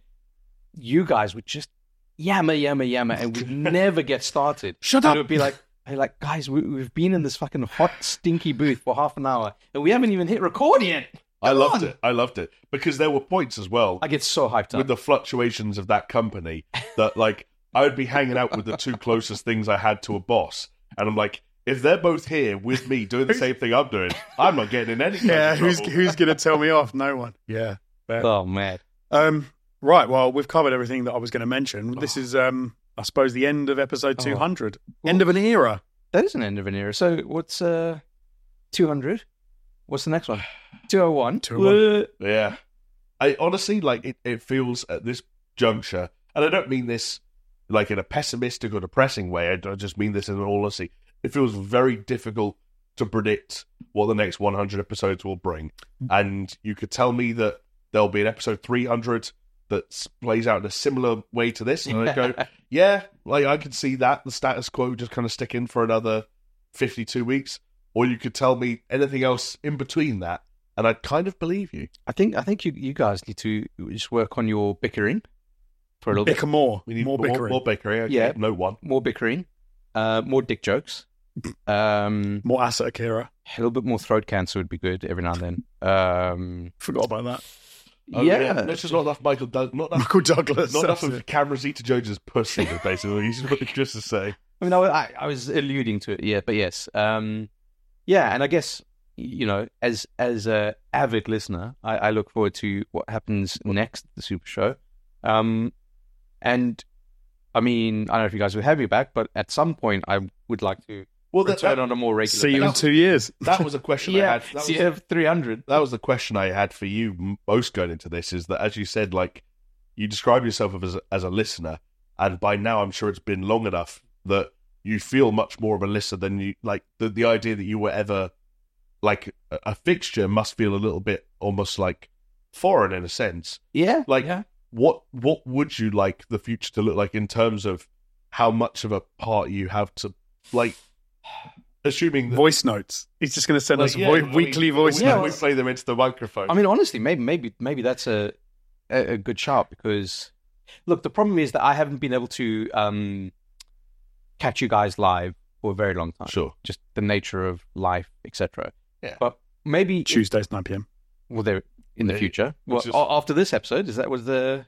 you guys would just yammer yammer yammer and would never get started.
Shut
And
up.
It would be like I'd be like guys we, we've been in this fucking hot stinky booth for half an hour and we haven't even hit record yet.
I
Come
loved
on.
it. I loved it because there were points as well
I get so hyped up.
with the fluctuations of that company that like I would be hanging out with the two closest things I had to a boss, and I'm like, if they're both here with me doing the same thing I'm doing, I'm not getting in any. kind of (laughs)
Yeah, who's
trouble.
who's gonna tell me off? No one. Yeah.
oh man.
Um. Right. Well, we've covered everything that I was going to mention. This is um. I suppose the end of episode
Oh.
200. End of an era.
That is an end of an era. So what's uh, two hundred? What's the next one? Two hundred one.
201.
(laughs)
Yeah. I honestly like it, it feels at this juncture, and I don't mean this like in a pessimistic or depressing way. I, d- I just mean this in all honesty. It feels very difficult to predict what the next 100 episodes will bring. And you could tell me that there'll be an episode 300 that s- plays out in a similar way to this, and
(laughs)
I go, yeah, like I can see that the status quo just kind of stick in for another 52 weeks. Or you could tell me anything else in between that, and I'd kind of believe you.
I think I think you you guys need to just work on your bickering for a little
Bicker more.
We need
more bickering.
More
More,
bickering. Okay.
Yeah.
No one.
bit more bickering, uh, more dick jokes, um,
asset Akira.
a little bit more throat cancer would be good every now and then. Um,
Forgot about that.
Oh, That's just not enough (laughs) Michael Doug. Not enough.
Michael Douglas.
Not enough
That's
of
it.
cameras eat to Jones's pussy, is basically. He's what he's just to say.
I mean, I, I, I was alluding to it, yeah, but yes, um, yeah, and I guess you know, as as a avid listener, I, I look forward to what happens next at the Super Show, um, and I mean, I don't know if you guys would have me back, but at some point, I would like to
Well, that,
return
that,
on a more regular.
See you in
basis.
two years.
that was a question I had.
yeah,
That was,
see you have three hundred.
that was the question I had for you m- most going into this is that, as you said, like, you describe yourself as a, as a listener, and by now I'm sure it's been long enough that you feel much more of a listener than you like. The, the idea that you were ever like a, a fixture must feel a little bit almost like foreign in a sense.
Yeah,
Like-
yeah.
what what would you like the future to look like in terms of how much of a part you have to like assuming that
Voice notes. He's just going to send
like,
us
yeah,
vo-
I mean,
weekly voice
we,
yeah,
we
notes.
play them into the microphone
I mean, honestly, maybe maybe maybe that's a a, a good shout because look, the problem is that I haven't been able to um, catch you guys live for a very long time.
sure
Just the nature of life, etc.
Yeah.
But maybe
Tuesdays, 9 p.m.
well, there in the
Yeah,
future. Well,
which is-
a- after this episode, is that was the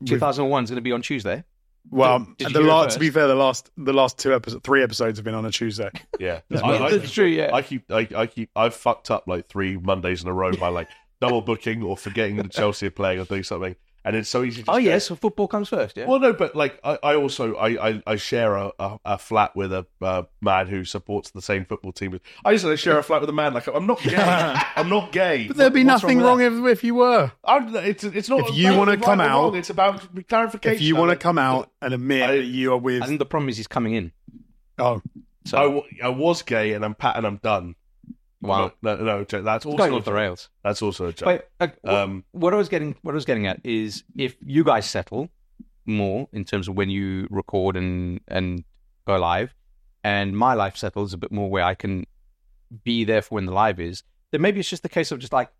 We've-
2001 is going to be on Tuesday?
Well,
Did you
the
hear it
last, to be
first?
fair, the last the last two episodes, three episodes have been on a Tuesday.
yeah
That's
I, I,
That's true. Yeah.
I keep I, I keep I've fucked up like three Mondays in a row by like double booking or forgetting that Chelsea are playing or doing something and it's so easy to
oh
just go,
yes, football comes first. Yeah.
Well, no, but like I, I also I, I, I share a, a, a flat with a uh, man who supports the same football team. I used to share a flat with a man. Like I'm not
(laughs)
gay. I'm not gay.
But there'd be
What's
nothing
with
wrong,
that?
if, if you were.
I'm, it's it's not.
If you
about
wanna
right
come
or
out-
wrong, it's about clarification.
If you want to
Like,
come out and admit
I-
that you are
I
with,
think the problem is he's coming in.
oh, (laughs)
So
I, wa- I was gay and I'm pat and I'm done.
wow,
No, no, no joke. That's
it's
also
going off the rails.
that's also a joke.
But
(laughs)
uh,
um,
what I was getting what I was getting at is if you guys settle more in terms of when you record and and go live, and my life settles a bit more where I can be there for when the live is, then maybe it's just the case of just like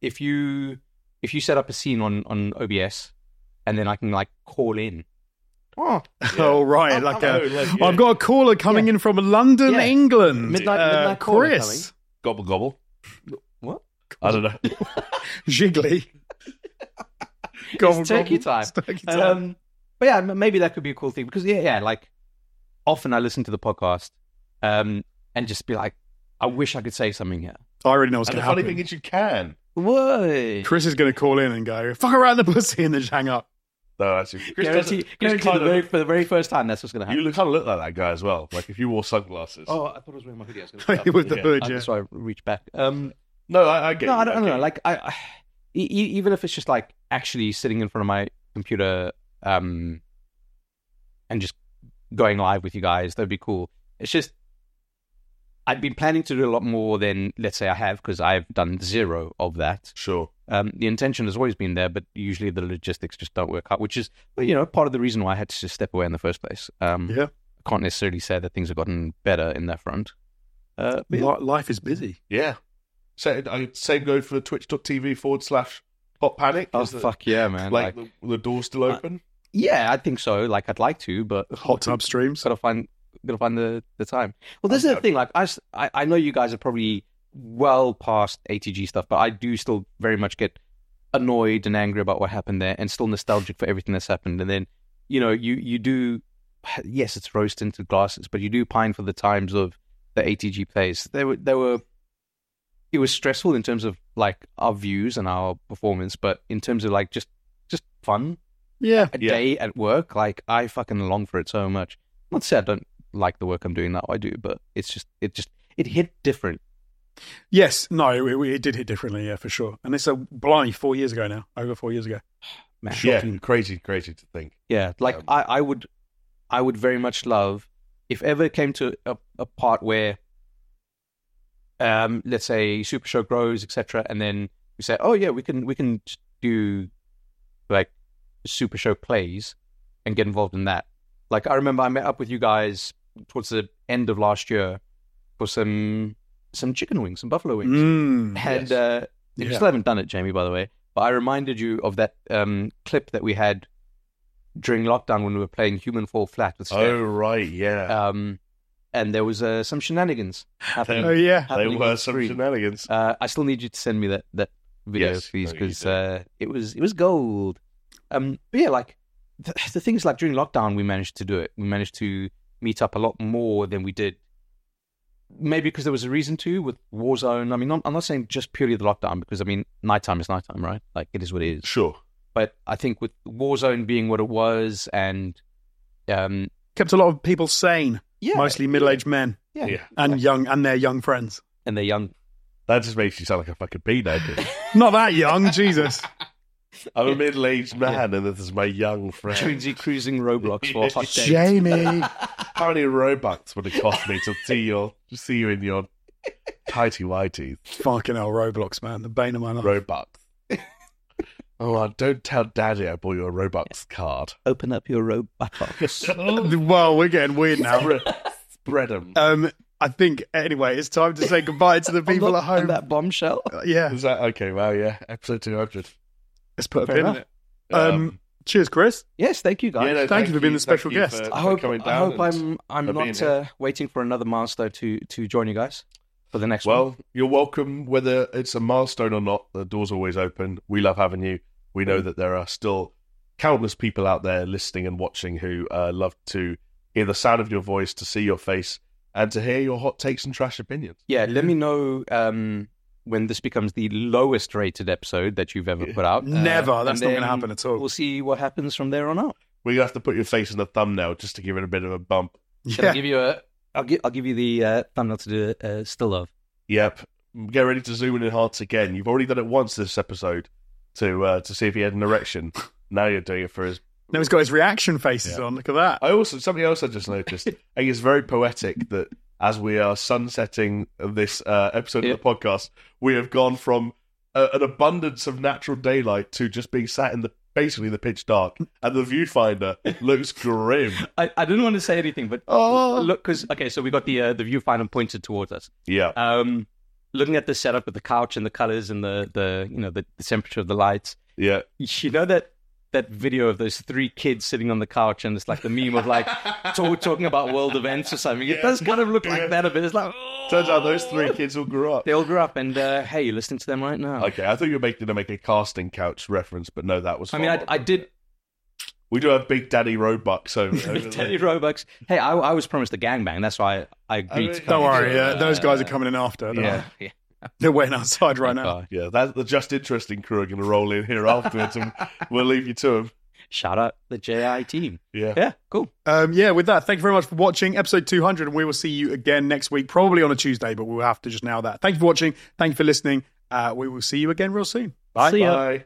if you if you set up a scene on on OBS, and then I can like call in. Oh,
oh right, like
No,
a,
like,
I've got a caller coming in from London,
Yeah.
England.
Midnight-
Uh,
midnight caller
Chris
gobble gobble.
what?
I don't know.
Jiggly. Gobble,
It's turkey
gobble.
time.
It's turkey time.
Um, but yeah, m- maybe that could be a cool thing because yeah, yeah, like often I listen to the podcast um, and just be like, I wish I could say something here.
I already know what's
and
going
the
to
funny
happen.
thing is, you can.
Whoa!
Chris is going to call in and go, fuck around the pussy, and then just hang up. (laughs)
No, actually, Chris doesn't-
Guarantee,
Chris
guarantee
kind
the
of-
very, for the very first time, that's what's going to
You
(laughs) happen.
look, kind of look like that guy as well. Like if you wore sunglasses.
Oh, I thought it was wearing my hoodie. I was gonna-
With the
Yeah.
hood,
I-
yeah.
So I reach back. Um,
No, I, I get.
No,
you,
I don't, I don't
get
know.
you.
Like, I, I e- e- even if it's just like actually sitting in front of my computer, um, and just going live with you guys, that'd be cool. It's just I've been planning to do a lot more than let's say I have because I've done zero of that.
sure.
Um, the intention has always been there, but usually the logistics just don't work out, which is well, you know part of the reason why I had to just step away in the first place. Um,
Yeah.
I can't necessarily say that things have gotten better in that front. Uh, but yeah.
Li- Life is busy.
Yeah. So, I, same go for twitch.tv forward slash hot panic.
Oh
Is the-
fuck yeah, man!
Like, the, the door still
Uh,
open?
Yeah, I think so. Like I'd like to, but
Hot tub streams.
sort of find gotta find the, the time. Well, this
I'm
is the thing. Like I, s- I- I know you guys are probably well past ATG stuff, but I do still very much get annoyed and angry about what happened there, and still nostalgic for everything that's happened. And then you know you you do yes, it's rose tinted glasses, but you do pine for the times of the ATG plays. They were they were. It was stressful in terms of like our views and our performance, but in terms of like just just fun,
Yeah.
a
Yeah.
day at work, like I fucking long for it so much. Not to say I don't like the work I'm doing now, I do, but it's just it just it hit different.
Yes. No, it, it did hit differently. Yeah, for sure. And it's a blind four years ago now, over four years ago.
Man.
Yeah, crazy, crazy to think.
Yeah. Like
Um,
I, I would I would very much love if ever it came to a, a part where um let's say Super Show grows, etc., and then we say, Oh yeah, we can we can just do like Super Show plays and get involved in that. Like I remember I met up with you guys towards the end of last year for some some chicken wings, some buffalo wings.
Mm.
And
Yes.
uh, if you
Yeah.
still haven't done it, Jamie, by the way, but I reminded you of that um, clip that we had during lockdown when we were playing Human Fall Flat with
Oh,
Steph.
right, yeah.
Um, and there was uh, some shenanigans happening.
Oh yeah.
happening
they
on
were
the
some
screen.
shenanigans.
Uh, I still need you to send me that that video,
Yes,
please,
no, you
because
do.
uh, it was it was gold. Um, but yeah, like the, the thing is, like during lockdown, we managed to do it. We managed to meet up a lot more than we did. Maybe because there was a reason to with Warzone. I mean, not, I'm not saying just purely the lockdown, because I mean, nighttime is nighttime, right? Like it is what it is
Sure.
but I think with Warzone being what it was, and um,
Kept a lot of people sane,
yeah,
mostly middle-aged men
yeah,
Yeah.
and young and their young friends.
and they're young.
That just makes you sound like a fucking peanut.
(laughs)
dude.
Not that young, Jesus.
I'm a middle aged man, and this is my young friend.
Jonesy
(laughs)
cruising Roblox for a hot
(laughs)
day.
Jamie.
How many Robux would it cost me to see your to see you in
(laughs)
your tighty whities?
Fucking hell, Roblox, man. The bane of my life.
Robux. (laughs) Oh, well, don't tell Daddy I bought you a
(laughs)
Robux card.
(laughs) Open up your Roblox.
Oh. well, we're getting weird now.
Spread 'em.
Um, I think, anyway, it's time to say goodbye to the people
On
at home. Uh,
that bombshell. (laughs)
Yeah,
Is that okay? Wow, yeah. Episode two hundred.
let's put a
Fair
pin in
enough.
it. Um, Cheers, Chris.
Yes, thank you guys.
Yeah, no,
thank you for being the special
you
guest.
for-
I
for
hope,
coming
I
down
hope
and-
I'm I'm
for being
not
here.
uh, waiting for another milestone to to join you guys for the next one.
Well, you're welcome. Whether it's a milestone or not, the door's always open. We love having you. We
Mm.
know that there are still countless people out there listening and watching who uh, love to hear the sound of your voice, to see your face, and to hear your hot takes and trash opinions.
Yeah, let me know um, when this becomes the lowest rated episode that you've ever put out.
(laughs)
Uh,
Never. That's not
and
going to
then
happen at all.
We'll see what happens from there on out.
We have to put your face in the thumbnail just to give it a bit of a bump.
Shall I
Yeah.
give you a? I'll give I'll give you the uh, thumbnail to do uh, still of.
Yep. Get ready to zoom and enhance again. You've already done it once this episode to uh, to see if he had an erection. now you're doing it for his
Now he's got his reaction faces on. Look at that.
I also something else I just noticed. I think it's very poetic that as we are sunsetting this uh, episode
Yeah.
of the podcast, we have gone from uh an abundance of natural daylight to just being sat in the basically the pitch dark, and the viewfinder looks grim.
I, I didn't want to say anything, but
Oh,
look, because okay, so we got the uh, the viewfinder pointed towards us.
yeah,
Um, looking at the setup with the couch and the colors and the the you know the, the temperature of the lights.
yeah.
You know that that video of those three kids sitting on the couch and it's like the meme of
(laughs)
like talk, talking about world events or something. It
Yeah.
does kind of look
Yeah.
like that a bit. It's like
Turns out those three kids all grew up.
they all grew up, and uh, hey, you're listening to them right now.
Okay, I thought you were making to make a casting couch reference, but no, that was.
I mean, I,
far
I
more- (laughs)
did
We do have Big Daddy uh,
(laughs)
Roebucks over. over
Big
there.
Daddy Robux. Hey, I, I was promised a gangbang. That's why I agreed.
mean-
to come.
Don't worry.
Yeah.
Yeah, those guys are coming in after. They're,
Yeah.
yeah.
they're waiting outside right now.
God.
Yeah, that's the just interesting crew are going to roll in here afterwards, and we'll leave you to them.
Shout out the JI team.
Yeah.
Yeah, cool.
Um, yeah, with that, thank you very much for watching episode 200. And we will see you again next week, probably on a Tuesday, but we'll have to just now that. Thank you for watching. Thank you for listening. Uh, we will see you again real soon. Bye.
See ya.
Bye.